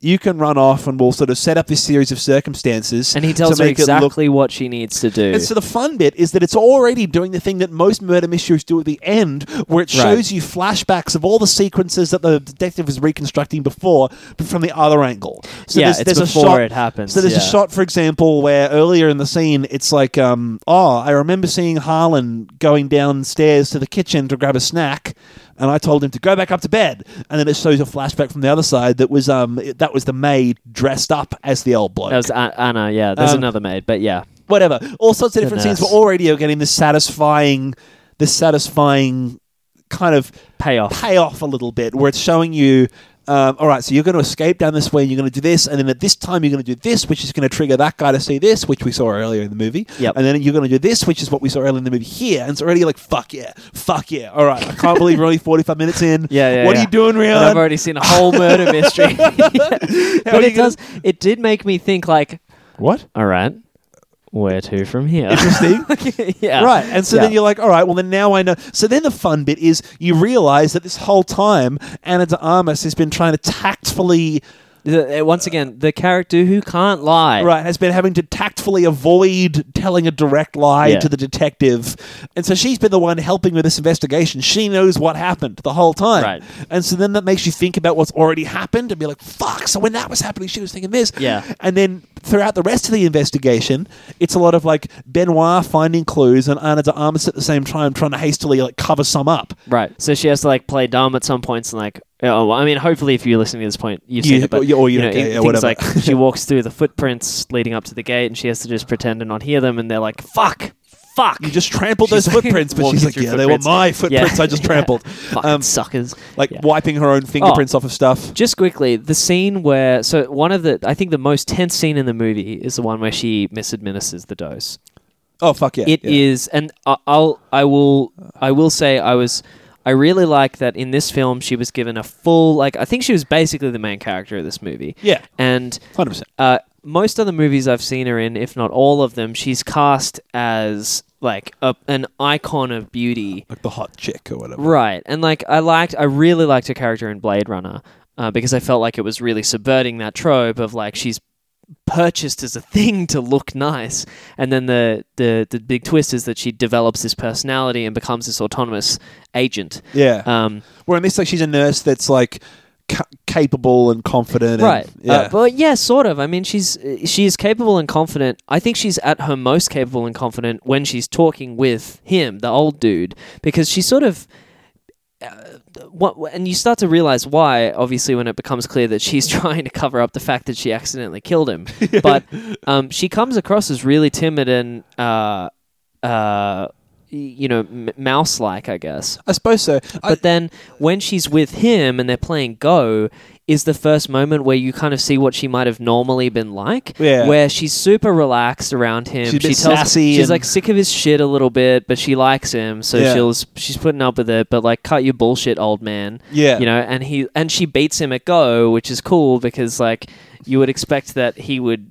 [SPEAKER 2] You can run off, and we'll sort of set up this series of circumstances.
[SPEAKER 1] And he tells
[SPEAKER 2] to
[SPEAKER 1] her
[SPEAKER 2] make it look.
[SPEAKER 1] exactly what she needs to do.
[SPEAKER 2] And so the fun bit is that it's already doing the thing that most murder mysteries do at the end, where it
[SPEAKER 1] Right.
[SPEAKER 2] shows you flashbacks of all the sequences that the detective was reconstructing before, but from the other angle. So
[SPEAKER 1] Yeah,
[SPEAKER 2] there's,
[SPEAKER 1] it's
[SPEAKER 2] there's
[SPEAKER 1] before
[SPEAKER 2] a shot,
[SPEAKER 1] it happens,
[SPEAKER 2] So there's a
[SPEAKER 1] yeah.
[SPEAKER 2] shot, for example, where earlier in the scene, it's like, um, oh, I remember seeing Harlan going downstairs to the kitchen to grab a snack. And I told him to go back up to bed, and then it shows a flashback from the other side that was um it- that was the maid dressed up as the old bloke
[SPEAKER 1] that was A- Anna, yeah. There's
[SPEAKER 2] Um,
[SPEAKER 1] another maid, but yeah.
[SPEAKER 2] whatever. All sorts of different
[SPEAKER 1] Goodness.
[SPEAKER 2] scenes, but already you're getting this satisfying, this satisfying kind of
[SPEAKER 1] Payoff.
[SPEAKER 2] payoff a little bit, where it's showing you. Um, all right, so you're going to escape down this way, and you're going to do this, and then at this time you're going to do this, which is going to trigger that guy to see this, which we saw earlier in the movie.
[SPEAKER 1] Yep.
[SPEAKER 2] And then you're going to do this, which is what we saw earlier in the movie here, and it's already like fuck yeah, fuck yeah. All right, I can't believe we're only 45 minutes in.
[SPEAKER 1] Yeah, yeah,
[SPEAKER 2] What
[SPEAKER 1] yeah.
[SPEAKER 2] are you doing,
[SPEAKER 1] And I've
[SPEAKER 2] Rion?
[SPEAKER 1] already seen a whole murder mystery. Yeah.
[SPEAKER 2] are
[SPEAKER 1] But
[SPEAKER 2] you
[SPEAKER 1] it does, it did make me think, like,
[SPEAKER 2] What?
[SPEAKER 1] all right, where to from here?
[SPEAKER 2] Interesting.
[SPEAKER 1] yeah.
[SPEAKER 2] Right. And so then
[SPEAKER 1] Yeah.
[SPEAKER 2] you're like, all right, well, then now I know. So then the fun bit is you realize that this whole time, Anna de Armas has been trying to tactfully,
[SPEAKER 1] The- uh, Once again, the character who can't lie.
[SPEAKER 2] right, has been having to tactfully avoid telling a direct lie
[SPEAKER 1] Yeah.
[SPEAKER 2] to the detective. And so she's been the one helping with this investigation. She knows what happened the whole time.
[SPEAKER 1] Right.
[SPEAKER 2] And so then that makes you think about what's already happened and be like, fuck, so when that was happening, she was thinking this.
[SPEAKER 1] Yeah.
[SPEAKER 2] And then throughout the rest of the investigation, it's a lot of like Benoit finding clues and Anna de Armas at the same time trying to hastily like cover some up.
[SPEAKER 1] Right. So she has to like play dumb at some points and like. Oh, well, I mean, hopefully, if you're listening to this point, you've
[SPEAKER 2] You-
[SPEAKER 1] seen it. But
[SPEAKER 2] or you- or you don't
[SPEAKER 1] know,
[SPEAKER 2] care,
[SPEAKER 1] it-
[SPEAKER 2] yeah,
[SPEAKER 1] things
[SPEAKER 2] whatever.
[SPEAKER 1] like she walks through the footprints leading up to the gate, and she has to just pretend to not hear them, and they're like, "Fuck, fuck,
[SPEAKER 2] You just trampled
[SPEAKER 1] She's
[SPEAKER 2] those
[SPEAKER 1] like
[SPEAKER 2] footprints, but
[SPEAKER 1] walking
[SPEAKER 2] she's like,
[SPEAKER 1] through
[SPEAKER 2] yeah, they were
[SPEAKER 1] footprints.
[SPEAKER 2] my footprints I just
[SPEAKER 1] Yeah.
[SPEAKER 2] trampled.
[SPEAKER 1] fucking
[SPEAKER 2] um,
[SPEAKER 1] suckers."
[SPEAKER 2] like
[SPEAKER 1] Yeah. Oh.
[SPEAKER 2] wiping her own fingerprints off of stuff.
[SPEAKER 1] Just quickly, the scene where so one of the I think the most tense scene in the movie is the one where she misadministers the dose.
[SPEAKER 2] Oh, fuck yeah.
[SPEAKER 1] It is,
[SPEAKER 2] yeah.
[SPEAKER 1] and I- I'll I will I will say I was I really like that in this film she was given a full like I think she was basically the main character of this movie.
[SPEAKER 2] Yeah.
[SPEAKER 1] and
[SPEAKER 2] 100%.
[SPEAKER 1] uh, most other movies I've seen her in, if not all of them, she's cast as like a, an icon of beauty.
[SPEAKER 2] like the hot chick or whatever.
[SPEAKER 1] Right. And like I liked I really liked her character in Blade Runner uh, because I felt like it was really subverting that trope of like she's purchased as a thing to look nice and then the the the big twist is that she develops this personality and becomes this autonomous agent.
[SPEAKER 2] Yeah.
[SPEAKER 1] Um
[SPEAKER 2] Where in this, like, she's a nurse that's like ca- capable and confident.
[SPEAKER 1] right.
[SPEAKER 2] And, yeah.
[SPEAKER 1] Uh, but yeah, sort of. I mean, she's she is capable and confident. I think she's at her most capable and confident when she's talking with him, the old dude, because she sort of. Uh, what and you start to realize why obviously when it becomes clear that she's trying to cover up the fact that she accidentally killed him but um, she comes across as really timid and uh, uh, y- you know m- mouse like i guess
[SPEAKER 2] I suppose so. I,
[SPEAKER 1] but then when she's with him and they're playing Go, is the first moment where you kind of see what she might have normally been like.
[SPEAKER 2] Yeah.
[SPEAKER 1] Where she's super relaxed around him.
[SPEAKER 2] She's a bit
[SPEAKER 1] she tells,
[SPEAKER 2] sassy
[SPEAKER 1] She's
[SPEAKER 2] and-
[SPEAKER 1] like sick of his shit a little bit, but she likes him, so
[SPEAKER 2] Yeah.
[SPEAKER 1] she'll she's putting up with it. But like, cut your bullshit, old man.
[SPEAKER 2] Yeah.
[SPEAKER 1] You know, and he and she beats him at Go, which is cool because like you would expect that he would.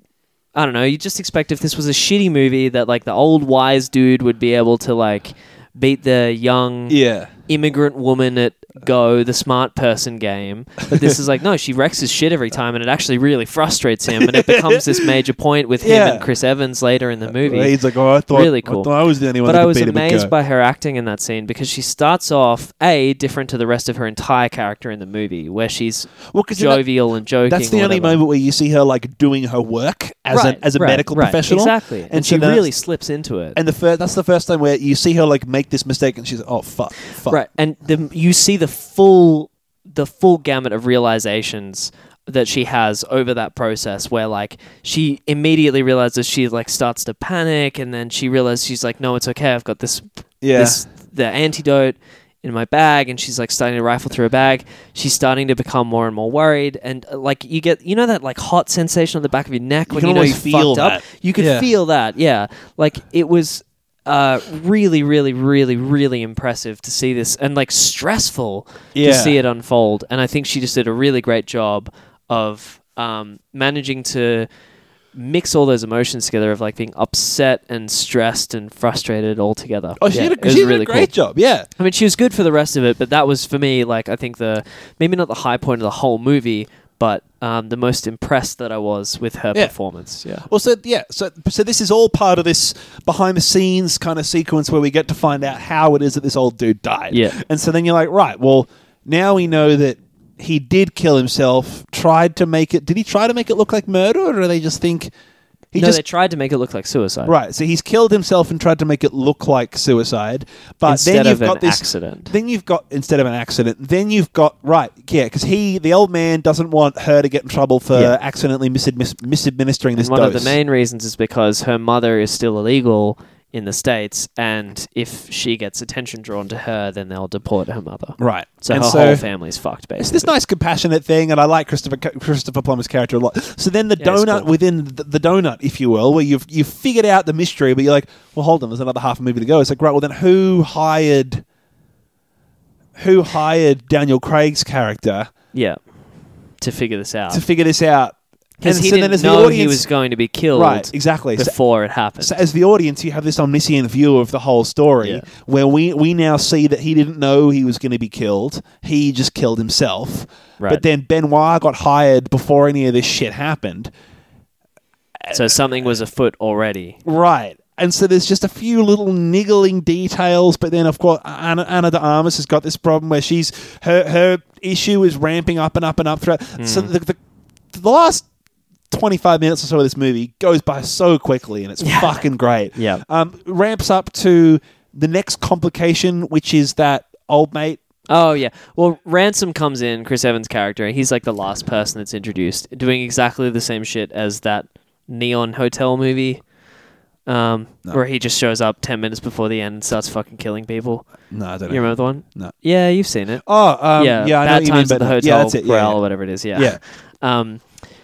[SPEAKER 1] I don't know. You just expect if this was a shitty movie that like the old wise dude would be able to like beat the young
[SPEAKER 2] yeah.
[SPEAKER 1] immigrant woman at Go, the smart person game. But this is like, no, she wrecks his shit every time, and it actually really frustrates him. And it becomes this major point with him
[SPEAKER 2] Yeah.
[SPEAKER 1] and Chris Evans later in the movie.
[SPEAKER 2] He's like, oh, I thought,
[SPEAKER 1] Really cool.
[SPEAKER 2] I, thought I was the only one.
[SPEAKER 1] but
[SPEAKER 2] that
[SPEAKER 1] I
[SPEAKER 2] could
[SPEAKER 1] was
[SPEAKER 2] beat him at
[SPEAKER 1] amazed
[SPEAKER 2] Go.
[SPEAKER 1] by her acting in that scene because she starts off a different to the rest of her entire character in the movie, where she's
[SPEAKER 2] Well, 'cause in that-
[SPEAKER 1] jovial and joking.
[SPEAKER 2] That's the
[SPEAKER 1] or
[SPEAKER 2] only
[SPEAKER 1] whatever.
[SPEAKER 2] moment where you see her like doing her work as
[SPEAKER 1] Right,
[SPEAKER 2] an as a
[SPEAKER 1] right,
[SPEAKER 2] medical
[SPEAKER 1] right,
[SPEAKER 2] professional.
[SPEAKER 1] exactly, and,
[SPEAKER 2] And so
[SPEAKER 1] she
[SPEAKER 2] that's-
[SPEAKER 1] really slips into it.
[SPEAKER 2] And the first that's the first time where you see her like make this mistake, and she's like, oh fuck, fuck.
[SPEAKER 1] Right, and the, you see the full the full gamut of realizations that she has over that process, where like she immediately realizes she like starts to panic, and then she realizes she's like, no, it's okay, I've got this
[SPEAKER 2] Yeah.
[SPEAKER 1] this the antidote in my bag and she's like starting to rifle through her bag she's starting to become more and more worried and uh, like you get you know that like hot sensation on the back of your neck when
[SPEAKER 2] can
[SPEAKER 1] you know you
[SPEAKER 2] almost feel
[SPEAKER 1] fucked
[SPEAKER 2] that.
[SPEAKER 1] up you could
[SPEAKER 2] Yeah.
[SPEAKER 1] feel that yeah like it was uh, really really really really impressive to see this and like stressful
[SPEAKER 2] Yeah.
[SPEAKER 1] to see it unfold and i think she just did a really great job of um, managing to mix all those emotions together of like being upset and stressed and frustrated all together.
[SPEAKER 2] Oh, she
[SPEAKER 1] Yeah,
[SPEAKER 2] did
[SPEAKER 1] it
[SPEAKER 2] a,
[SPEAKER 1] was
[SPEAKER 2] she did
[SPEAKER 1] really
[SPEAKER 2] a great
[SPEAKER 1] cool.
[SPEAKER 2] job. Yeah.
[SPEAKER 1] I mean, she was good for the rest of it, but that was for me like I think the maybe not the high point of the whole movie, but um, the most impressed that I was with her
[SPEAKER 2] Yeah.
[SPEAKER 1] performance. Yeah.
[SPEAKER 2] Well, so yeah, so so this is all part of this behind the scenes kind of sequence where we get to find out how it is that this old dude died.
[SPEAKER 1] Yeah.
[SPEAKER 2] and so then you're like, right, well, now we know that he did kill himself. Tried to make it. Did he try to make it look like murder, or do they just think he
[SPEAKER 1] no,
[SPEAKER 2] just
[SPEAKER 1] they tried to make it look like suicide.
[SPEAKER 2] Right, so he's killed himself and tried to make it look like suicide, but
[SPEAKER 1] Instead
[SPEAKER 2] then
[SPEAKER 1] of
[SPEAKER 2] you've
[SPEAKER 1] an
[SPEAKER 2] got this
[SPEAKER 1] accident.
[SPEAKER 2] Then you've got instead of an accident, then you've got right, yeah, because he, the old man, doesn't want her to get in trouble for
[SPEAKER 1] Yeah.
[SPEAKER 2] accidentally misadmis- misadministering this
[SPEAKER 1] And one
[SPEAKER 2] dose.
[SPEAKER 1] of the main reasons is because her mother is still illegal in the states, and if she gets attention drawn to her, then they'll deport her mother.
[SPEAKER 2] right,
[SPEAKER 1] So
[SPEAKER 2] and
[SPEAKER 1] her
[SPEAKER 2] so
[SPEAKER 1] whole family's fucked. Basically,
[SPEAKER 2] it's this nice compassionate thing, and I like Christopher Christopher Plummer's character a lot. So then the
[SPEAKER 1] Yeah, he's
[SPEAKER 2] donut
[SPEAKER 1] cool.
[SPEAKER 2] within the, the donut, if you will, where you've you've figured out the mystery, but you're like, well, hold on, there's another half a movie to go. It's like, right, well, then who hired? Who hired Daniel Craig's character?
[SPEAKER 1] Yeah, to figure this out
[SPEAKER 2] to figure this out.
[SPEAKER 1] because
[SPEAKER 2] And
[SPEAKER 1] he
[SPEAKER 2] so then
[SPEAKER 1] didn't
[SPEAKER 2] as the
[SPEAKER 1] know he
[SPEAKER 2] audience-
[SPEAKER 1] was going to be killed
[SPEAKER 2] Right, exactly. So,
[SPEAKER 1] before it happened.
[SPEAKER 2] so as the audience, you have this omniscient view of the whole story,
[SPEAKER 1] Yeah.
[SPEAKER 2] where we we now see that he didn't know he was going to be killed. He just killed himself. But
[SPEAKER 1] Right.
[SPEAKER 2] then Benoit got hired before any of this shit happened.
[SPEAKER 1] so something was afoot already.
[SPEAKER 2] Right. And so there's just a few little niggling details, but then of course Anna, Anna de Armas has got this problem where she's her her issue is ramping up and up and up throughout. So
[SPEAKER 1] Hmm.
[SPEAKER 2] the, the the last 25 minutes or so of this movie goes by so quickly and it's fucking great.
[SPEAKER 1] Yeah.
[SPEAKER 2] Um, ramps up to the next complication, which is that old mate.
[SPEAKER 1] Oh yeah. Well, Ransom comes in, Chris Evans' character, and he's like the last person that's introduced, doing exactly the same shit as that Neon Hotel movie. Um, where he just shows up ten minutes before the end and starts fucking killing people.
[SPEAKER 2] No, I don't
[SPEAKER 1] You remember the one?
[SPEAKER 2] No.
[SPEAKER 1] Yeah, you've seen it.
[SPEAKER 2] Oh, um, yeah,
[SPEAKER 1] yeah,
[SPEAKER 2] I know
[SPEAKER 1] bad
[SPEAKER 2] what you mean,
[SPEAKER 1] times
[SPEAKER 2] but
[SPEAKER 1] at the
[SPEAKER 2] no-
[SPEAKER 1] hotel
[SPEAKER 2] yeah, that's it. yeah,
[SPEAKER 1] Royale
[SPEAKER 2] yeah.
[SPEAKER 1] or whatever it is. Yeah.
[SPEAKER 2] Yeah.
[SPEAKER 1] Um,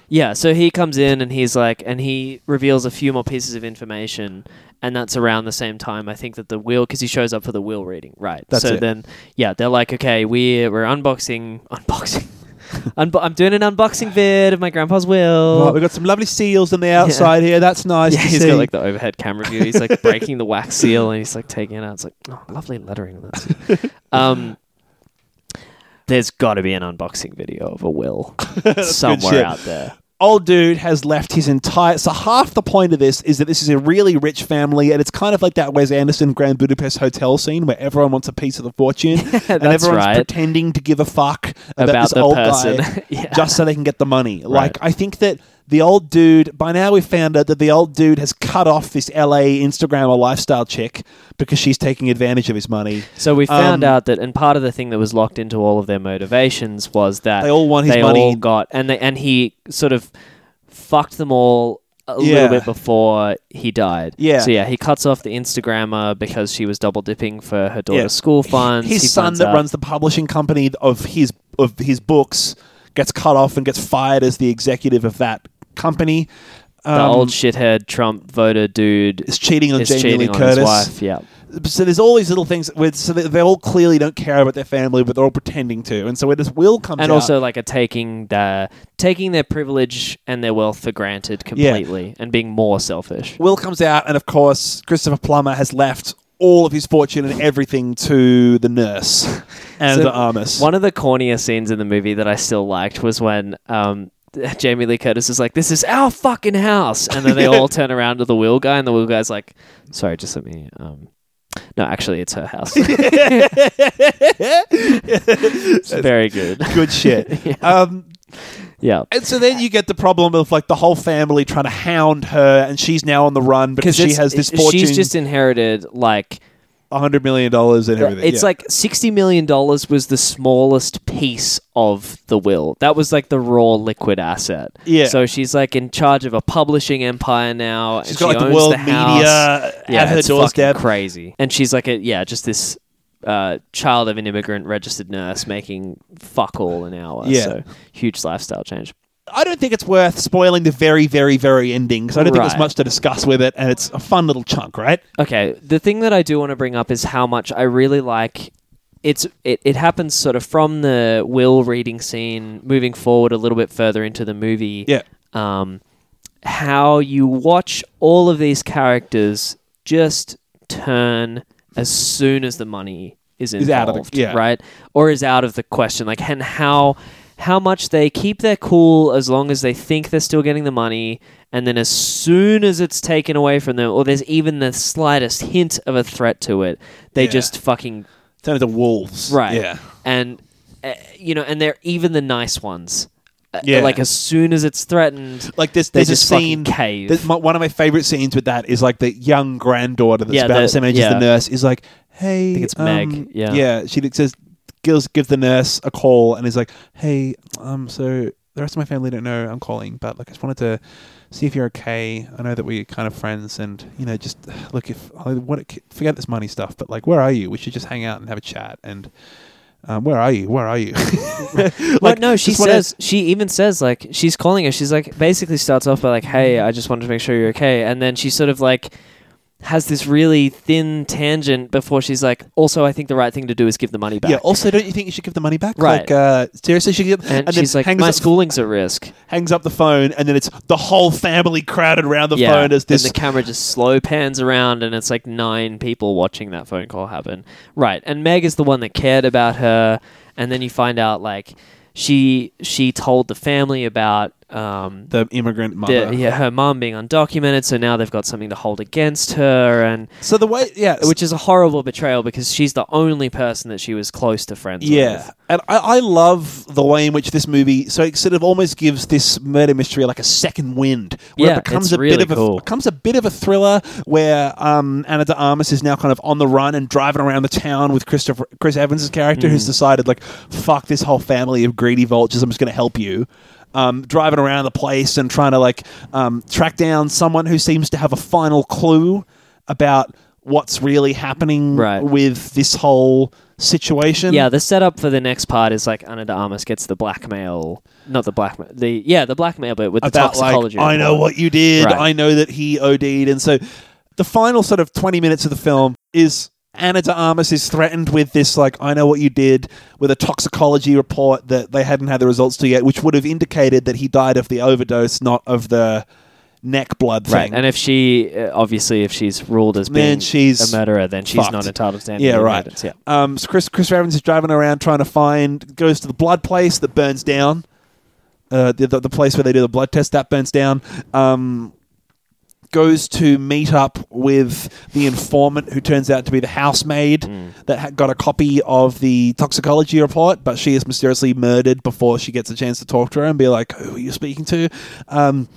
[SPEAKER 1] yeah. So he comes in and he's like, and he reveals a few more pieces of information, and that's around the same time I think that the wheel because he shows up for the wheel reading, right?
[SPEAKER 2] That's
[SPEAKER 1] so
[SPEAKER 2] it.
[SPEAKER 1] then, yeah, they're like, okay, we're we're unboxing, unboxing. Un- I'm doing an unboxing vid of my grandpa's will.
[SPEAKER 2] Right, we've got some lovely seals on the outside here. That's nice.
[SPEAKER 1] yeah,
[SPEAKER 2] to
[SPEAKER 1] he's
[SPEAKER 2] see.
[SPEAKER 1] got like the overhead camera view. He's like breaking the wax seal and he's like taking it out. It's like, oh, lovely lettering on that. seal." um, there's got to be an unboxing video of a will somewhere
[SPEAKER 2] shit.
[SPEAKER 1] out there.
[SPEAKER 2] old dude has left his entire. So half the point of this is that this is a really rich family, and it's kind of like that Wes Anderson Grand Budapest Hotel scene where everyone wants a piece of the fortune, and
[SPEAKER 1] that's
[SPEAKER 2] everyone's
[SPEAKER 1] right.
[SPEAKER 2] pretending to give a fuck about,
[SPEAKER 1] About
[SPEAKER 2] this
[SPEAKER 1] the
[SPEAKER 2] old
[SPEAKER 1] person.
[SPEAKER 2] guy
[SPEAKER 1] Yeah.
[SPEAKER 2] just so they can get the money. Like I think that. The old dude, by now we found out that the old dude has cut off this LA Instagrammer lifestyle chick because she's taking advantage of his money.
[SPEAKER 1] So we found
[SPEAKER 2] Um,
[SPEAKER 1] out that, and part of the thing that was locked into all of their motivations was that
[SPEAKER 2] They all want his
[SPEAKER 1] they
[SPEAKER 2] money.
[SPEAKER 1] all got, and they, and he sort of fucked them all a
[SPEAKER 2] Yeah.
[SPEAKER 1] little bit before he died.
[SPEAKER 2] Yeah.
[SPEAKER 1] So yeah, he cuts off the Instagrammer because she was double dipping for her daughter's
[SPEAKER 2] Yeah.
[SPEAKER 1] school funds.
[SPEAKER 2] his
[SPEAKER 1] He
[SPEAKER 2] son
[SPEAKER 1] finds
[SPEAKER 2] that
[SPEAKER 1] out-
[SPEAKER 2] runs the publishing company of his of his books gets cut off and gets fired as the executive of that company. Um,
[SPEAKER 1] the old shithead Trump voter dude
[SPEAKER 2] is cheating on
[SPEAKER 1] is
[SPEAKER 2] Jamie
[SPEAKER 1] cheating
[SPEAKER 2] Lee
[SPEAKER 1] on
[SPEAKER 2] Curtis.
[SPEAKER 1] his wife. Yeah.
[SPEAKER 2] So there's all these little things. With, so they, they all clearly don't care about their family, but they're all pretending to. And so when this will comes
[SPEAKER 1] And
[SPEAKER 2] out,
[SPEAKER 1] also, like, a taking the taking their privilege and their wealth for granted completely, and being more selfish.
[SPEAKER 2] Will comes out, and of course, Christopher Plummer has left all of his fortune and everything to the nurse and
[SPEAKER 1] So
[SPEAKER 2] the Armus.
[SPEAKER 1] One of the cornier scenes in the movie that I still liked was when um, Jamie Lee Curtis is like, "This is our fucking house," and then they all turn around to the wheel guy, and the wheel guy's like, "Sorry, just let me." Um, no, actually, it's her house. it's very good.
[SPEAKER 2] Good shit. um,
[SPEAKER 1] Yeah,
[SPEAKER 2] And so then you get the problem of like the whole family trying to hound her, and she's now on the run because she
[SPEAKER 1] it's-
[SPEAKER 2] has this
[SPEAKER 1] it-
[SPEAKER 2] fortune,
[SPEAKER 1] She's just inherited like
[SPEAKER 2] hundred million dollars and everything.
[SPEAKER 1] it's
[SPEAKER 2] yeah.
[SPEAKER 1] like sixty million dollars was the smallest piece of the will. That was like the raw liquid asset.
[SPEAKER 2] Yeah.
[SPEAKER 1] So she's like in charge of a publishing empire now. and
[SPEAKER 2] she's
[SPEAKER 1] she
[SPEAKER 2] got like the
[SPEAKER 1] owns
[SPEAKER 2] world
[SPEAKER 1] the
[SPEAKER 2] media
[SPEAKER 1] house.
[SPEAKER 2] at
[SPEAKER 1] yeah,
[SPEAKER 2] her
[SPEAKER 1] it's fucking
[SPEAKER 2] doorstep.
[SPEAKER 1] Crazy. And she's like a yeah, just this uh, child of an immigrant registered nurse making fuck all an hour.
[SPEAKER 2] Yeah.
[SPEAKER 1] So huge lifestyle change.
[SPEAKER 2] I don't think it's worth spoiling the very, very, very ending because I don't think there's
[SPEAKER 1] Right.
[SPEAKER 2] much to discuss with it, and it's a fun little chunk, right?
[SPEAKER 1] Okay, the thing that I do want to bring up is how much I really like it's it, it happens sort of from the will reading scene moving forward a little bit further into the movie.
[SPEAKER 2] Yeah.
[SPEAKER 1] Um how you watch all of these characters just turn as soon as the money is involved,
[SPEAKER 2] Is out of the- yeah.
[SPEAKER 1] right? Or is out of the question. Like and how how much they keep their cool as long as they think they're still getting the money and then as soon as it's taken away from them or there's even the slightest hint of a threat to it, they
[SPEAKER 2] Yeah.
[SPEAKER 1] just fucking
[SPEAKER 2] Turn into wolves,
[SPEAKER 1] right.
[SPEAKER 2] Yeah,
[SPEAKER 1] And uh, you know, and they're even the nice ones. Uh,
[SPEAKER 2] Yeah.
[SPEAKER 1] Like as soon as it's threatened,
[SPEAKER 2] like this.
[SPEAKER 1] They
[SPEAKER 2] There's a
[SPEAKER 1] just fucking
[SPEAKER 2] scene.
[SPEAKER 1] cave.
[SPEAKER 2] that- my- one of my favorite scenes with that is like the young granddaughter that's
[SPEAKER 1] Yeah,
[SPEAKER 2] about
[SPEAKER 1] the-
[SPEAKER 2] the same age as
[SPEAKER 1] yeah.
[SPEAKER 2] the nurse is like, "Hey, I
[SPEAKER 1] think it's Meg, yeah.
[SPEAKER 2] yeah." She says, "Gives give the nurse a call," and is like, "Hey, um, so the rest of my family don't know I'm calling, but like, I just wanted to see if you're okay. I know that we're kind of friends, and you know, just look if what forget this money stuff, but like, where are you? We should just hang out and have a chat and." Um, where are you? Where are you?
[SPEAKER 1] like no, she
[SPEAKER 2] just wanna-
[SPEAKER 1] says she even says like she's calling her. She's like basically starts off by like, "Hey, I just wanted to make sure you're okay," and then she sort of like has this really thin tangent before she's like, "Also, I think the right thing to do is give the money back."
[SPEAKER 2] Yeah. Also, don't you think you should give the money back?
[SPEAKER 1] Right.
[SPEAKER 2] Like, uh, seriously, you should give.
[SPEAKER 1] and,
[SPEAKER 2] then
[SPEAKER 1] she's like,
[SPEAKER 2] hangs
[SPEAKER 1] "My
[SPEAKER 2] up-
[SPEAKER 1] schooling's at risk."
[SPEAKER 2] hangs up the phone, and then it's the whole family crowded around the
[SPEAKER 1] yeah,
[SPEAKER 2] phone as this.
[SPEAKER 1] and the camera just slow pans around, and it's like nine people watching that phone call happen. Right, and Meg is the one that cared about her, and then you find out like she she told the family about um,
[SPEAKER 2] the immigrant
[SPEAKER 1] the-
[SPEAKER 2] mother.
[SPEAKER 1] yeah, her mom being undocumented, so now they've got something to hold against her, and
[SPEAKER 2] So the way, yeah, which
[SPEAKER 1] which is a horrible betrayal because she's the only person that she was close to friends
[SPEAKER 2] yeah,
[SPEAKER 1] with.
[SPEAKER 2] and I, I love the way in which this movie so it sort of almost gives this murder mystery like a second wind, where
[SPEAKER 1] Yeah,
[SPEAKER 2] it becomes
[SPEAKER 1] it's
[SPEAKER 2] a
[SPEAKER 1] really
[SPEAKER 2] bit of
[SPEAKER 1] cool.
[SPEAKER 2] a becomes a bit of a thriller where um, Anna de Armas is now kind of on the run and driving around the town with Christopher Chris Evans' character, who's
[SPEAKER 1] Mm.
[SPEAKER 2] decided like, fuck this whole family of greedy vultures, I'm just going to help you. um, driving around the place and trying to like um, track down someone who seems to have a final clue about what's really happening
[SPEAKER 1] Right.
[SPEAKER 2] with this whole situation.
[SPEAKER 1] Yeah, the setup for the next part is like Ana de Armas gets the blackmail, not the blackmail, the yeah, the blackmail bit with the
[SPEAKER 2] about like
[SPEAKER 1] toxicology.
[SPEAKER 2] I know
[SPEAKER 1] report.
[SPEAKER 2] what you did.
[SPEAKER 1] Right.
[SPEAKER 2] I know that he OD'd, and so the final sort of twenty minutes of the film is Anna de Armas is threatened with this, like, I know what you did, with a toxicology report that they hadn't had the results to yet, which would have indicated that he died of the overdose, not of the neck blood thing.
[SPEAKER 1] Right, and if she uh, obviously if she's ruled as
[SPEAKER 2] Then
[SPEAKER 1] being
[SPEAKER 2] she's
[SPEAKER 1] a murderer, then she's
[SPEAKER 2] fucked.
[SPEAKER 1] not entitled to stand.
[SPEAKER 2] yeah,
[SPEAKER 1] any
[SPEAKER 2] right.
[SPEAKER 1] evidence, Yeah,
[SPEAKER 2] Um, so Chris Chris Evans is driving around trying to find, goes to the blood place that burns down, uh, the, the the place where they do the blood test that burns down. Um, goes to meet up with the informant who turns out to be the housemaid
[SPEAKER 1] Hmm.
[SPEAKER 2] that ha- got a copy of the toxicology report, but she is mysteriously murdered before she gets a chance to talk to her and be like, "Who are you speaking to?" Um,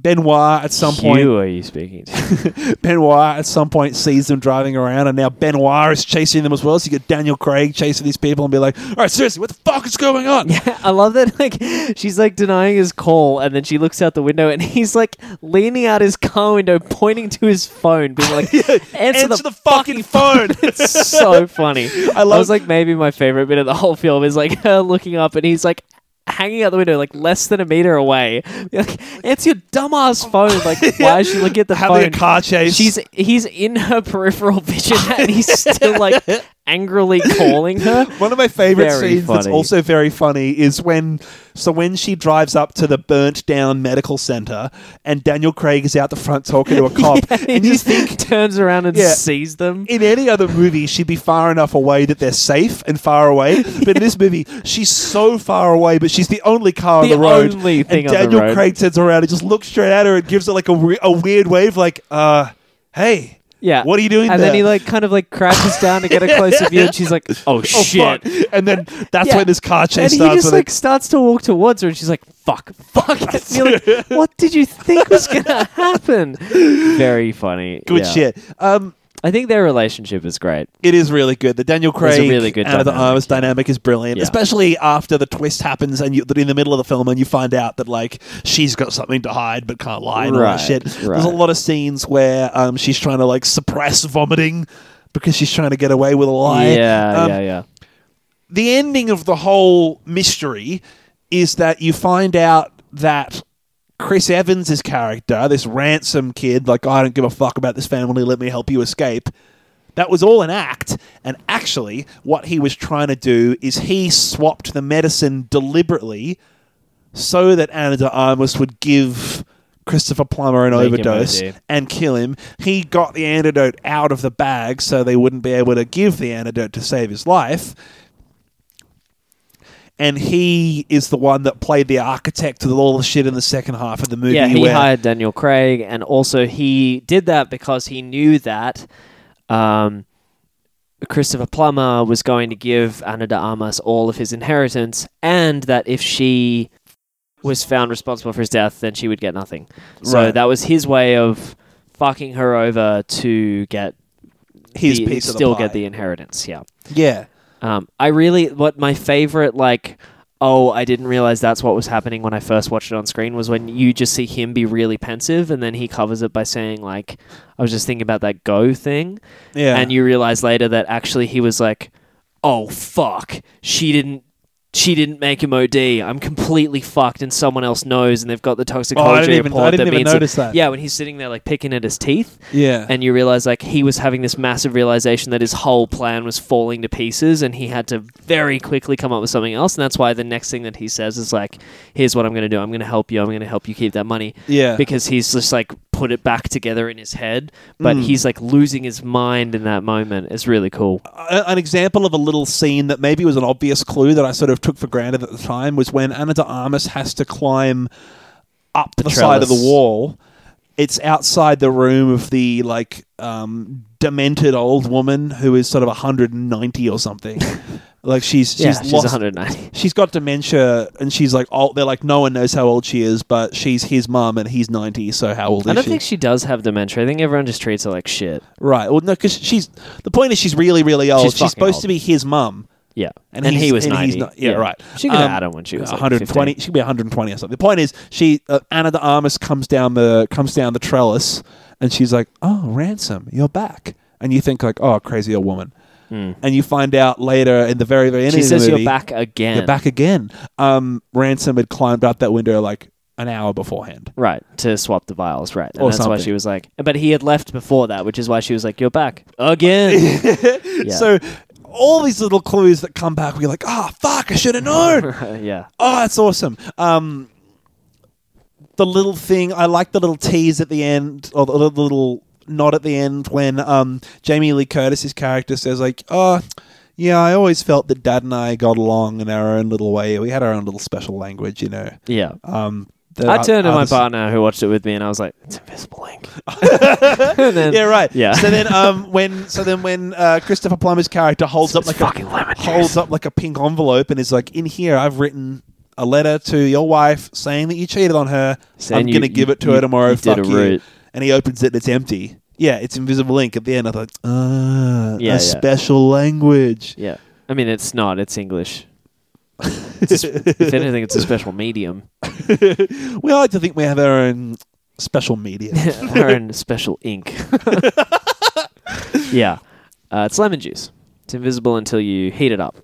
[SPEAKER 2] Benoit at some point
[SPEAKER 1] Who are you speaking to?
[SPEAKER 2] Benoit at some point sees them driving around, and now Benoit is chasing them as well. So you got Daniel Craig chasing these people and be like, "All right, seriously, what the fuck is going on?"
[SPEAKER 1] I love that. Like she's like denying his call, and then she looks out the window, and he's like leaning out his car window, pointing to his phone, being like, "Answer,
[SPEAKER 2] Answer
[SPEAKER 1] the."
[SPEAKER 2] the, fucking phone.
[SPEAKER 1] it's so funny. I
[SPEAKER 2] love-
[SPEAKER 1] was like, maybe my favorite bit of the whole film is like her looking up, and he's like. Hanging out the window, like less than a meter away. Like, answer your dumbass phone. Like, why is she looking at the phone?
[SPEAKER 2] Having a car chase.
[SPEAKER 1] She's he's in her peripheral vision and he's still like angrily calling her.
[SPEAKER 2] one of my favorite
[SPEAKER 1] Very
[SPEAKER 2] scenes that's
[SPEAKER 1] funny.
[SPEAKER 2] also very funny is when so when she drives up to the burnt down medical center and Daniel Craig is out the front talking to a cop,
[SPEAKER 1] He
[SPEAKER 2] Oh, and you
[SPEAKER 1] just
[SPEAKER 2] think.
[SPEAKER 1] turns around and
[SPEAKER 2] Yeah.
[SPEAKER 1] sees them.
[SPEAKER 2] in any other movie, she'd be far enough away that they're safe and far away. But in this movie, she's so far away, but she's the only car
[SPEAKER 1] The
[SPEAKER 2] on the road.
[SPEAKER 1] only thing
[SPEAKER 2] and
[SPEAKER 1] on the
[SPEAKER 2] Daniel
[SPEAKER 1] road.
[SPEAKER 2] Craig turns around and just looks straight at her and gives her like a, we- a weird wave, like, uh, hey,
[SPEAKER 1] Yeah.
[SPEAKER 2] what are you doing
[SPEAKER 1] And
[SPEAKER 2] there?
[SPEAKER 1] then he like kind of like crashes down to get a closer view and she's like, Oh
[SPEAKER 2] oh,
[SPEAKER 1] shit.
[SPEAKER 2] fuck. And then that's
[SPEAKER 1] Yeah.
[SPEAKER 2] when this car chase
[SPEAKER 1] And he
[SPEAKER 2] starts.
[SPEAKER 1] just
[SPEAKER 2] with
[SPEAKER 1] like starts to walk towards her and she's like, Fuck, fuck. And you're like, what did you think was gonna happen? Very funny.
[SPEAKER 2] a, good
[SPEAKER 1] Yeah.
[SPEAKER 2] shit. Um,
[SPEAKER 1] I think their relationship is great.
[SPEAKER 2] It is really good. The Daniel
[SPEAKER 1] a
[SPEAKER 2] Craig
[SPEAKER 1] really good
[SPEAKER 2] Anna de
[SPEAKER 1] dynamic,
[SPEAKER 2] Armas dynamic is brilliant,
[SPEAKER 1] Yeah.
[SPEAKER 2] especially after the twist happens and you, that in the middle of the film and you find out that like she's got something to hide but can't lie and all that
[SPEAKER 1] Right,
[SPEAKER 2] shit. There's
[SPEAKER 1] right.
[SPEAKER 2] a lot of scenes where um, she's trying to like suppress vomiting because she's trying to get away with a lie.
[SPEAKER 1] yeah,
[SPEAKER 2] Um,
[SPEAKER 1] yeah, yeah.
[SPEAKER 2] The ending of the whole mystery is that you find out that. Chris Evans' character, this ransom kid, like, I don't give a fuck about this family, let me help you escape. That was all an act. And actually, what he was trying to do is he swapped the medicine deliberately so that Anna de Armas would give Christopher Plummer an
[SPEAKER 1] Make him
[SPEAKER 2] overdose
[SPEAKER 1] OD.
[SPEAKER 2] and kill him. He got the antidote out of the bag so they wouldn't be able to give the antidote to save his life. And he is the one that played the architect of all the shit in the second half of the movie.
[SPEAKER 1] Yeah, he
[SPEAKER 2] where-
[SPEAKER 1] hired Daniel Craig, and also he did that because he knew that um, Christopher Plummer was going to give Anna de Armas all of his inheritance, and that if she was found responsible for his death, then she would get nothing. So
[SPEAKER 2] Right.
[SPEAKER 1] that was his way of fucking her over to get
[SPEAKER 2] his
[SPEAKER 1] the-
[SPEAKER 2] piece of the
[SPEAKER 1] still
[SPEAKER 2] pie.
[SPEAKER 1] get the inheritance. Yeah.
[SPEAKER 2] yeah.
[SPEAKER 1] Um, I really what my favorite like oh I didn't realize that's what was happening when I first watched it on screen was when you just see him be really pensive and then he covers it by saying like I was just thinking about that go thing
[SPEAKER 2] Yeah.
[SPEAKER 1] and you realize later that actually he was like oh fuck she didn't she didn't make him OD. I'm completely fucked, and someone else knows, and they've got the toxicology
[SPEAKER 2] even- Oh, I
[SPEAKER 1] report
[SPEAKER 2] didn't
[SPEAKER 1] that
[SPEAKER 2] even
[SPEAKER 1] means
[SPEAKER 2] notice that.
[SPEAKER 1] Yeah, when he's sitting there like picking at his teeth,
[SPEAKER 2] yeah.
[SPEAKER 1] and you realize like he was having this massive realization that his whole plan was falling to pieces and he had to very quickly come up with something else and that's why the next thing that he says is like here's what i'm going to do i'm going to help you i'm going to help you keep that money
[SPEAKER 2] Yeah.
[SPEAKER 1] because he's just like put it back together in his head but
[SPEAKER 2] Mm.
[SPEAKER 1] he's like losing his mind in that moment it's really cool
[SPEAKER 2] a- an example of a little scene that maybe was an obvious clue that I sort of took for granted at the time was when Anna de Armas has to climb up the, side of the
[SPEAKER 1] trellis.
[SPEAKER 2] wall. It's outside the room of the like um, demented old woman who is sort of 190 or something. like she's she's
[SPEAKER 1] yeah she's
[SPEAKER 2] lost
[SPEAKER 1] 190
[SPEAKER 2] she's got dementia and she's like old. They're like no one knows how old she is, but she's his mum and he's 90. So how old
[SPEAKER 1] I
[SPEAKER 2] is
[SPEAKER 1] don't
[SPEAKER 2] she?
[SPEAKER 1] think she does have dementia. I think everyone just treats her like shit.
[SPEAKER 2] right. Well, no, because she's the point is she's really really old.
[SPEAKER 1] She's
[SPEAKER 2] She's,
[SPEAKER 1] fucking
[SPEAKER 2] supposed
[SPEAKER 1] old.
[SPEAKER 2] to be his mum.
[SPEAKER 1] Yeah,
[SPEAKER 2] And
[SPEAKER 1] and,
[SPEAKER 2] he's-
[SPEAKER 1] he was
[SPEAKER 2] and he's
[SPEAKER 1] ninety.
[SPEAKER 2] not- yeah, right.
[SPEAKER 1] She got
[SPEAKER 2] Um,
[SPEAKER 1] had him when she was like, 120.
[SPEAKER 2] 120. She could be 120 or something. The point is, she uh, Anna de Armas comes down the comes down the trellis, and she's like, "Oh, ransom, you're back." And you think like, "Oh, crazy old woman," and you find out later in the very very end
[SPEAKER 1] Hmm. She
[SPEAKER 2] of the
[SPEAKER 1] says
[SPEAKER 2] movie,
[SPEAKER 1] you're back again.
[SPEAKER 2] You're back again. Um, ransom had climbed up that window like an hour beforehand.
[SPEAKER 1] Right, to swap the vials, right. And
[SPEAKER 2] Or
[SPEAKER 1] that's why
[SPEAKER 2] something.
[SPEAKER 1] she was like, but he had left before that, which is why she was like, you're back again. yeah.
[SPEAKER 2] So all these little clues that come back, we're like, oh, fuck, I should have known.
[SPEAKER 1] yeah.
[SPEAKER 2] Oh, that's awesome. Um, the little thing, I like the little tease at the end, or the little- the little nod at the end when um, Jamie Lee Curtis's character says, like, oh, yeah, I always felt that Dad and I got along in our own little way. We had our own little special language, you know.
[SPEAKER 1] Yeah.
[SPEAKER 2] Um,
[SPEAKER 1] I turned to my
[SPEAKER 2] partner.
[SPEAKER 1] partner who watched it with me and I was like, it's Invisible Ink. and then,
[SPEAKER 2] Yeah, right.
[SPEAKER 1] Yeah.
[SPEAKER 2] So then, um, when so then when uh, Christopher Plummer's character holds up
[SPEAKER 1] It's
[SPEAKER 2] like
[SPEAKER 1] fucking
[SPEAKER 2] a
[SPEAKER 1] lemon
[SPEAKER 2] holds
[SPEAKER 1] juice.
[SPEAKER 2] up like a pink envelope and is like, "In here, I've written a letter to your wife saying that you cheated on her.
[SPEAKER 1] Saying
[SPEAKER 2] I'm
[SPEAKER 1] you-
[SPEAKER 2] gonna give
[SPEAKER 1] you-
[SPEAKER 2] it to her
[SPEAKER 1] you-
[SPEAKER 2] tomorrow.
[SPEAKER 1] you did
[SPEAKER 2] Fuck
[SPEAKER 1] a
[SPEAKER 2] you."
[SPEAKER 1] root.
[SPEAKER 2] And he opens it and it's empty. Yeah, it's invisible ink at the end. I thought,
[SPEAKER 1] Yeah,
[SPEAKER 2] ah, a
[SPEAKER 1] yeah.
[SPEAKER 2] special language.
[SPEAKER 1] Yeah. I mean, it's not, it's English. It's a sp- if anything, it's a special medium.
[SPEAKER 2] We like to think we have our own special media.
[SPEAKER 1] Our own special ink. yeah. Uh, it's lemon juice. It's invisible until you heat it up.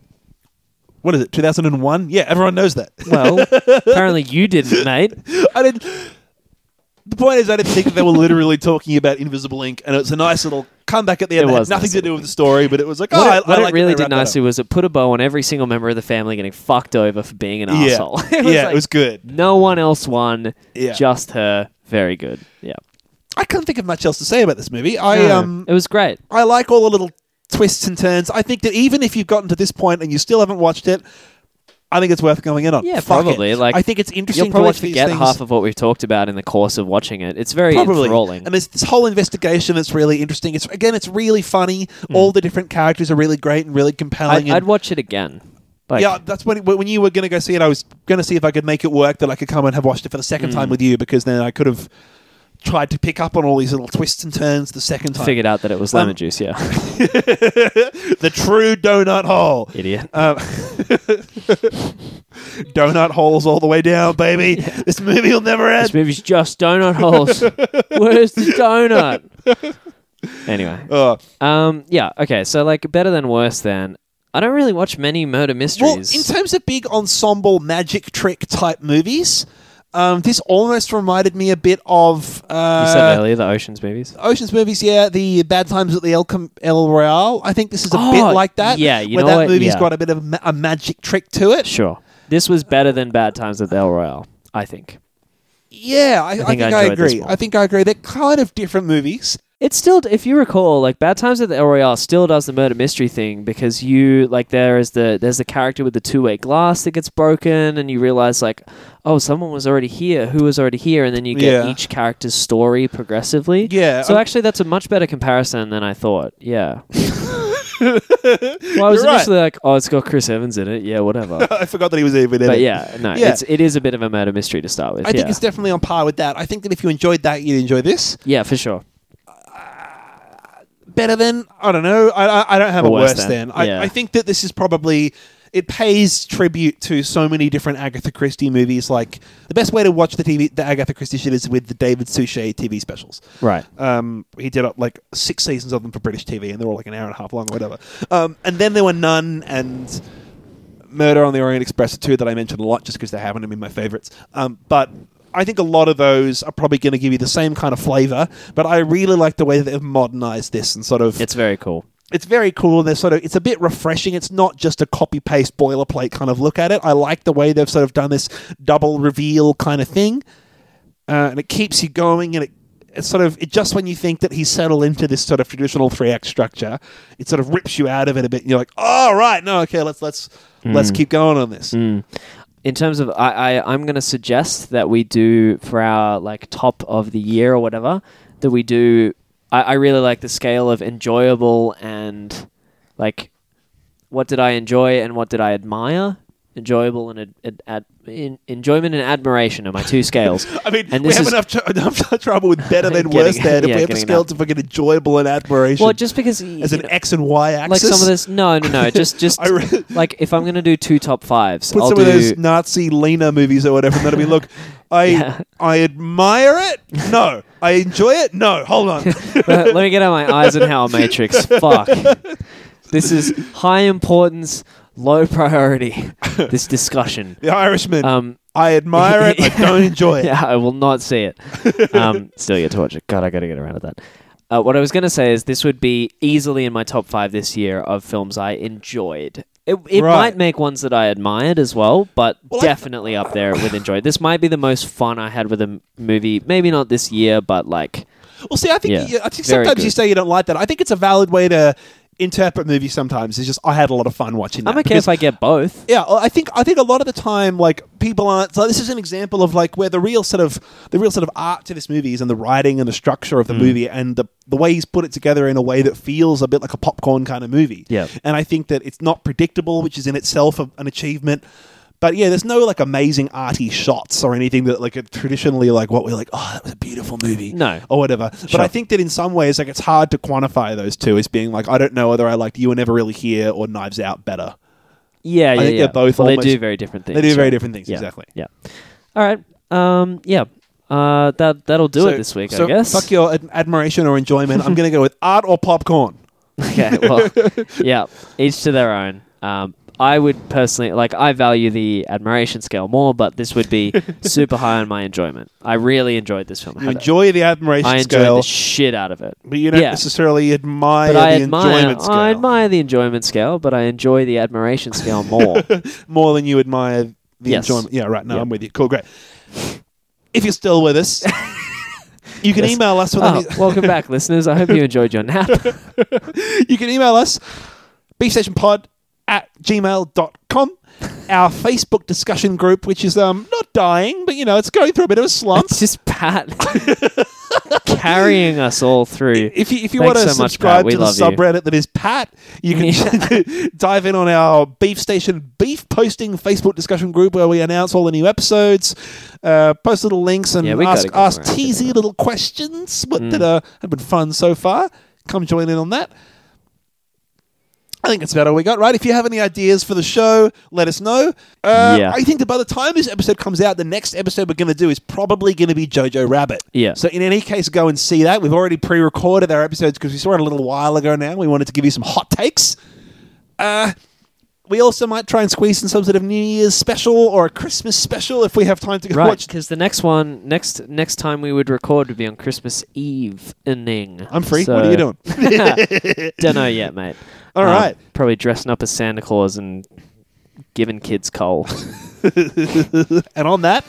[SPEAKER 2] what is it? Two thousand and one? Yeah, everyone knows that.
[SPEAKER 1] Well, apparently you didn't, mate.
[SPEAKER 2] I didn't. The point is, I didn't think that they were literally talking about Invisible Ink, and it was a nice little comeback at the end.
[SPEAKER 1] It
[SPEAKER 2] It, had
[SPEAKER 1] was
[SPEAKER 2] nothing
[SPEAKER 1] nice
[SPEAKER 2] to do with the story, but it was like, oh,
[SPEAKER 1] What
[SPEAKER 2] I,
[SPEAKER 1] it,
[SPEAKER 2] I
[SPEAKER 1] what
[SPEAKER 2] like
[SPEAKER 1] it really
[SPEAKER 2] that they
[SPEAKER 1] did
[SPEAKER 2] wrapped that
[SPEAKER 1] nicely was it put a bow on every single member of the family getting fucked over for being an
[SPEAKER 2] up. yeah,
[SPEAKER 1] asshole.
[SPEAKER 2] yeah,
[SPEAKER 1] like,
[SPEAKER 2] it was good.
[SPEAKER 1] No one else won.
[SPEAKER 2] Yeah.
[SPEAKER 1] Just her. Very good. Yeah.
[SPEAKER 2] I couldn't think of much else to say about this movie. I
[SPEAKER 1] No,
[SPEAKER 2] um,
[SPEAKER 1] it was great.
[SPEAKER 2] I like all the little twists and turns. I think that even if you've gotten to this point and you still haven't watched it, I think it's worth going in on.
[SPEAKER 1] Yeah,
[SPEAKER 2] Fuck it.
[SPEAKER 1] probably, like,
[SPEAKER 2] I think it's interesting
[SPEAKER 1] You'll probably
[SPEAKER 2] to watch these
[SPEAKER 1] forget
[SPEAKER 2] things.
[SPEAKER 1] half of what we've talked about in the course of watching it. It's very
[SPEAKER 2] probably
[SPEAKER 1] enthralling.
[SPEAKER 2] and there's this whole investigation that's really interesting it's again it's really funny all the different characters are really great and really compelling
[SPEAKER 1] Hmm. I'd,
[SPEAKER 2] and
[SPEAKER 1] I'd watch it again. Like,
[SPEAKER 2] yeah, that's when when you were going to go see it. I was going to see if I could make it work that I could come and have watched it for the second
[SPEAKER 1] Hmm.
[SPEAKER 2] time with you because then I could have tried to pick up on all these little twists and turns the second time.
[SPEAKER 1] figured out that it was
[SPEAKER 2] Um,
[SPEAKER 1] lemon juice. Yeah,
[SPEAKER 2] the true donut hole.
[SPEAKER 1] idiot.
[SPEAKER 2] Um, donut holes all the way down, baby. This movie will never
[SPEAKER 1] This
[SPEAKER 2] end.
[SPEAKER 1] movie's just donut holes. Where's the donut? Anyway,
[SPEAKER 2] Uh,
[SPEAKER 1] um, yeah, okay. So like, better than worse than. I don't really watch many murder
[SPEAKER 2] well,
[SPEAKER 1] mysteries.
[SPEAKER 2] in terms of big ensemble magic trick type movies, um, this almost reminded me a bit of. Uh,
[SPEAKER 1] you said earlier the oceans movies.
[SPEAKER 2] Ocean's movies, yeah, the Bad Times at the El, Com- El Royale. I think this is a
[SPEAKER 1] Oh,
[SPEAKER 2] bit like that.
[SPEAKER 1] yeah, you
[SPEAKER 2] where
[SPEAKER 1] know
[SPEAKER 2] that
[SPEAKER 1] what?
[SPEAKER 2] movie's
[SPEAKER 1] Yeah.
[SPEAKER 2] got a bit of ma- a magic trick to it.
[SPEAKER 1] Sure, this was better than Bad Times at the El Royale. I think
[SPEAKER 2] Yeah, I, I think, I,
[SPEAKER 1] I enjoyed this
[SPEAKER 2] agree.
[SPEAKER 1] more.
[SPEAKER 2] I think I agree. They're kind of different movies.
[SPEAKER 1] It's still, if you recall, like Bad Times at the El Royale still does the murder mystery thing because you like there is the there's the character with the two way glass that gets broken and you realize like, oh, someone was already here, who was already here, and then you get
[SPEAKER 2] Yeah.
[SPEAKER 1] each character's story progressively.
[SPEAKER 2] Yeah,
[SPEAKER 1] So
[SPEAKER 2] um,
[SPEAKER 1] actually, that's a much better comparison than I thought. Yeah. well, I was
[SPEAKER 2] You're right.
[SPEAKER 1] initially like, oh, it's got Chris Evans in it. Yeah, whatever.
[SPEAKER 2] I forgot that he was even in
[SPEAKER 1] but
[SPEAKER 2] it.
[SPEAKER 1] yeah, no,
[SPEAKER 2] Yeah.
[SPEAKER 1] it's it is a bit of a murder mystery to start with.
[SPEAKER 2] I think
[SPEAKER 1] yeah.
[SPEAKER 2] it's definitely on par with that. I think that if you enjoyed that, you'd enjoy this
[SPEAKER 1] yeah, for sure.
[SPEAKER 2] better than I don't know. I I, I don't have
[SPEAKER 1] Or
[SPEAKER 2] a
[SPEAKER 1] worse
[SPEAKER 2] worse
[SPEAKER 1] than,
[SPEAKER 2] than. I,
[SPEAKER 1] yeah.
[SPEAKER 2] I think that this is probably it pays tribute to so many different Agatha Christie movies. Like the best way to watch the TV the Agatha Christie shit is with the David Suchet TV specials.
[SPEAKER 1] Right.
[SPEAKER 2] Um, he did uh, like six seasons of them for British TV, and they're all like an hour and a half long or whatever. Um, and then there were none and Murder on the Orient Express are two that I mentioned a lot just because they happen to be my favorites. Um, but I think a lot of those are probably going to give you the same kind of flavor. But I really like the way that they've modernized this and sort of
[SPEAKER 1] It's very cool.
[SPEAKER 2] it's very cool and they're sort of it's a bit refreshing it's not just a copy paste boilerplate kind of look at it i like the way they've sort of done this double reveal kind of thing uh, and it keeps you going and it it's sort of it just when you think that he's settled into this sort of traditional three act structure it sort of rips you out of it a bit and you're like oh right no okay let's let's
[SPEAKER 1] Hmm.
[SPEAKER 2] let's keep going on this
[SPEAKER 1] in terms of I, I I'm gonna suggest that we do for our like top of the year or whatever that we do I, I really like the scale of enjoyable and like what did I enjoy and what did I admire enjoyable and ad, ad, ad, in, enjoyment and admiration are my two scales
[SPEAKER 2] I mean,
[SPEAKER 1] And
[SPEAKER 2] we
[SPEAKER 1] this
[SPEAKER 2] have
[SPEAKER 1] is-
[SPEAKER 2] enough, tr- enough trouble with better than
[SPEAKER 1] Getting-
[SPEAKER 2] worse than
[SPEAKER 1] yeah,
[SPEAKER 2] if we have to
[SPEAKER 1] getting
[SPEAKER 2] scale
[SPEAKER 1] enough.
[SPEAKER 2] to fucking enjoyable and admiration
[SPEAKER 1] well just because y-
[SPEAKER 2] as
[SPEAKER 1] you
[SPEAKER 2] an
[SPEAKER 1] know,
[SPEAKER 2] X and Y axis.
[SPEAKER 1] like some of this no no no just just
[SPEAKER 2] I re-
[SPEAKER 1] like if I'm gonna do two top fives
[SPEAKER 2] put
[SPEAKER 1] I'll
[SPEAKER 2] some
[SPEAKER 1] do
[SPEAKER 2] of those Nazi Lena movies or whatever, and that'll be look. I
[SPEAKER 1] Yeah.
[SPEAKER 2] I admire it. No, I enjoy it. No, hold on.
[SPEAKER 1] let me get out my Eisenhower matrix. Fuck. This is high importance, low priority. This discussion.
[SPEAKER 2] the Irishman.
[SPEAKER 1] Um,
[SPEAKER 2] I admire it. I don't enjoy it.
[SPEAKER 1] yeah, I will not see it. Um, still your torture. God, I got to get around to that. Uh, what I was going to say is this would be easily in my top five this year of films I enjoyed. It, it
[SPEAKER 2] Right.
[SPEAKER 1] might make ones that I admired as well, but
[SPEAKER 2] Well, I-
[SPEAKER 1] definitely up there with enjoyed. This might be the most fun I had with a m- movie. Maybe not this year, but like
[SPEAKER 2] Well, see, I think,
[SPEAKER 1] Yeah,
[SPEAKER 2] you- I think
[SPEAKER 1] very
[SPEAKER 2] sometimes you
[SPEAKER 1] good.
[SPEAKER 2] say you don't like that. I think it's a valid way to interpret movies. Sometimes it's just I had a lot of fun watching. That
[SPEAKER 1] I'm okay
[SPEAKER 2] because-
[SPEAKER 1] if I get both.
[SPEAKER 2] yeah, well, I think I think a lot of the time, like people aren't. So this is an example of like where the real sort of the real sort of art to this movie is in the writing and the structure
[SPEAKER 1] Mm.
[SPEAKER 2] of the movie and the the way he's put it together in a way that feels a bit like a popcorn kind of movie.
[SPEAKER 1] Yeah.
[SPEAKER 2] and I think that it's not predictable, which is in itself a, an achievement. But yeah, there's no like amazing arty shots or anything that like are traditionally like what we're like, oh, that was a beautiful movie.
[SPEAKER 1] No.
[SPEAKER 2] or whatever. But
[SPEAKER 1] Sure.
[SPEAKER 2] I think that in some ways, like it's hard to quantify those two as being like I don't know whether I liked You Were Never Really Here or Knives Out better.
[SPEAKER 1] Yeah, yeah,
[SPEAKER 2] think
[SPEAKER 1] yeah.
[SPEAKER 2] they're both
[SPEAKER 1] Well,
[SPEAKER 2] almost-
[SPEAKER 1] they do very different things.
[SPEAKER 2] They do very
[SPEAKER 1] right?
[SPEAKER 2] different things,
[SPEAKER 1] Yeah.
[SPEAKER 2] exactly.
[SPEAKER 1] Yeah. All right. Um. Yeah. Uh. That that'll do it this week,
[SPEAKER 2] so
[SPEAKER 1] I guess.
[SPEAKER 2] Fuck your ad- admiration or enjoyment. I'm going to go with art or popcorn.
[SPEAKER 1] okay. Well. yeah. Each to their own. Um. I would personally like. I value the admiration scale more, but this would be super high on my enjoyment. I really enjoyed this film. I
[SPEAKER 2] You
[SPEAKER 1] had a-
[SPEAKER 2] enjoy the admiration
[SPEAKER 1] I enjoyed
[SPEAKER 2] scale,
[SPEAKER 1] the shit out of it.
[SPEAKER 2] but you don't
[SPEAKER 1] yeah.
[SPEAKER 2] necessarily admire
[SPEAKER 1] But I
[SPEAKER 2] the
[SPEAKER 1] admire,
[SPEAKER 2] enjoyment scale
[SPEAKER 1] I admire the enjoyment scale, but I enjoy the admiration scale more.
[SPEAKER 2] more than you admire the
[SPEAKER 1] Yes.
[SPEAKER 2] enjoyment. Yeah, right. No,
[SPEAKER 1] Yeah.
[SPEAKER 2] I'm with you. Cool, great. If you're still with us, you can
[SPEAKER 1] Yes.
[SPEAKER 2] email us with
[SPEAKER 1] oh,
[SPEAKER 2] any-
[SPEAKER 1] welcome back, listeners. I hope you enjoyed your nap. Oh.
[SPEAKER 2] you can email us beefstationpod at gmail.com our facebook discussion group which is um not dying but you know it's going through a bit of a slump
[SPEAKER 1] It's just Pat carrying us all through.
[SPEAKER 2] if you, if you want
[SPEAKER 1] Thanks
[SPEAKER 2] to
[SPEAKER 1] so much,
[SPEAKER 2] subscribe
[SPEAKER 1] Pat. We
[SPEAKER 2] to the
[SPEAKER 1] love you.
[SPEAKER 2] subreddit that is Pat, you can dive in on our Beef Station Beef posting Facebook discussion group where we announce all the new episodes, uh, post little links, and
[SPEAKER 1] Yeah, we
[SPEAKER 2] ask,
[SPEAKER 1] gotta get
[SPEAKER 2] ask
[SPEAKER 1] more active Mm.
[SPEAKER 2] teasy
[SPEAKER 1] now.
[SPEAKER 2] little questions what, that uh, have been fun so far. Come join in on that. I think that's about all we got, right? If you have any ideas for the show, let us know. Uh,
[SPEAKER 1] Yeah.
[SPEAKER 2] I think that by the time this episode comes out, the next episode we're going to do is probably going to be Jojo Rabbit.
[SPEAKER 1] Yeah.
[SPEAKER 2] So in any case, go and see that. We've already pre-recorded our episodes because we saw it a little while ago. Now we wanted to give you some hot takes. Uh, we also might try and squeeze in some sort of New Year's special or a Christmas special if we have time to go
[SPEAKER 1] Right,
[SPEAKER 2] watch.
[SPEAKER 1] because the next one, next next time we would record would be on Christmas Eve evening.
[SPEAKER 2] I'm free. What are you doing?
[SPEAKER 1] doing? Don't know yet, mate.
[SPEAKER 2] All
[SPEAKER 1] All right.
[SPEAKER 2] right.
[SPEAKER 1] Probably dressing up as Santa Claus and giving kids coal.
[SPEAKER 2] And on that,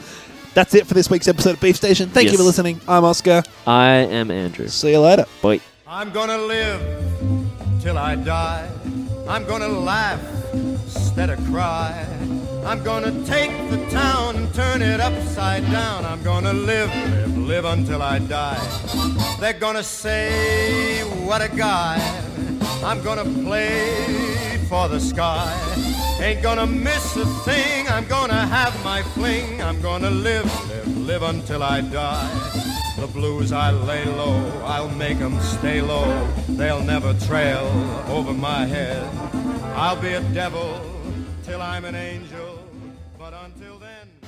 [SPEAKER 2] that's it for this week's episode of Beef Station. Thank you
[SPEAKER 1] Yes.
[SPEAKER 2] for listening. I'm Oscar.
[SPEAKER 1] I am Andrew.
[SPEAKER 2] See you later.
[SPEAKER 1] Boy.
[SPEAKER 3] I'm gonna live till I die. I'm gonna laugh instead of cry. I'm gonna take the town and turn it upside down. I'm gonna live, live, live until I die. They're gonna say, what a guy. I'm gonna play for the sky. Ain't gonna miss a thing. I'm gonna have my fling. I'm gonna live, live, live until I die. The blues I lay low, I'll make 'em stay low. They'll never trail over my head. I'll be a devil till I'm an angel, but until then.